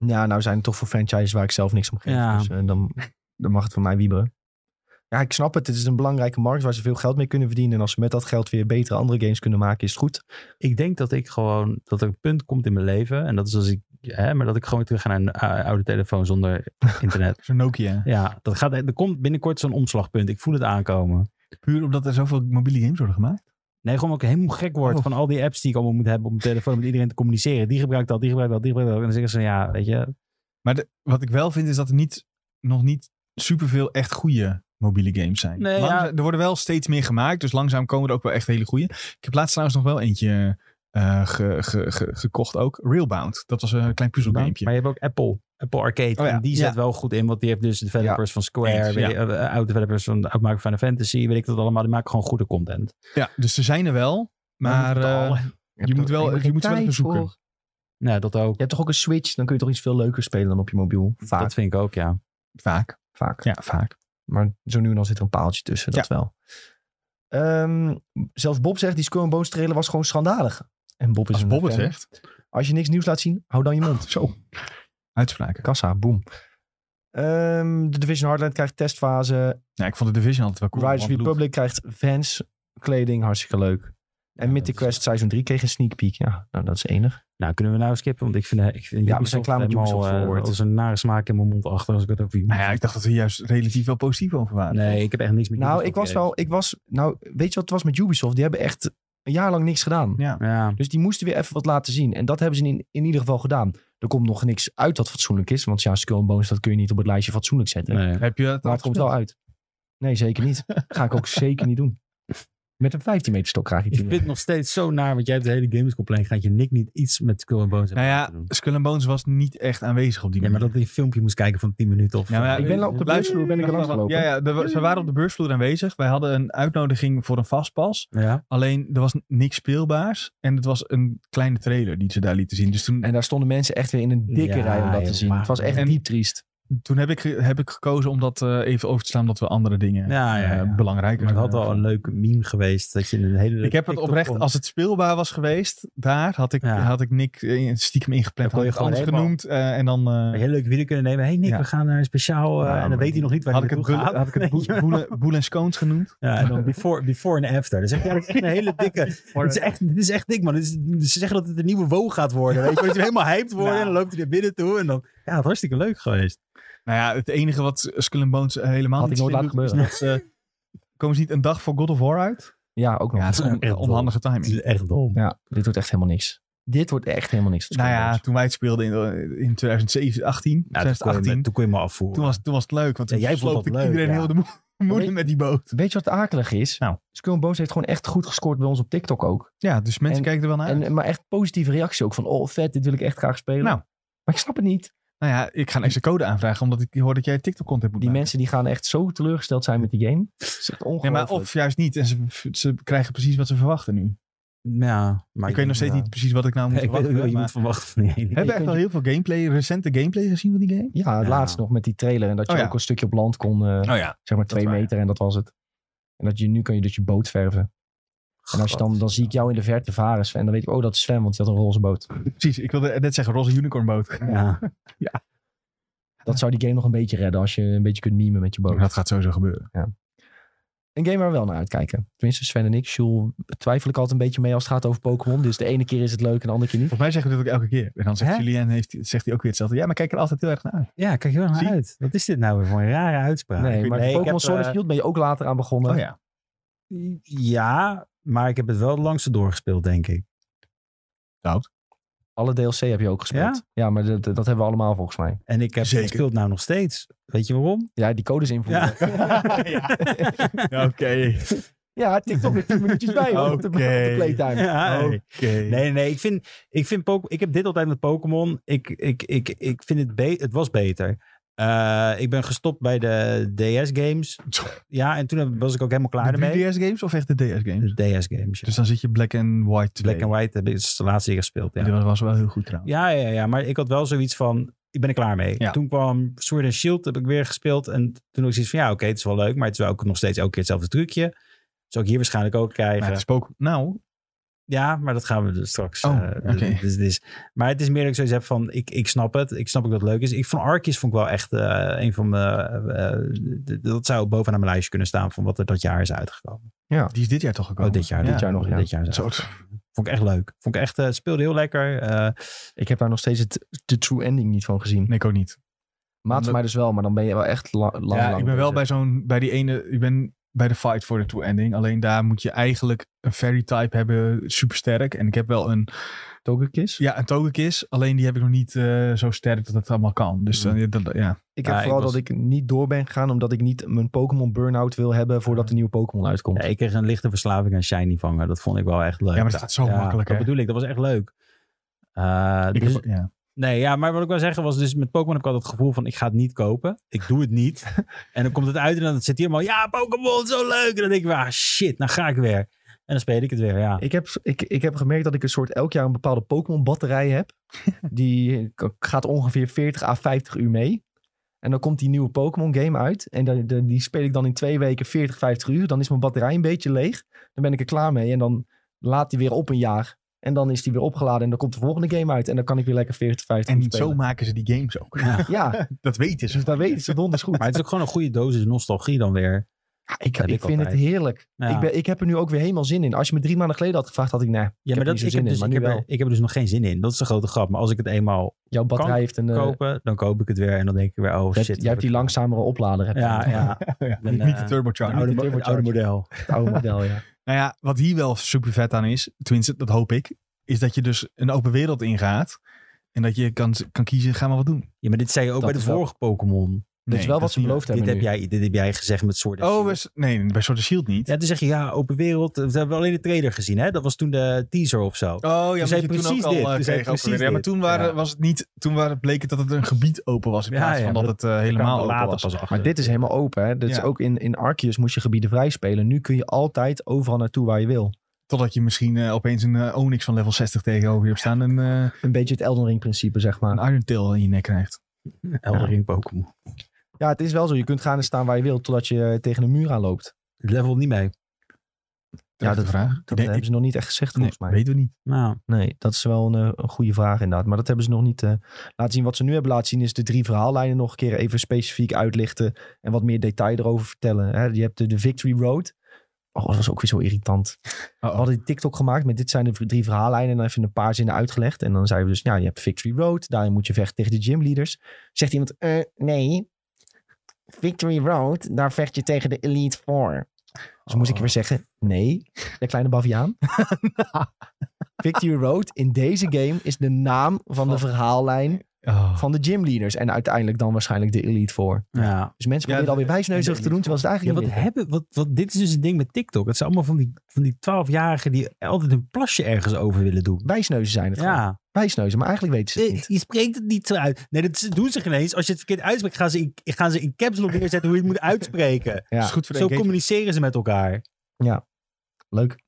Ja, nou zijn het toch voor franchises waar ik zelf niks om geef.
Ja.
Dus eh, dan, dan mag het voor mij wieberen. Ja, ik snap het. Het is een belangrijke markt waar ze veel geld mee kunnen verdienen. En als ze met dat geld weer betere andere games kunnen maken, is het goed.
Ik denk dat ik gewoon... Dat er een punt komt in mijn leven. En dat is als ik... Hè, maar dat ik gewoon weer terug ga naar een eh, oude telefoon zonder internet.
Zo'n Nokia.
ja, dat gaat, er komt binnenkort zo'n omslagpunt. Ik voel het aankomen.
Puur omdat er zoveel mobiele games worden gemaakt.
Nee, gewoon omdat ik helemaal gek word
Oh.
van al die apps die ik allemaal moet hebben op mijn telefoon. Om met iedereen te communiceren. Die gebruikt dat, die gebruikt dat, die gebruikt dat. En dan zeggen ze, ja, weet je...
Maar de- wat ik wel vind is dat er niet, nog niet superveel echt goede mobiele games zijn.
Nee, ja.
Langza- Er worden wel steeds meer gemaakt, dus langzaam komen er ook wel echt hele goede. Ik heb laatst trouwens nog wel eentje eh, ge- ge- ge- gekocht ook. Railbound. Dat was een klein puzzelgamepje.
Maar je hebt ook Apple. Apple Arcade.
Oh ja,
En die zet
ja.
wel goed in. Want die heeft dus developers van Square.
Eens,
weet
ja.
je, eh, eh, Oud-developers van de uitmaker van Fantasy. Weet ik dat allemaal. Die maken gewoon goede content.
Ja, dus ze zijn er wel. Maar eh, je moet wel, je moet ze wel even zoeken.
Nou, dat ook.
Je hebt toch ook een Switch? Dan kun je toch iets veel leuker spelen dan op je mobiel? Vaak.
Dat vind ik ook, ja.
Vaak.
vaak.
Ja, vaak.
Maar zo nu en dan zit er een paaltje tussen, dat wel. Ehm, zelfs Bob zegt, die Skull and Bones trailer was gewoon schandalig. En Bob is
Als
een
Bob het
fan.
zegt. Ah.
Als je niks nieuws laat zien, hou dan je mond.
Zo. Uitspraken.
Kassa, boom. Ehm, de Division Hardline krijgt testfase.
Ja, ik vond de Division altijd wel cool.
Riders
want Luke-
Republic krijgt fans, kleding, hartstikke leuk. En
Ja,
Mythic
dat is-
Quest Season 3 kreeg een sneak peek. Ja, nou dat is enig.
Nou, kunnen we nou skippen? Want ik vind, eh, ik vind
Ja, we zijn klaar met
helemaal,
Ubisoft
eh,
Forward.
dat is een nare smaak in mijn mond achter. Als ik het ook weer...
Nou ja, ik dacht dat we juist relatief wel positief over waren.
nee, ik heb echt niks met
Nou,
Ubisoft
ik was
games.
wel, ik was, nou, weet je wat het was met Ubisoft? Die hebben echt een jaar lang niks gedaan.
Ja.
Ja.
Dus die moesten weer even wat laten zien. En dat hebben ze in, in ieder geval gedaan. Er komt nog niks uit dat fatsoenlijk is. Want ja, Skull and Bones, dat kun je niet op het lijstje fatsoenlijk zetten.
Nee.
Heb je het
Maar het komt wel uit. Nee, zeker niet. Ga ik ook zeker niet doen. Met een 15 meter stok krijg ik
Ik
die.
vind het nog steeds zo naar, want jij hebt de hele gamers Gaat je Nick niet iets met Skull and Bones hebben
Nou
laten
ja,
doen.
Skull and Bones was niet echt aanwezig op die
Ja, maar
manier.
dat je een filmpje moest kijken van 10 minuten of...
Ja, maar ja,
Ik ben op de
luister-
beursvloer ben ik er langs gelopen.
Ja, ja de- ze waren op de beursvloer aanwezig. Wij hadden een uitnodiging voor een vastpas.
ja.
Alleen, er was niks speelbaars. En het was een kleine trailer die ze daar lieten zien. Dus toen,
En daar stonden mensen echt weer in een dikke
Ja,
rij om dat
joh,
te zien.
maar-
Het was echt
En-
diep triest.
toen heb ik, ge- heb ik gekozen om dat eh, even over te slaan, omdat we andere dingen
Ja, Ah, ja,
eh,
ja.
belangrijker
Maar het had
vinden.
al een leuke meme geweest dat je een hele.
Ik heb het
TikTok
oprecht,
kon-
als het speelbaar was geweest, daar had ik,
Ja.
had ik Nick eh, stiekem ingepland.
Dan kon
Had
je
ik het
gewoon
anders
helemaal-
genoemd eh, en dan... eh,
een hele leuke video kunnen nemen. Hey Nick,
Ja.
we gaan naar een speciaal. eh,
Ja,
en
maar
dan weet hij
die-
nog niet waar
had
hij
ik, het
naartoe
boel,
gaat.
had ik het boel,
Weet je wel?
boel, boel en scones genoemd?
Ja, en dan before, before en after. Dan zeg je, ja, dat is echt een hele dikke. Dit is echt, dit is echt dik, man. Dit is- ze zeggen dat het een nieuwe WoW gaat worden. Weet je, wel. dat je helemaal hyped wordt en dan loopt hij naar binnen toe. En dan, ja, het hartstikke leuk geweest.
Nou ja, het enige wat Skull and Bones eh, helemaal
Had
niet
ik nooit
slim
laten
doet, is dat ze- komen ze niet een dag voor God of War uit?
Ja, ook nog.
Ja,
Ja,
het is on-
echt
onhandige
Het
timing.
is echt dom.
dit wordt echt helemaal niks. Dit wordt echt helemaal niks.
Nou ja, toen wij het speelden in, eh, in 2018,
Ja, toen, kon je, me-
2018,
toen kon je me afvoeren.
toen was, toen was het leuk. Want
Ja,
toen
jij vond
sloopte
dat leuk,
iedereen
ja.
heel de mo- moeder met die boot.
Weet je wat akelig is?
Nou.
Skull and Bones heeft gewoon echt goed gescoord bij ons op TikTok ook.
Ja, dus mensen
En-
kijken er wel naar uit.
En, eh, maar echt positieve reactie ook van, oh vet, dit wil ik echt graag spelen.
Nou.
Maar ik snap het niet.
Nou ja, ik ga een extra code aanvragen, omdat ik hoor dat jij TikTok-content moet
Die
maken.
mensen die gaan echt zo teleurgesteld zijn met die game. Het is echt
Ja, maar
ongelooflijk.
of juist niet. En ze, ze krijgen precies wat ze verwachten nu.
ja, maar
ik weet nog steeds niet precies wat ik nou moet
Ik weet ook
verwachten.
wat je
maar
moet verwachten van die ene.
hebben we
Ik
echt
weet
al heel veel gameplay, recente gameplay gezien van die game?
Ja, het
Ja.
laatst nog met die trailer. En dat je
Oh ja.
ook een stukje op land kon, eh,
Oh ja.
zeg maar twee
waar, ja.
meter en dat was het. En dat je, nu kan je dus je boot verven. En als je dan, dan zie ik jou in de verte varen, Sven. Dan weet ik, oh, dat is Sven, want die had een roze boot.
Precies, ik wilde net zeggen roze unicornboot.
Ja.
Dat zou die game nog een beetje redden als je een beetje kunt memen met je boot.
Dat gaat sowieso gebeuren.
Een game waar we wel naar uitkijken. Tenminste, Sven en ik, Jules, twijfel ik altijd een beetje mee als het gaat over Pokémon. Dus de ene keer is het leuk en de andere keer niet.
Volgens mij zeggen we dat ook elke keer. En dan zegt
Hè? Oh
Julien, heeft, zegt hij ook weer hetzelfde. Ja, maar kijk er altijd heel erg naar uit.
Ja, kijk heel erg
Zie.
naar uit. Wat is dit nou weer voor een rare uitspraak?
nee, maar
ik
Pokémon
heb,
Sword en
eh,
Shield ben je ook later aan begonnen.
Oh ja.
Ja, maar ik heb het wel het langste doorgespeeld, denk ik.
Alle DLC heb je ook gespeeld. Ja,
Ja?
maar dat, dat hebben we allemaal volgens mij.
En ik heb
Zeker.
het speelt nou nog steeds. Weet je waarom?
Ja, die codes invoeren. Ja,
Ja. Ja, Oké.
TikTok weer 10 minuutjes bij hoor, op de, op de
Oké.
playtime.
Ja,
Oh.
hey.
Oké.
Nee, nee, ik vind, ik vind Pok- ik heb dit altijd met Pokémon. Ik, ik, ik, ik vind het, be- het was beter. Eh, ik ben gestopt bij de DS-games. Ja, en toen heb- was ik ook helemaal klaar ermee.
De 3DS-games of echt de DS-games?
De DS-games.
Dus dan zit je Black and White 2.
Black and White heb ik het is de laatste keer gespeeld. Ja.
Die was- was wel heel goed trouwens.
Ja, ja, ja, maar ik had wel zoiets van, ik ben er klaar mee.
Ja.
Toen kwam Sword and Shield, heb ik weer gespeeld. En toen ook zoiets van, ja, oké, het is wel leuk, maar het is wel ook nog steeds elke keer hetzelfde trucje. Zou ik hier waarschijnlijk ook krijgen.
Maar het is Pokémon. Nou,
Ja, maar dat gaan we dus straks.
Oh,
eh,
oké.
dus, dus, dus- Maar het is meer dat ik zoiets heb van, ik, ik snap het. Ik snap ook dat het leuk is. Ik vond Arceus vond ik wel echt eh, een van mijn, eh, eh, dat zou bovenaan mijn lijstje kunnen staan van wat er dat jaar is uitgekomen.
die is dit jaar toch gekomen?
Oh, dit jaar.
Ja.
dit jaar nog, ja.
Dit jaar is
Zo.
uitgekomen. Vond ik echt leuk. Vond ik echt, eh, het speelde heel lekker. Eh,
Ik heb daar nog steeds het, de true ending niet van gezien.
Nee, ik ook niet.
Maat van mij dus wel, maar dan ben je wel echt la- lang,
ja,
lang
ik ben wel bij
bezig.
zo'n, bij die ene, ik ben bij de fight voor de true ending. Alleen daar moet je eigenlijk een fairy type hebben, super sterk. En ik heb wel een,
Togekiss.
ja, een Togekiss, alleen die heb ik nog niet eh, zo sterk dat het allemaal kan. Dus dan, dat, ja.
Ik heb
Ja, ik
vooral
was-
dat ik niet door ben gegaan, omdat ik niet mijn Pokémon burn-out wil hebben voordat de nieuwe Pokémon uitkomt.
Ja, ik kreeg een lichte verslaving aan Shiny vangen. Dat vond ik wel echt leuk.
Ja, maar dat is zo makkelijk,
Dat
hè?
bedoel ik, dat was echt leuk. Eh,
Ik
dus-
heb- ja.
nee, ja, maar wat ik wil zeggen was, dus met Pokémon heb ik altijd het gevoel van, ik ga het niet kopen. Ik doe het niet. en dan komt het uit en dan zit hier maar, ja, Pokémon, zo leuk. En dan denk ik, ah, shit, nou ga ik weer. En dan speel ik het weer, ja.
Ik heb, ik, ik heb gemerkt dat ik een soort elk jaar een bepaalde Pokémon-batterij heb. die k- gaat ongeveer 40 à 50 uur mee. En dan komt die nieuwe Pokémon-game uit. En daar- daar- die speel ik dan in twee weken 40, 50 uur. Dan is mijn batterij een beetje leeg. Dan ben ik er klaar mee. En dan laat die weer op een jaar. En dan is die weer opgeladen. En dan komt de volgende game uit. En dan kan ik weer lekker 40, 50
En
uur
niet zo
spelen.
maken ze die games ook.
Ja.
Ja,
Dat weten ze.
dus daar weten ze donders goed.
Maar het is ook gewoon een goede dosis nostalgie dan weer.
Ja, ik
heb
ik
ik
vind het
altijd.
heerlijk.
Ja.
Ik, ben, ik heb er nu ook weer helemaal zin in. Als je me drie maanden geleden had gevraagd, had ik, nee,
Ja,
er
maar dat,
niet zo
ik,
zin in,
heb dus,
maar
ik,
nu
heb er-
wel.
ik heb er dus nog geen zin in. Dat is de grote grap. Maar als ik het eenmaal
jouw batterij heeft een... eh,
kopen, dan koop ik het weer. En dan denk ik weer,
jij,
oh shit.
hebt, jij hebt die langzamere oplader. heb je.
Ja, ja.
Ja,
Dan,
niet, niet de
eh,
turbocharger.
Het oude,
die
het oude model.
Het oude model, ja.
Nou ja, wat hier wel super vet aan is, tenminste, dat hoop ik, is dat je dus een open wereld ingaat. En dat je kan, kan kiezen, ga maar wat doen.
Ja, maar dit zei je ook
Dat
bij de
is wel-
vorige Pokémon.
Dat
Nee,
is wel
dat
wat ze
niet
beloofd
Dit
hebben
heb,
nu.
jij, dit heb jij gezegd met Sword and
waar. Oh,
Shield.
bij s- nee, bij Sword of Shield niet.
Ja, toen zeg je ja, open wereld. We hebben alleen de trailer gezien, hè? Dat was toen de teaser of zo.
Oh ja,
Toen
maar
zei
je toen ook
precies
al
dit.
eh,
Toen
kreeg
zei
over
precies
weer. Ja, maar
dit.
toen waren,
Ja.
was het niet, toen waren, bleek het dat het een gebied open was in
Ja,
plaats
ja,
van dat
maar
het eh,
Ik kwam
helemaal
er
open
later
was.
pas achter.
Maar dit is helemaal open, hè. Dus
Ja.
ook in, in Arceus moest je gebieden vrij spelen. Nu kun je altijd overal naartoe waar je wil.
Totdat je misschien eh, opeens een eh, Onyx van level 60 tegenover je hebt staan en eh,
Een beetje het Elden Ring principe, zeg maar.
een Iron Tail in je nek krijgt.
Elder Ring Pokémon.
Ja, het is wel zo. Je kunt gaan en staan waar je wilt, totdat je eh, tegen een muur aanloopt.
Level niet mee.
Ja,
de vraag.
Dat hebben ze nog niet echt gezegd, volgens mij.
weten we niet.
Nou,
Nee, dat is wel een, eh, een goede vraag inderdaad. Maar dat hebben ze nog niet eh, laten zien. Wat ze nu hebben laten zien is de drie verhaallijnen nog een keer even specifiek uitlichten. En wat meer detail erover vertellen. Hè, je hebt de, de Victory Road. Oh, dat was ook weer zo irritant. We hadden die TikTok gemaakt met dit zijn de v- drie verhaallijnen. En dan even een paar zinnen uitgelegd. En dan zeiden we dus, ja, je hebt Victory Road. Daarin moet je vechten tegen de gymleaders. Zegt iemand, eh, nee. Victory Road, daar vecht je tegen de Elite Four. Dus moest ik weer zeggen, nee, de kleine baviaan. Victory Road in deze game is de naam van de verhaallijn
Oh.
van de gymleaders. En uiteindelijk dan waarschijnlijk de Elite Four.
ja.
Dus mensen
Ja,
proberen
de-
alweer wijsneuzig
de
te doen, terwijl ze het
ja
eigenlijk niet
wat
willen.
hebben, wat, wat, dit is dus het ding met TikTok. Het zijn allemaal van die, van die 12-jarigen die altijd een plasje ergens over willen doen.
Wijsneuzen zijn het gewoon.
Ja.
Wijsneuzen, maar eigenlijk weten ze het
Je,
niet.
je spreekt het niet zo uit. Nee, dat is- doen ze geen eens. Als je het verkeerd uitspreekt, gaan ze in, gaan ze in caps lock neerzetten hoe je het moet uitspreken.
Ja.
is goed voor de
Zo
engagement.
communiceren ze met elkaar.
Leuk.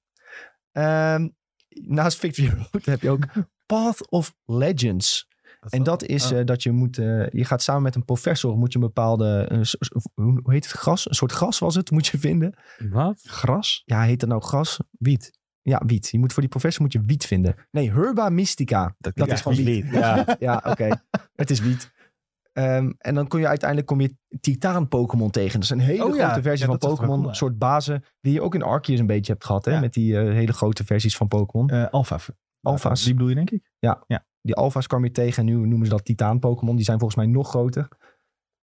Ehm, naast Victory Road heb je ook Path of Legends. En dat is
Oh.
eh, dat je moet, eh, je gaat samen met een professor, moet je een bepaalde, eh, s- s- hoe hoe heet het, gras? Een soort gras was het, moet je vinden.
Wat?
gras.
Ja, heet dat nou gras?
Wiet.
Ja, wiet. Je moet voor die professor moet je wiet vinden. Nee, Herba Mystica. Dat,
klinkt
is
echt
gewoon
als
wiet.
wiet, ja.
Ja, oké. Het is wiet. Ehm, en dan kom je uiteindelijk kom je Titaan Pokémon tegen. Dat is een hele
Oh ja,
grote versie
ja,
van
dat is wel
Pokémon.
cool,
een
ja.
soort bazen die je ook in Arceus een beetje hebt gehad. Hè?
Ja.
Met die eh, hele grote versies van Pokémon.
eh alfa.
Alfa's.
Die bedoel je, denk ik?
Die alfa's kwam je tegen en nu noemen ze dat Titaan Pokémon. Die zijn volgens mij nog groter.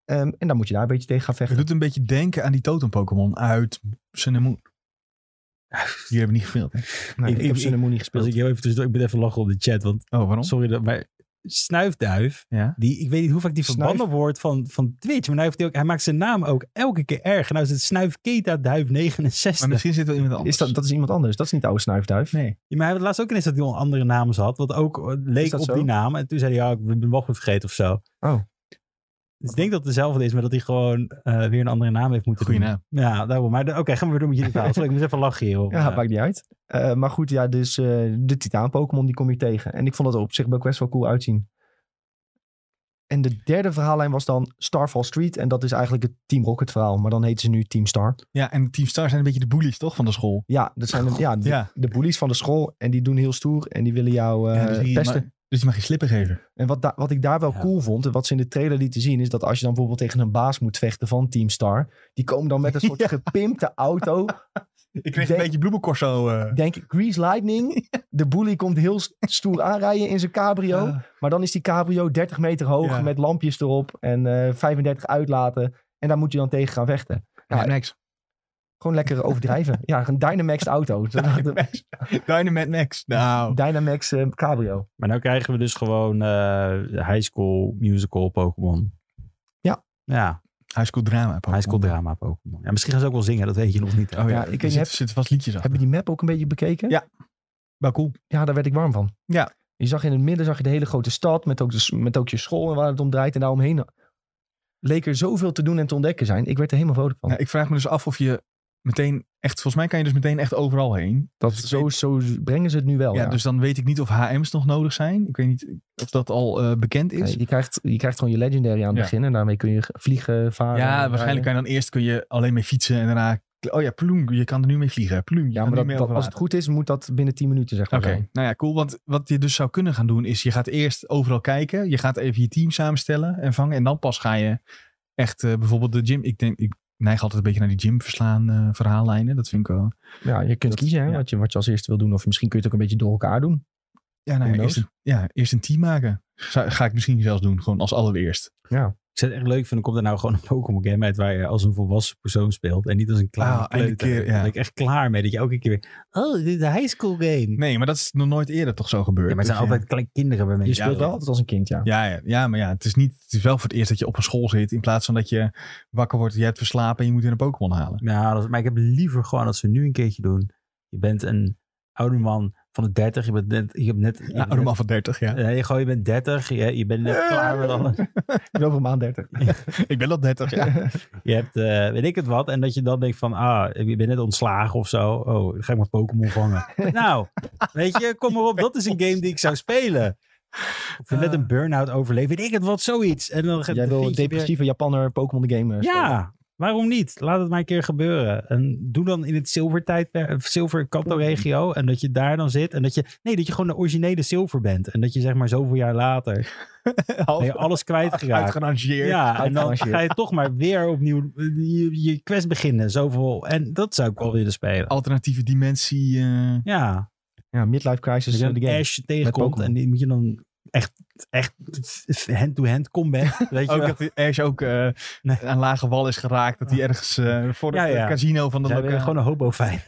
Ehm, en dan moet je daar een beetje tegen gaan
Het
vechten.
doet een beetje denken aan die totem-Pokémon uit Sun and Moon. Die hebben niet gespeeld. Hè?
Nee,
ik-
ik,
ik-
heb Sun and Moon niet gespeeld.
Als ik heel even tussendoor, ik ben even lachen op de chat, want
Oh, waarom?
sorry, dat, maar Snuifduif,
Ja.
die, ik weet niet hoe vaak die
Snuif.
verbannen wordt van, van Twitch, maar nou heeft hij, ook, hij maakt zijn naam ook elke keer erg. Nou is het Snuifketa Duif 69.
Maar
Maar,
misschien zit wel iemand anders.
Is dat, dat is iemand anders. Dat is niet de oude snuifduif.
Nee.
ja, maar hij had laatst ook ineens dat hij al een andere naam had, wat ook eh, leek
dat
op
zo?
die naam. En toen zei hij, ja, ik ben wel goed vergeten of zo.
Oh.
Dus ik denk dat het dezelfde is, maar dat hij gewoon eh, weer een andere naam heeft moeten
Goeie
doen.
naam.
Ja, daarom. Maar de- oké, gaan we weer door met jullie verhaal. Sorry, ik moet even lachen hierop.
Ja, maakt niet uit. Eh, maar goed, ja, dus eh, de Titaan-Pokémon die kom je tegen. En ik vond dat er op zich ook best wel cool uitzien. En de derde verhaallijn was dan Starfall Street. En dat is eigenlijk het Team Rocket verhaal. Maar dan heten ze nu Team Star.
Ja, en Team Star zijn een beetje de bullies, toch, van de school?
Ja, dat zijn de, ja, de,
Oh, Ja.
de bullies van de school. En die doen heel stoer. En die willen jou eh,
ja dus, die
pesten.
mag, dus die mag geen slippen geven.
En wat, da- wat ik daar wel
Ja.
cool vond, en wat ze in de trailer lieten zien, is dat als je dan bijvoorbeeld tegen een baas moet vechten van Team Star, die komen dan met een soort
Ja.
gepimpte auto.
Ik kreeg
Denk-
een beetje bloemencorso. eh
Denk ik, Grease Lightning. De bully komt heel s- stoer aanrijden in zijn cabrio.
ja.
Maar dan is die cabrio 30 meter hoog
Ja.
met lampjes erop en eh, 35 uitlaten. En daar moet je dan tegen gaan vechten.
Ja, Max.
Gewoon lekker overdrijven. ja, een Dynamaxed auto.
Max. Dynamite Max. Nou.
Dynamax eh, cabrio.
Maar nou krijgen we dus gewoon eh, high school musical Pokémon.
Ja.
Ja,
High school drama. Pokémon.
high school drama Pokémon. Ja, misschien gaan ze ook wel zingen, dat weet je nog niet. hè?
Oh ja,
Ja, ik
ik
weet
er
niet, heb-
zitten zit vast liedjes achter.
Hebben die map ook een beetje bekeken?
Ja. Wel cool.
ja, daar werd ik warm van.
Ja.
Je zag in het midden zag je de hele grote stad met ook, de, s- met ook je school en waar het om draait. En daaromheen eh, leek er zoveel te doen en te ontdekken zijn. Ik werd er helemaal vrolijk van.
Nou, ik vraag me dus af of je meteen echt... Volgens mij kan je dus meteen echt overal heen.
dat,
Dus ik
zo,
weet-
zo brengen ze het nu wel.
ja,
Oh, ja.
dus dan weet ik niet of HM's nog nodig zijn. Ik weet niet of dat al eh, bekend is.
Nee, je, krijgt, je krijgt gewoon je legendary aan het
Ja.
begin. En daarmee kun je g- vliegen, varen.
ja,
rijden.
waarschijnlijk kan je dan eerst kun je alleen mee fietsen en daarna... Oh ja, ploem, je kan er nu mee vliegen. Ploem,
Ja,
je kan
maar
er
dat,
nu mee
dat-
over
als het
water.
goed is, moet dat binnen 10 minuten zeg maar
Oké,
zijn.
nou ja, cool. Want wat je dus zou kunnen gaan doen is, je gaat eerst overal kijken. Je gaat even je team samenstellen en vangen. En dan pas ga je echt eh, bijvoorbeeld de gym... Ik denk, ik neig altijd een beetje naar die gym verslaan eh, verhaallijnen. Dat vind ik wel...
Ja, je kunt
Dat-
kiezen hè,
ja.
wat, je, wat je als eerste wil doen. Of misschien kun je het ook een beetje door elkaar doen.
Ja, nou, ja,
Who
eerst, een, ja eerst een team maken. Zou- ga ik misschien zelfs doen, gewoon als allereerst.
Ik zou het echt leuk vinden, komt er nou gewoon een Pokémon game uit waar je als een volwassen persoon speelt en niet als een kleine
Ah, eindelijk
kleuter.
keer, ja.
Daar ben ik echt klaar mee, dat je elke keer weer, oh, dit is de high school game.
Nee, maar dat is nog nooit eerder toch zo gebeurd.
Ja, maar het zijn
Dus,
altijd kleine kinderen bij
Je
mensen.
speelt
ja.
wel altijd als een kind, ja.
Ja, ja, ja, maar ja, het is, niet, het is wel voor het eerst dat je op een school zit. In plaats van dat je wakker wordt, je hebt verslapen en je moet weer een Pokémon halen.
Ja, dat- maar ik heb liever gewoon dat ze nu een keertje doen. Je bent een oude man van de 30, je bent net... Je hebt net je
Ja,
bent
normaal van 30, ja.
Nee, gewoon, je bent 30, je, je bent net klaar met alles.
Ik ben over een maand 30.
ik ben al 30, ja.
Je hebt, eh, weet ik het wat, en dat je dan denkt van, ah, je bent net ontslagen of zo. Oh, dan ga ik mijn Pokémon vangen. nou, weet je, kom maar op, dat is een game die ik zou spelen. Ik vind net een burn-out overleven. Weet ik het wat, zoiets. En dan gaat
Eh. Jij
dan
wil
vind je weer-
depressieve Japanner Pokémon de Game eh, spelen.
Ja, waarom niet? Laat het maar een keer gebeuren. En doe dan in het zilvertijdperk, of zilver regio. En dat je daar dan zit. En dat je, nee, dat je gewoon de originele zilver bent. En dat je zeg maar zoveel jaar later ben
oh,
je alles kwijtgeraakt.
Uitgerangeerd.
Ja, en dan
uitgerangeerd.
ga je toch maar weer opnieuw eh, je, je quest beginnen. Zoveel. En dat zou ik wel willen spelen.
Alternatieve dimensie. eh,
Ja,
Ja, Midlife Crisis
dat
eh,
je
de
dan
Game.
Ash tegenkomt.
Pokémon.
En die moet je dan echt, echt hand-to-hand combat. Weet je
Ook
wel.
dat die Ash ook eh,
Oh, Nee.
aan lage wal is geraakt. Dat hij ergens eh, voor
Ja,
het
ja.
casino van de
Ze hebben
lokaal-
gewoon een hobo-fijn.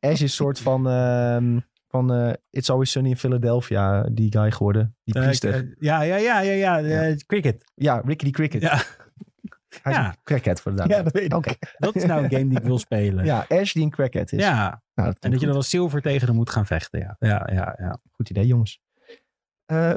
Ash is soort van, ehm, van eh, It's Always Sunny in Philadelphia, die guy geworden. Die priester.
Eh, ja, ja, ja, ja, ja. eh, cricket.
ja, Rickety Cricket.
Ja.
Hij is
Ja.
een crackhead voor de
Ja,
duidelijkheid.
dat weet ik.
Oké.
Dat is nou een game die ik wil spelen. Ja.
Ja, Ash die een crackhead is. Nou, dat
En dat je
goed.
dan als zilver tegen hem moet gaan vechten. Ja, ja, ja. ja.
Goed idee, jongens. Eh,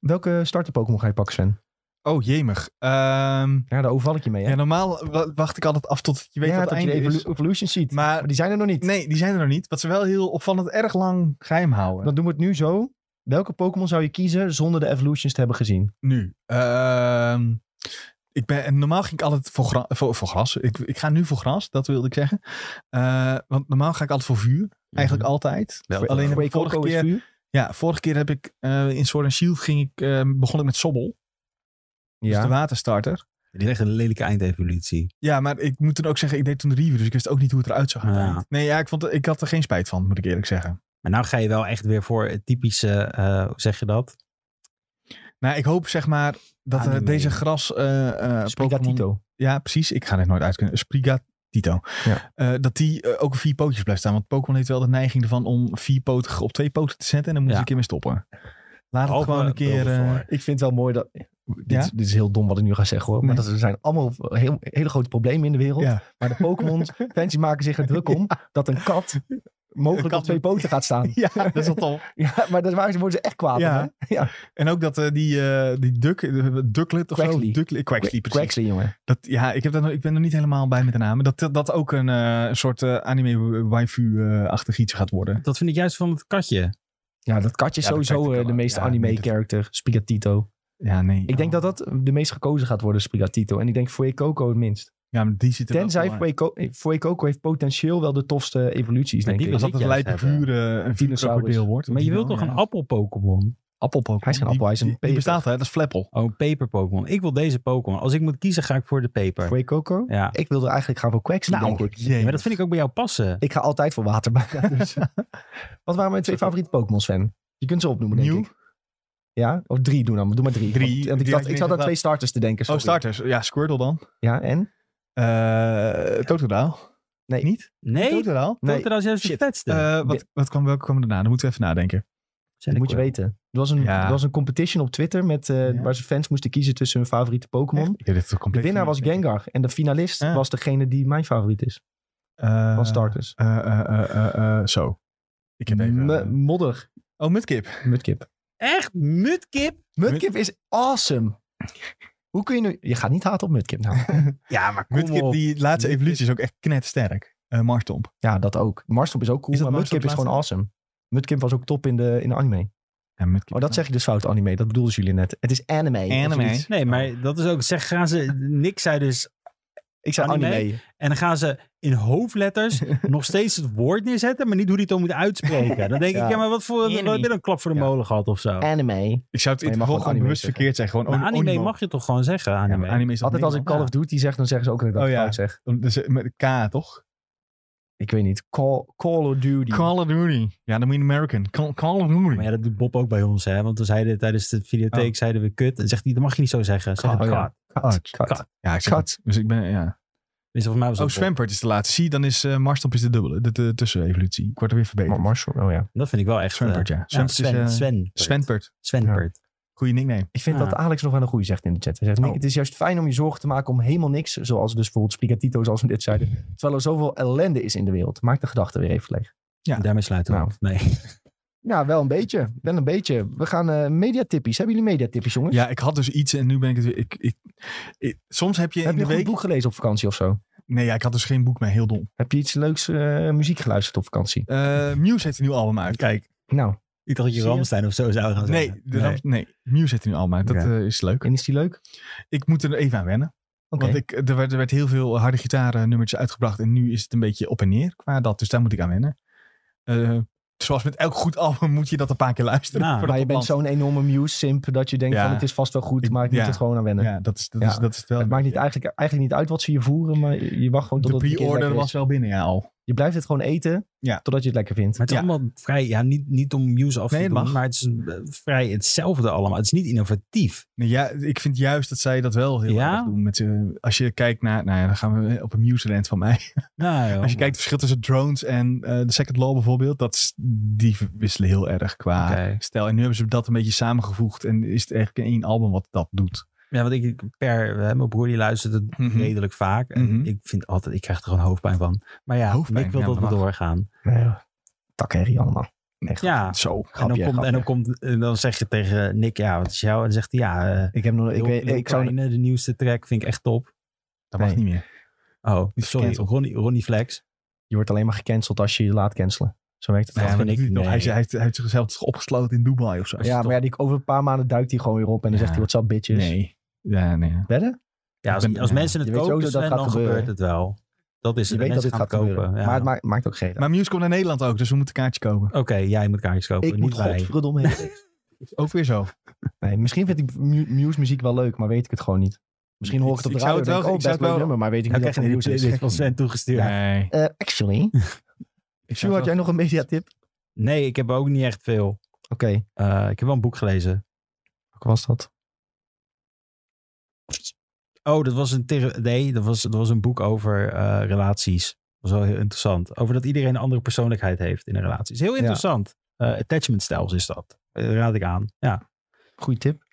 welke starter Pokémon ga je pakken, Sven?
Oh, jemig. Ehm,
Ja, daar overval ik je mee, hè?
ja, normaal wa- wacht ik altijd af tot je weet
Ja,
wat het
dat je
einde
de
is.
evolu- Evolution ziet. Maar
Maar
die zijn er nog niet.
nee, die zijn er nog niet. Wat ze wel heel opvallend erg lang geheim houden.
Dan doen we het nu zo. Welke Pokémon zou je kiezen zonder de Evolutions te hebben gezien?
Nu. Ehm, ik ben, en normaal ging ik altijd voor, gra- voor, voor gras. Ik, ik ga nu voor gras, dat wilde ik zeggen. Eh, want normaal ga ik altijd voor vuur. Eigenlijk altijd.
Ja,
Alleen heb ik
Quake
vorige
Coco is
keer
vuur.
Ja, vorige keer heb ik eh, in Sword and Shield ging ik, eh, begon ik met Sobbel. Dus de
Ja.
waterstarter.
Die is echt een lelijke eindevolutie.
Ja, maar ik moet toen ook zeggen, ik deed toen de review, dus ik wist ook niet hoe het eruit zag. aan het
Ja.
eind. Nee, ja, ik, vond, ik had er geen spijt van, moet ik eerlijk zeggen.
Maar nou ga je wel echt weer voor het typische, eh, hoe zeg je dat?
Nou, ik hoop zeg maar dat eh,
Anime.
deze gras eh eh Pokémon-
Sprigatito.
Ja, precies. Ik ga dit nooit uit kunnen. Sprigatito.
Ja.
Eh, dat die eh, ook op vier pootjes blijft staan. Want Pokémon heeft wel de neiging ervan om vierpotig op twee poten te zetten. En dan moet
Ja.
je een keer mee stoppen. Laat het
Behalve
gewoon een keer... eh,
Bulbasaur.
Ik vind het wel mooi dat... Dit,
Ja?
is, dit is heel dom wat ik nu ga zeggen hoor. Maar
Nee.
dat er zijn allemaal heel, hele grote problemen in de wereld.
ja.
Maar de Pokémons, fans die maken zich er druk om dat een kat mogelijk
Een kat
op twee poten gaat staan.
ja, dat is wel tof.
Ja, maar daar waren ze- worden ze echt kwaad
Ja.
om, hè? Ja.
En ook dat eh, die, eh die duck, eh, ducklet of
Quackly.
zo. Ducklet, Quackly, precies.
Quackly, jongen.
Dat, ja, ik, heb dat, nog- ik ben er niet helemaal bij met de namen. Dat, dat, dat ook een, eh, een soort eh, anime waifu-achtig iets gaat worden.
Dat vind ik juist van het katje.
Ja, dat katje is
Ja, dat
sowieso
kijkt
eh,
ook
de
wel.
meeste
Ja, nee, dat-
anime-character. Sprigatito.
Ja, nee.
Ik denk dat dat de meest gekozen gaat worden, Sprigatito. En ik denk Fuecoco Coco het minst.
Ja, maar die zit er wel
Tenzij eh,
voor uit.
Fuecoco Coco heeft potentieel wel de tofste evoluties, denk
die
ik.
Als dat
wil
een
ik juist
lijpe
hebben.
vuur, eh, een
Dinosaurus.
vuurkrokodil wordt.
Maar je
Die
wilt
wel,
toch
ja.
een appel-Pokémon?
appelpokémon?
Hij is geen
Die-
appel, hij is een
die- Die
peper.
bestaat hè, dat is Flappel.
Oh, een paper-Pokémon. Ik wil deze Pokémon. Als ik moet kiezen, ga ik voor de paper.
Fuecoco? Coco?
Ja.
Ik wilde eigenlijk gaan voor Quaxley,
Nou,
denk ik.
jee.
Ja, maar dat vind ik ook bij jou passen.
Ik ga altijd voor water bijna, dus. Wat waren mijn twee favoriete Pokémon, Sven? Je kunt ze opnoemen, denk
Mew.
ik. Ja? Of drie doen dan. Doe maar drie.
Drie.
Want- Want, ik,
Die had
dacht, ik zat
je
aan
inderdaad.
twee starters te denken.
Oh,
sorry.
starters. Ja, Squirtle dan.
Ja, en?
Eh Totodile.
Nee.
Niet?
Nee,
Totodile.
Nee,
Totodile is juist de
Shit.
vetste.
Eh, wat, wat kwam, welke kwam daarna? Dan moeten we even nadenken.
dat
Zijn ik
moet je
wel.
weten. Er was, een,
Ja.
er was een competition op Twitter met, eh,
Ja.
waar ze fans moesten kiezen tussen hun favoriete Pokémon.
Ik weet het toch
De
compleet
winnaar was
niet.
Gengar. En de finalist
Ja.
was degene die mijn favoriet is.
Eh,
Van starters.
eh, eh, eh, eh, eh, zo. Ik heb even... eh,
M- modder.
oh, Mudkip.
Mudkip.
Echt? Mutkip?
Mudkip is awesome. Hoe kun je nu... Je gaat niet haten op Mudkip nou.
Ja, maar kom
Mudkip,
op.
die laatste
Mudkip.
evolutie is ook echt knetsterk. Eh Marstomp.
ja, dat ook. Marstomp is ook cool,
Is dat
maar Mudkip is
Marstomp
gewoon awesome. Mudkip was ook top in de, in de anime.
Ja, Mudkip.
Oh, dat zeg je dus fout, anime. Dat bedoelden jullie net. Het is anime. of
Anime.
zoiets.
Nee, maar dat is ook, zeg, gaan ze, niks zei dus,
Ik zei anime.
Anime? en dan gaan ze in hoofdletters nog steeds het woord neerzetten, maar niet hoe die het dan moet uitspreken. Dan denk
Ja.
ik, ja, maar wat voor, wat,
Anime.
heb je dan klap voor de
Ja.
molen gehad of
Oh.
zo?
Anime.
Ik zou het in
Maar je mag
het geval
gewoon
gewoon
anime
bewust
zeggen.
verkeerd zeggen. Gewoon
Maar
on-
anime
onimo.
mag je toch gewoon zeggen,
Ja,
anime.
maar anime is dat
Altijd als ik
Nederlands.
Call of Duty zeg, dan zeggen ze ook dat ik dat
Oh, ja.
fout zeg.
Dus, eh, Met K, toch?
Ik weet niet. Call, Call of Duty.
Call of Duty. Ja, dan moet je een American. Call, Call of Duty.
Maar ja, dat doet Bob ook bij ons, hè. Want we zeiden tijdens de videotheek,
Oh.
zeiden we kut. En zegt hij, dat mag je niet zo zeggen. Zeg het
Oh, ja.
kwaad.
Kat.
Kat.
Kat.
Ja, ik zeg
Kat.
het. Dus ik ben, ja.
Dus volgens mij was
Oh,
dat Bob.
Swampert is de laatste. Zie, dan is eh Marstomp is de dubbele. De, de tussenevolutie. Ik word er weer verbeterd.
Maar Marshall, oh ja.
Dat vind ik wel echt... eh,
Swampert, ja.
ja,
Swampert is... eh,
Sven, Sven.
Svenpert.
Svenpert.
Goeie nickname.
Ik vind
Ah.
dat Alex nog wel een goede zegt in de chat. Hij zegt, Nick,
Oh.
het is juist fijn om je zorgen te maken om helemaal niks. Zoals dus bijvoorbeeld Sprigatito, zoals we dit zeiden. Terwijl er zoveel ellende is in de wereld. Maak de gedachten weer even leeg.
Ja.
Daarmee sluiten we
Nou.
af. Nee.
Ja, wel een beetje. Wel een beetje. We gaan eh mediatippies. Hebben jullie mediatippies, jongens?
Ja, ik had dus iets en nu ben ik het weer... Ik, ik, ik- soms heb je
Heb je
in de
een goed
week...
boek gelezen op vakantie of zo?
Nee, ja, ik had dus geen boek meer. Heel dom.
Heb je iets leuks eh, muziek geluisterd op vakantie?
Eh Muse heeft een nieuw album uit. Kijk.
Nou,
Ik dacht dat je
Zie je?
Ramstein of zo zou gaan zeggen.
Nee, de Ram- nee. Muse zit hij nu al, maar dat
Oké.
eh, is leuk.
En is die leuk?
Ik moet er even aan wennen.
Oké.
Want ik, er, werd, er werd heel veel harde gitaarnummertjes uitgebracht. En nu is het een beetje op en neer qua dat. Dus daar moet ik aan wennen. Eh, zoals met elk goed album moet je dat een paar keer luisteren.
Nou,
voordat
Maar je
het
bent
landt.
zo'n enorme Muse-simp dat je denkt
Ja.
van het is vast wel goed,
Ik-
maar ik moet
ja.
het gewoon aan wennen.
Ja, dat is, dat
Ja.
is, dat is het wel.
het maakt niet, eigenlijk, eigenlijk niet uit wat ze je voeren, maar je je wacht gewoon
de
totdat het een keer
pre-order
lekker is.
was wel binnen, ja, al.
Je blijft het gewoon eten
Ja.
totdat je het lekker vindt.
Maar het is
Ja.
allemaal vrij, ja, niet, niet om Muse af te
Nee,
doen,
dat mag.
maar het is eh, vrij hetzelfde allemaal. Het is niet innovatief.
Nee, ja, ik vind juist dat zij dat wel heel
Ja?
erg doen. Met, eh, als je kijkt naar, nou ja, dan gaan we op een museland van mij.
Nou, joh.
Als je kijkt het verschil tussen drones en eh de Second Law bijvoorbeeld, dat is, die wisselen heel erg qua
Oké.
stijl. En nu hebben ze dat een beetje samengevoegd en is het eigenlijk in één album wat dat doet.
Ja, want ik per, hè, mijn broer die luistert het
Mhm.
redelijk vaak. En
Mhm.
ik vind altijd, ik krijg er gewoon hoofdpijn van. Maar ja,
Hoofdpijn?
ik wil
Ja,
dat we
maar wacht.
doorgaan.
Nee, joh. Takkerrie allemaal. Nee, grapje.
Ja,
Zo.
grapje,
en, dan komt, en,
grapje.
dan komt, en dan zeg je tegen Nick, ja, wat is jou? En dan zegt hij, ja, eh,
Ik, heb nog, ik,
Lil-
weet,
Lil
ik zou...
Kleine, de nieuwste track, vind ik echt top.
Dat
Nee.
mag niet meer.
Oh,
Die is
sorry,
gecanceld.
Ronnie, Ronnie Flex.
Je wordt alleen maar gecanceld als je je laat cancelen. Zo werkt het
Ja,
gewoon.
maar
dat
ik-
doet hij nog.
nee.
Hij, is- hij heeft, hij heeft zichzelf opgesloten in Dubai of zo.
Ja, maar ja, die, over een paar maanden duikt hij gewoon weer op en dan
Ja.
zegt hij, what's up bitches.
Nee. Ja, nee. ja.
Wedden?
Ja, als,
Ik ben-
als
ja.
mensen het
Je weet
kopen,
sowieso dat
Sven,
gaat
dan
gebeuren.
gebeurt het wel. Dat is
Je
het.
weet dat
mensen
dit
gaan
gaat
het kopen.
gebeuren.
ja.
Maar het maakt, maakt ook geen
Maar Muse komt naar Nederland ook, dus we moeten een kaartje kopen.
Oké, jij moet kaartjes kopen,
Ik
niet
moet
wij.
godverdomme heen.
Ook weer zo.
Nee, misschien vind ik mu- Muse muziek wel leuk, maar weet ik het gewoon niet. Misschien hoor ik het op
Ik
de
zou
radio en
het
denk,
wel-
oh, best
ik zou
leuk
het wel-
nummer, maar weet ik
Dan
niet
krijg
of
je
het
een
Muse is.
playlist van Sven toegestuurd.
Nee.
Eh, actually,
Ik
Sjoerd, had jij nog een mediatip?
Nee, ik heb ook niet echt veel.
Oké,
Eh, ik heb wel een boek gelezen.
welke was dat?
Oh, dat was een, thera- nee, dat was, dat was een boek over eh, relaties. Dat was wel heel interessant. Over dat iedereen een andere persoonlijkheid heeft in een relatie. Is heel interessant. Eh, attachment styles is dat. Eh, raad ik aan. Ja.
Goeie tip.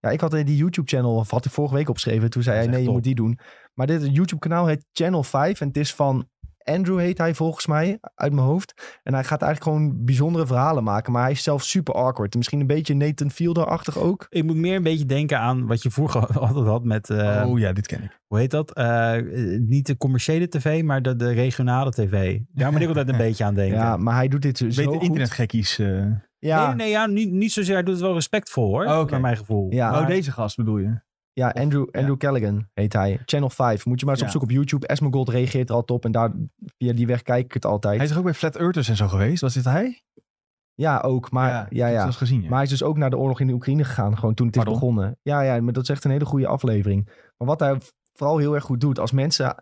Ja, ik had eh, die YouTube-channel, of had ik vorige week opgeschreven. Toen zei
Dat
hij,
is
nee,
echt
je
top.
moet die doen. Maar dit YouTube-kanaal heet Channel 5 en het is van... Andrew heet hij volgens mij, uit mijn hoofd. En hij gaat eigenlijk gewoon bijzondere verhalen maken. Maar hij is zelf super awkward. Misschien een beetje Nathan Fielder-achtig ook.
Ik moet meer een beetje denken aan wat je vroeger altijd had met, eh,
oh ja, dit ken ik.
hoe heet dat? Eh, eh, niet de commerciële tv, maar de, de regionale tv. Daar moet ik altijd een beetje aan denken.
Ja, maar hij doet dit zo
Weet de
goed.
internetgekkies. eh.
Ja,
Nee, nee, ja, niet, niet zozeer. Hij doet het wel respectvol hoor,
Oh, oké.
naar mijn gevoel.
Ja.
Oh,
Maar-
deze gast bedoel je?
ja Andrew, Andrew Callaghan heet hij. Channel 5. Moet je maar eens
Ja.
opzoeken op YouTube. Esmergold reageert er altijd op. En daar, via die weg kijk ik het altijd.
Hij is toch ook bij Flat Earthers en zo geweest? Was dit hij?
Ja, ook. Maar ja,
ik
ja.
heb het wel eens gezien. ja.
Maar hij is dus ook naar de oorlog in de Oekraïne gegaan, gewoon toen het
Pardon?
is begonnen. Ja, ja, maar dat is echt een hele goede aflevering. Maar wat hij vooral heel erg goed doet, als mensen...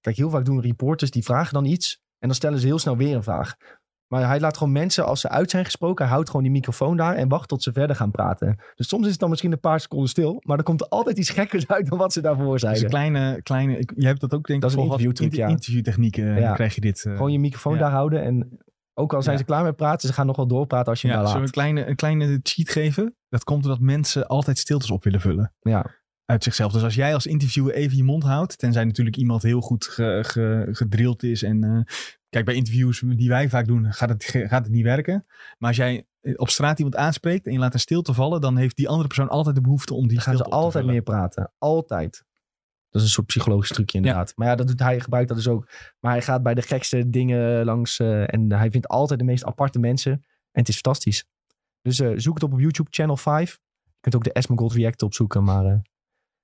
Kijk, heel vaak doen reporters, die vragen dan iets en dan stellen ze heel snel weer een vraag. Maar hij laat gewoon mensen, als ze uit zijn gesproken, hij houdt gewoon die microfoon daar en wacht tot ze verder gaan praten. Dus soms is het dan misschien een paar seconden stil, maar dan komt er altijd iets gekkers uit dan wat ze daarvoor
Dus een
zeiden.
kleine, kleine ik, jij hebt dat ook denk ik
Dat is een
wel gehad.
interviewtruc, ja.
Inter- interviewtechnieken eh,
Ja.
krijg je dit. eh.
Gewoon je microfoon
ja.
daar houden en ook al zijn
Ja.
ze klaar met praten, ze gaan nog wel doorpraten als je hem
ja,
daar
zullen we
laat.
een kleine, een kleine cheat geven? Dat komt omdat mensen altijd stiltes op willen vullen.
Ja.
Uit zichzelf. Dus als jij als interviewer even je mond houdt, tenzij natuurlijk iemand heel goed ge, ge- gedrild is. En eh, kijk, bij interviews die wij vaak doen, gaat het, ge- gaat het niet werken. Maar als jij eh, op straat iemand aanspreekt en je laat een stilte vallen, dan heeft die andere persoon altijd de behoefte om die
Dan gaan
stilte
ze
op te
altijd
vullen.
meer praten. Altijd. Dat is een soort psychologisch trucje inderdaad. Maar ja, dat doet hij, gebruikt dat dus ook. Maar hij gaat bij de gekste dingen langs. eh, en hij vindt altijd de meest aparte mensen. En het is fantastisch. Dus eh, zoek het op op YouTube, Channel 5. Je kunt ook de Esmogold React opzoeken. Maar eh,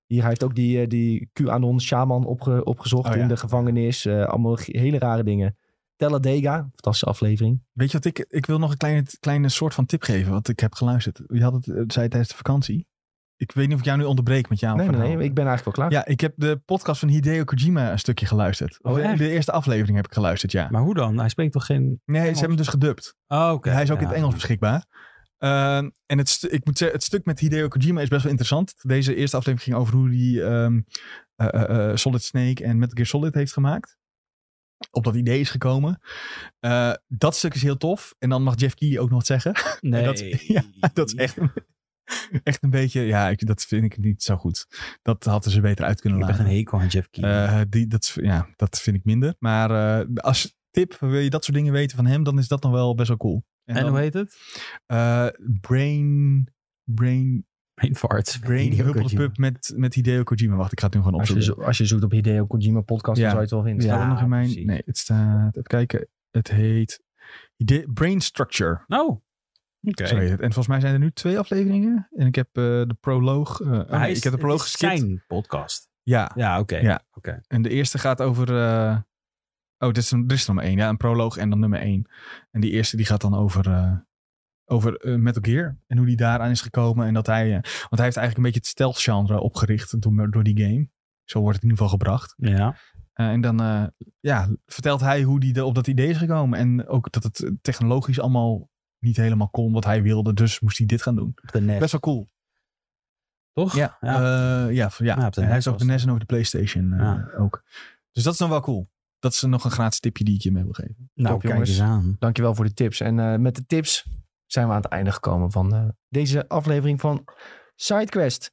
hier, hij heeft ook die, eh, die QAnon shaman opge- opgezocht
Oh ja.
in de gevangenis. eh, allemaal ge- hele rare dingen. Talladega, fantastische aflevering.
Weet je wat ik... Ik wil nog een kleine, kleine soort van tip geven, wat ik heb geluisterd. Je had het, eh, zei tijdens de vakantie. Ik weet niet of ik jou nu onderbreek met jou.
nee, nee, nee, ik ben eigenlijk wel klaar.
Ja, ik heb de podcast van Hideo Kojima een stukje geluisterd.
Oh,
de,
echt?
de eerste aflevering heb ik geluisterd, ja.
Maar hoe dan? Hij spreekt toch geen...
nee, ze
Engels.
hebben hem dus gedubt.
Oh, oké.
Hij is ook in
Ja.
het Engels beschikbaar. Ehm, en het, stu- ik moet zeggen, het stuk met Hideo Kojima is best wel interessant. Deze eerste aflevering ging over hoe hij ehm, eh, eh, eh, Solid Snake en Metal Gear Solid heeft gemaakt. Op dat idee is gekomen. Eh, dat stuk is heel tof. En dan mag Jeff Key ook nog wat zeggen.
Nee.
Dat- ja, Dat is echt, een- echt een beetje... Ja, ik, dat vind ik niet zo goed. Dat hadden ze beter uit kunnen
Ik heb echt
laten.
een hekel aan Jeff Keighley.
Eh, die, dat, is- ja, dat vind ik minder. Maar eh, als tip, wil je dat soort dingen weten van hem, dan is dat nog wel best wel cool.
en
dan,
hoe heet het?
eh, Brain... Brain...
Brain fart.
Brain
Hideo
Hubble
Kojima.
Pub met, met Hideo Kojima. Wacht, ik ga het nu gewoon
Als, je,
opzoeken.
zo- als je zoekt op Hideo Kojima podcast,
Ja.
dan zou je het wel vinden.
Staat
Ja,
het nog in mijn...
precies.
Nee, het staat... Even kijken. Het heet... Hide- Brain Structure.
Oh, Oké.
Zo heet het. En volgens mij zijn er nu twee afleveringen. En ik heb eh, de proloog. eh, oh
Maar
nee,
hij is-
ik heb de
het
proloog
is
geskipt.
Zijn podcast.
Ja.
Ja, oké.
Ja. En de eerste gaat over. eh, oh, dit is een, er is er maar één. Ja, een proloog en dan nummer één. En die eerste die gaat dan over. eh, over eh, Metal Gear. En hoe die daaraan is gekomen. En dat hij. eh, want hij heeft eigenlijk een beetje het stealth genre opgericht door, door die game. Zo wordt het in ieder geval gebracht.
Ja.
Eh, en dan eh, ja, vertelt hij hoe hij op dat idee is gekomen. En ook dat het technologisch allemaal niet helemaal kon wat hij wilde. Dus moest hij dit gaan doen.
Op de NES,
Best wel cool.
toch?
Ja, Eh, ja. v- ja.
Ja, op de
En hij
NES
is ook de
was
NES en ook de PlayStation eh,
Ja.
ook. Dus dat is dan wel cool. Dat is nog een gratis tipje die ik je mee wil geven.
nou,
top,
kijk
jongens.
eens aan.
Ehm, Dankjewel voor de tips. En eh, met de tips zijn we aan het einde gekomen van eh, deze aflevering van SideQuest.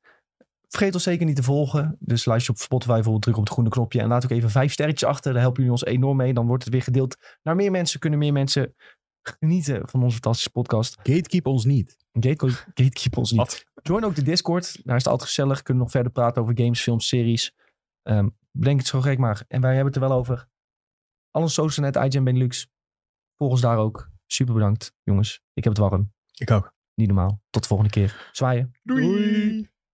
Vergeet ons zeker niet te volgen. Dus luister je op Spotify bijvoorbeeld, druk op het groene knopje. En laat ook even vijf sterretjes achter. Daar helpen jullie ons enorm mee. Dan wordt het weer gedeeld naar meer mensen. Kunnen meer mensen genieten van onze fantastische podcast.
Gatekeep ons niet.
Gate- Gatekeep ons niet.
Wat?
Join ook de Discord. Daar is het altijd gezellig. Kunnen we nog verder praten over games, films, series. Ehm bedenk het zo gek maar. En wij hebben het er wel over. Al ons social net, IGN Benelux. Volg ons daar ook. Super bedankt, jongens. Ik heb het warm.
Ik ook.
Niet normaal. Tot de volgende keer. Zwaaien.
Doei.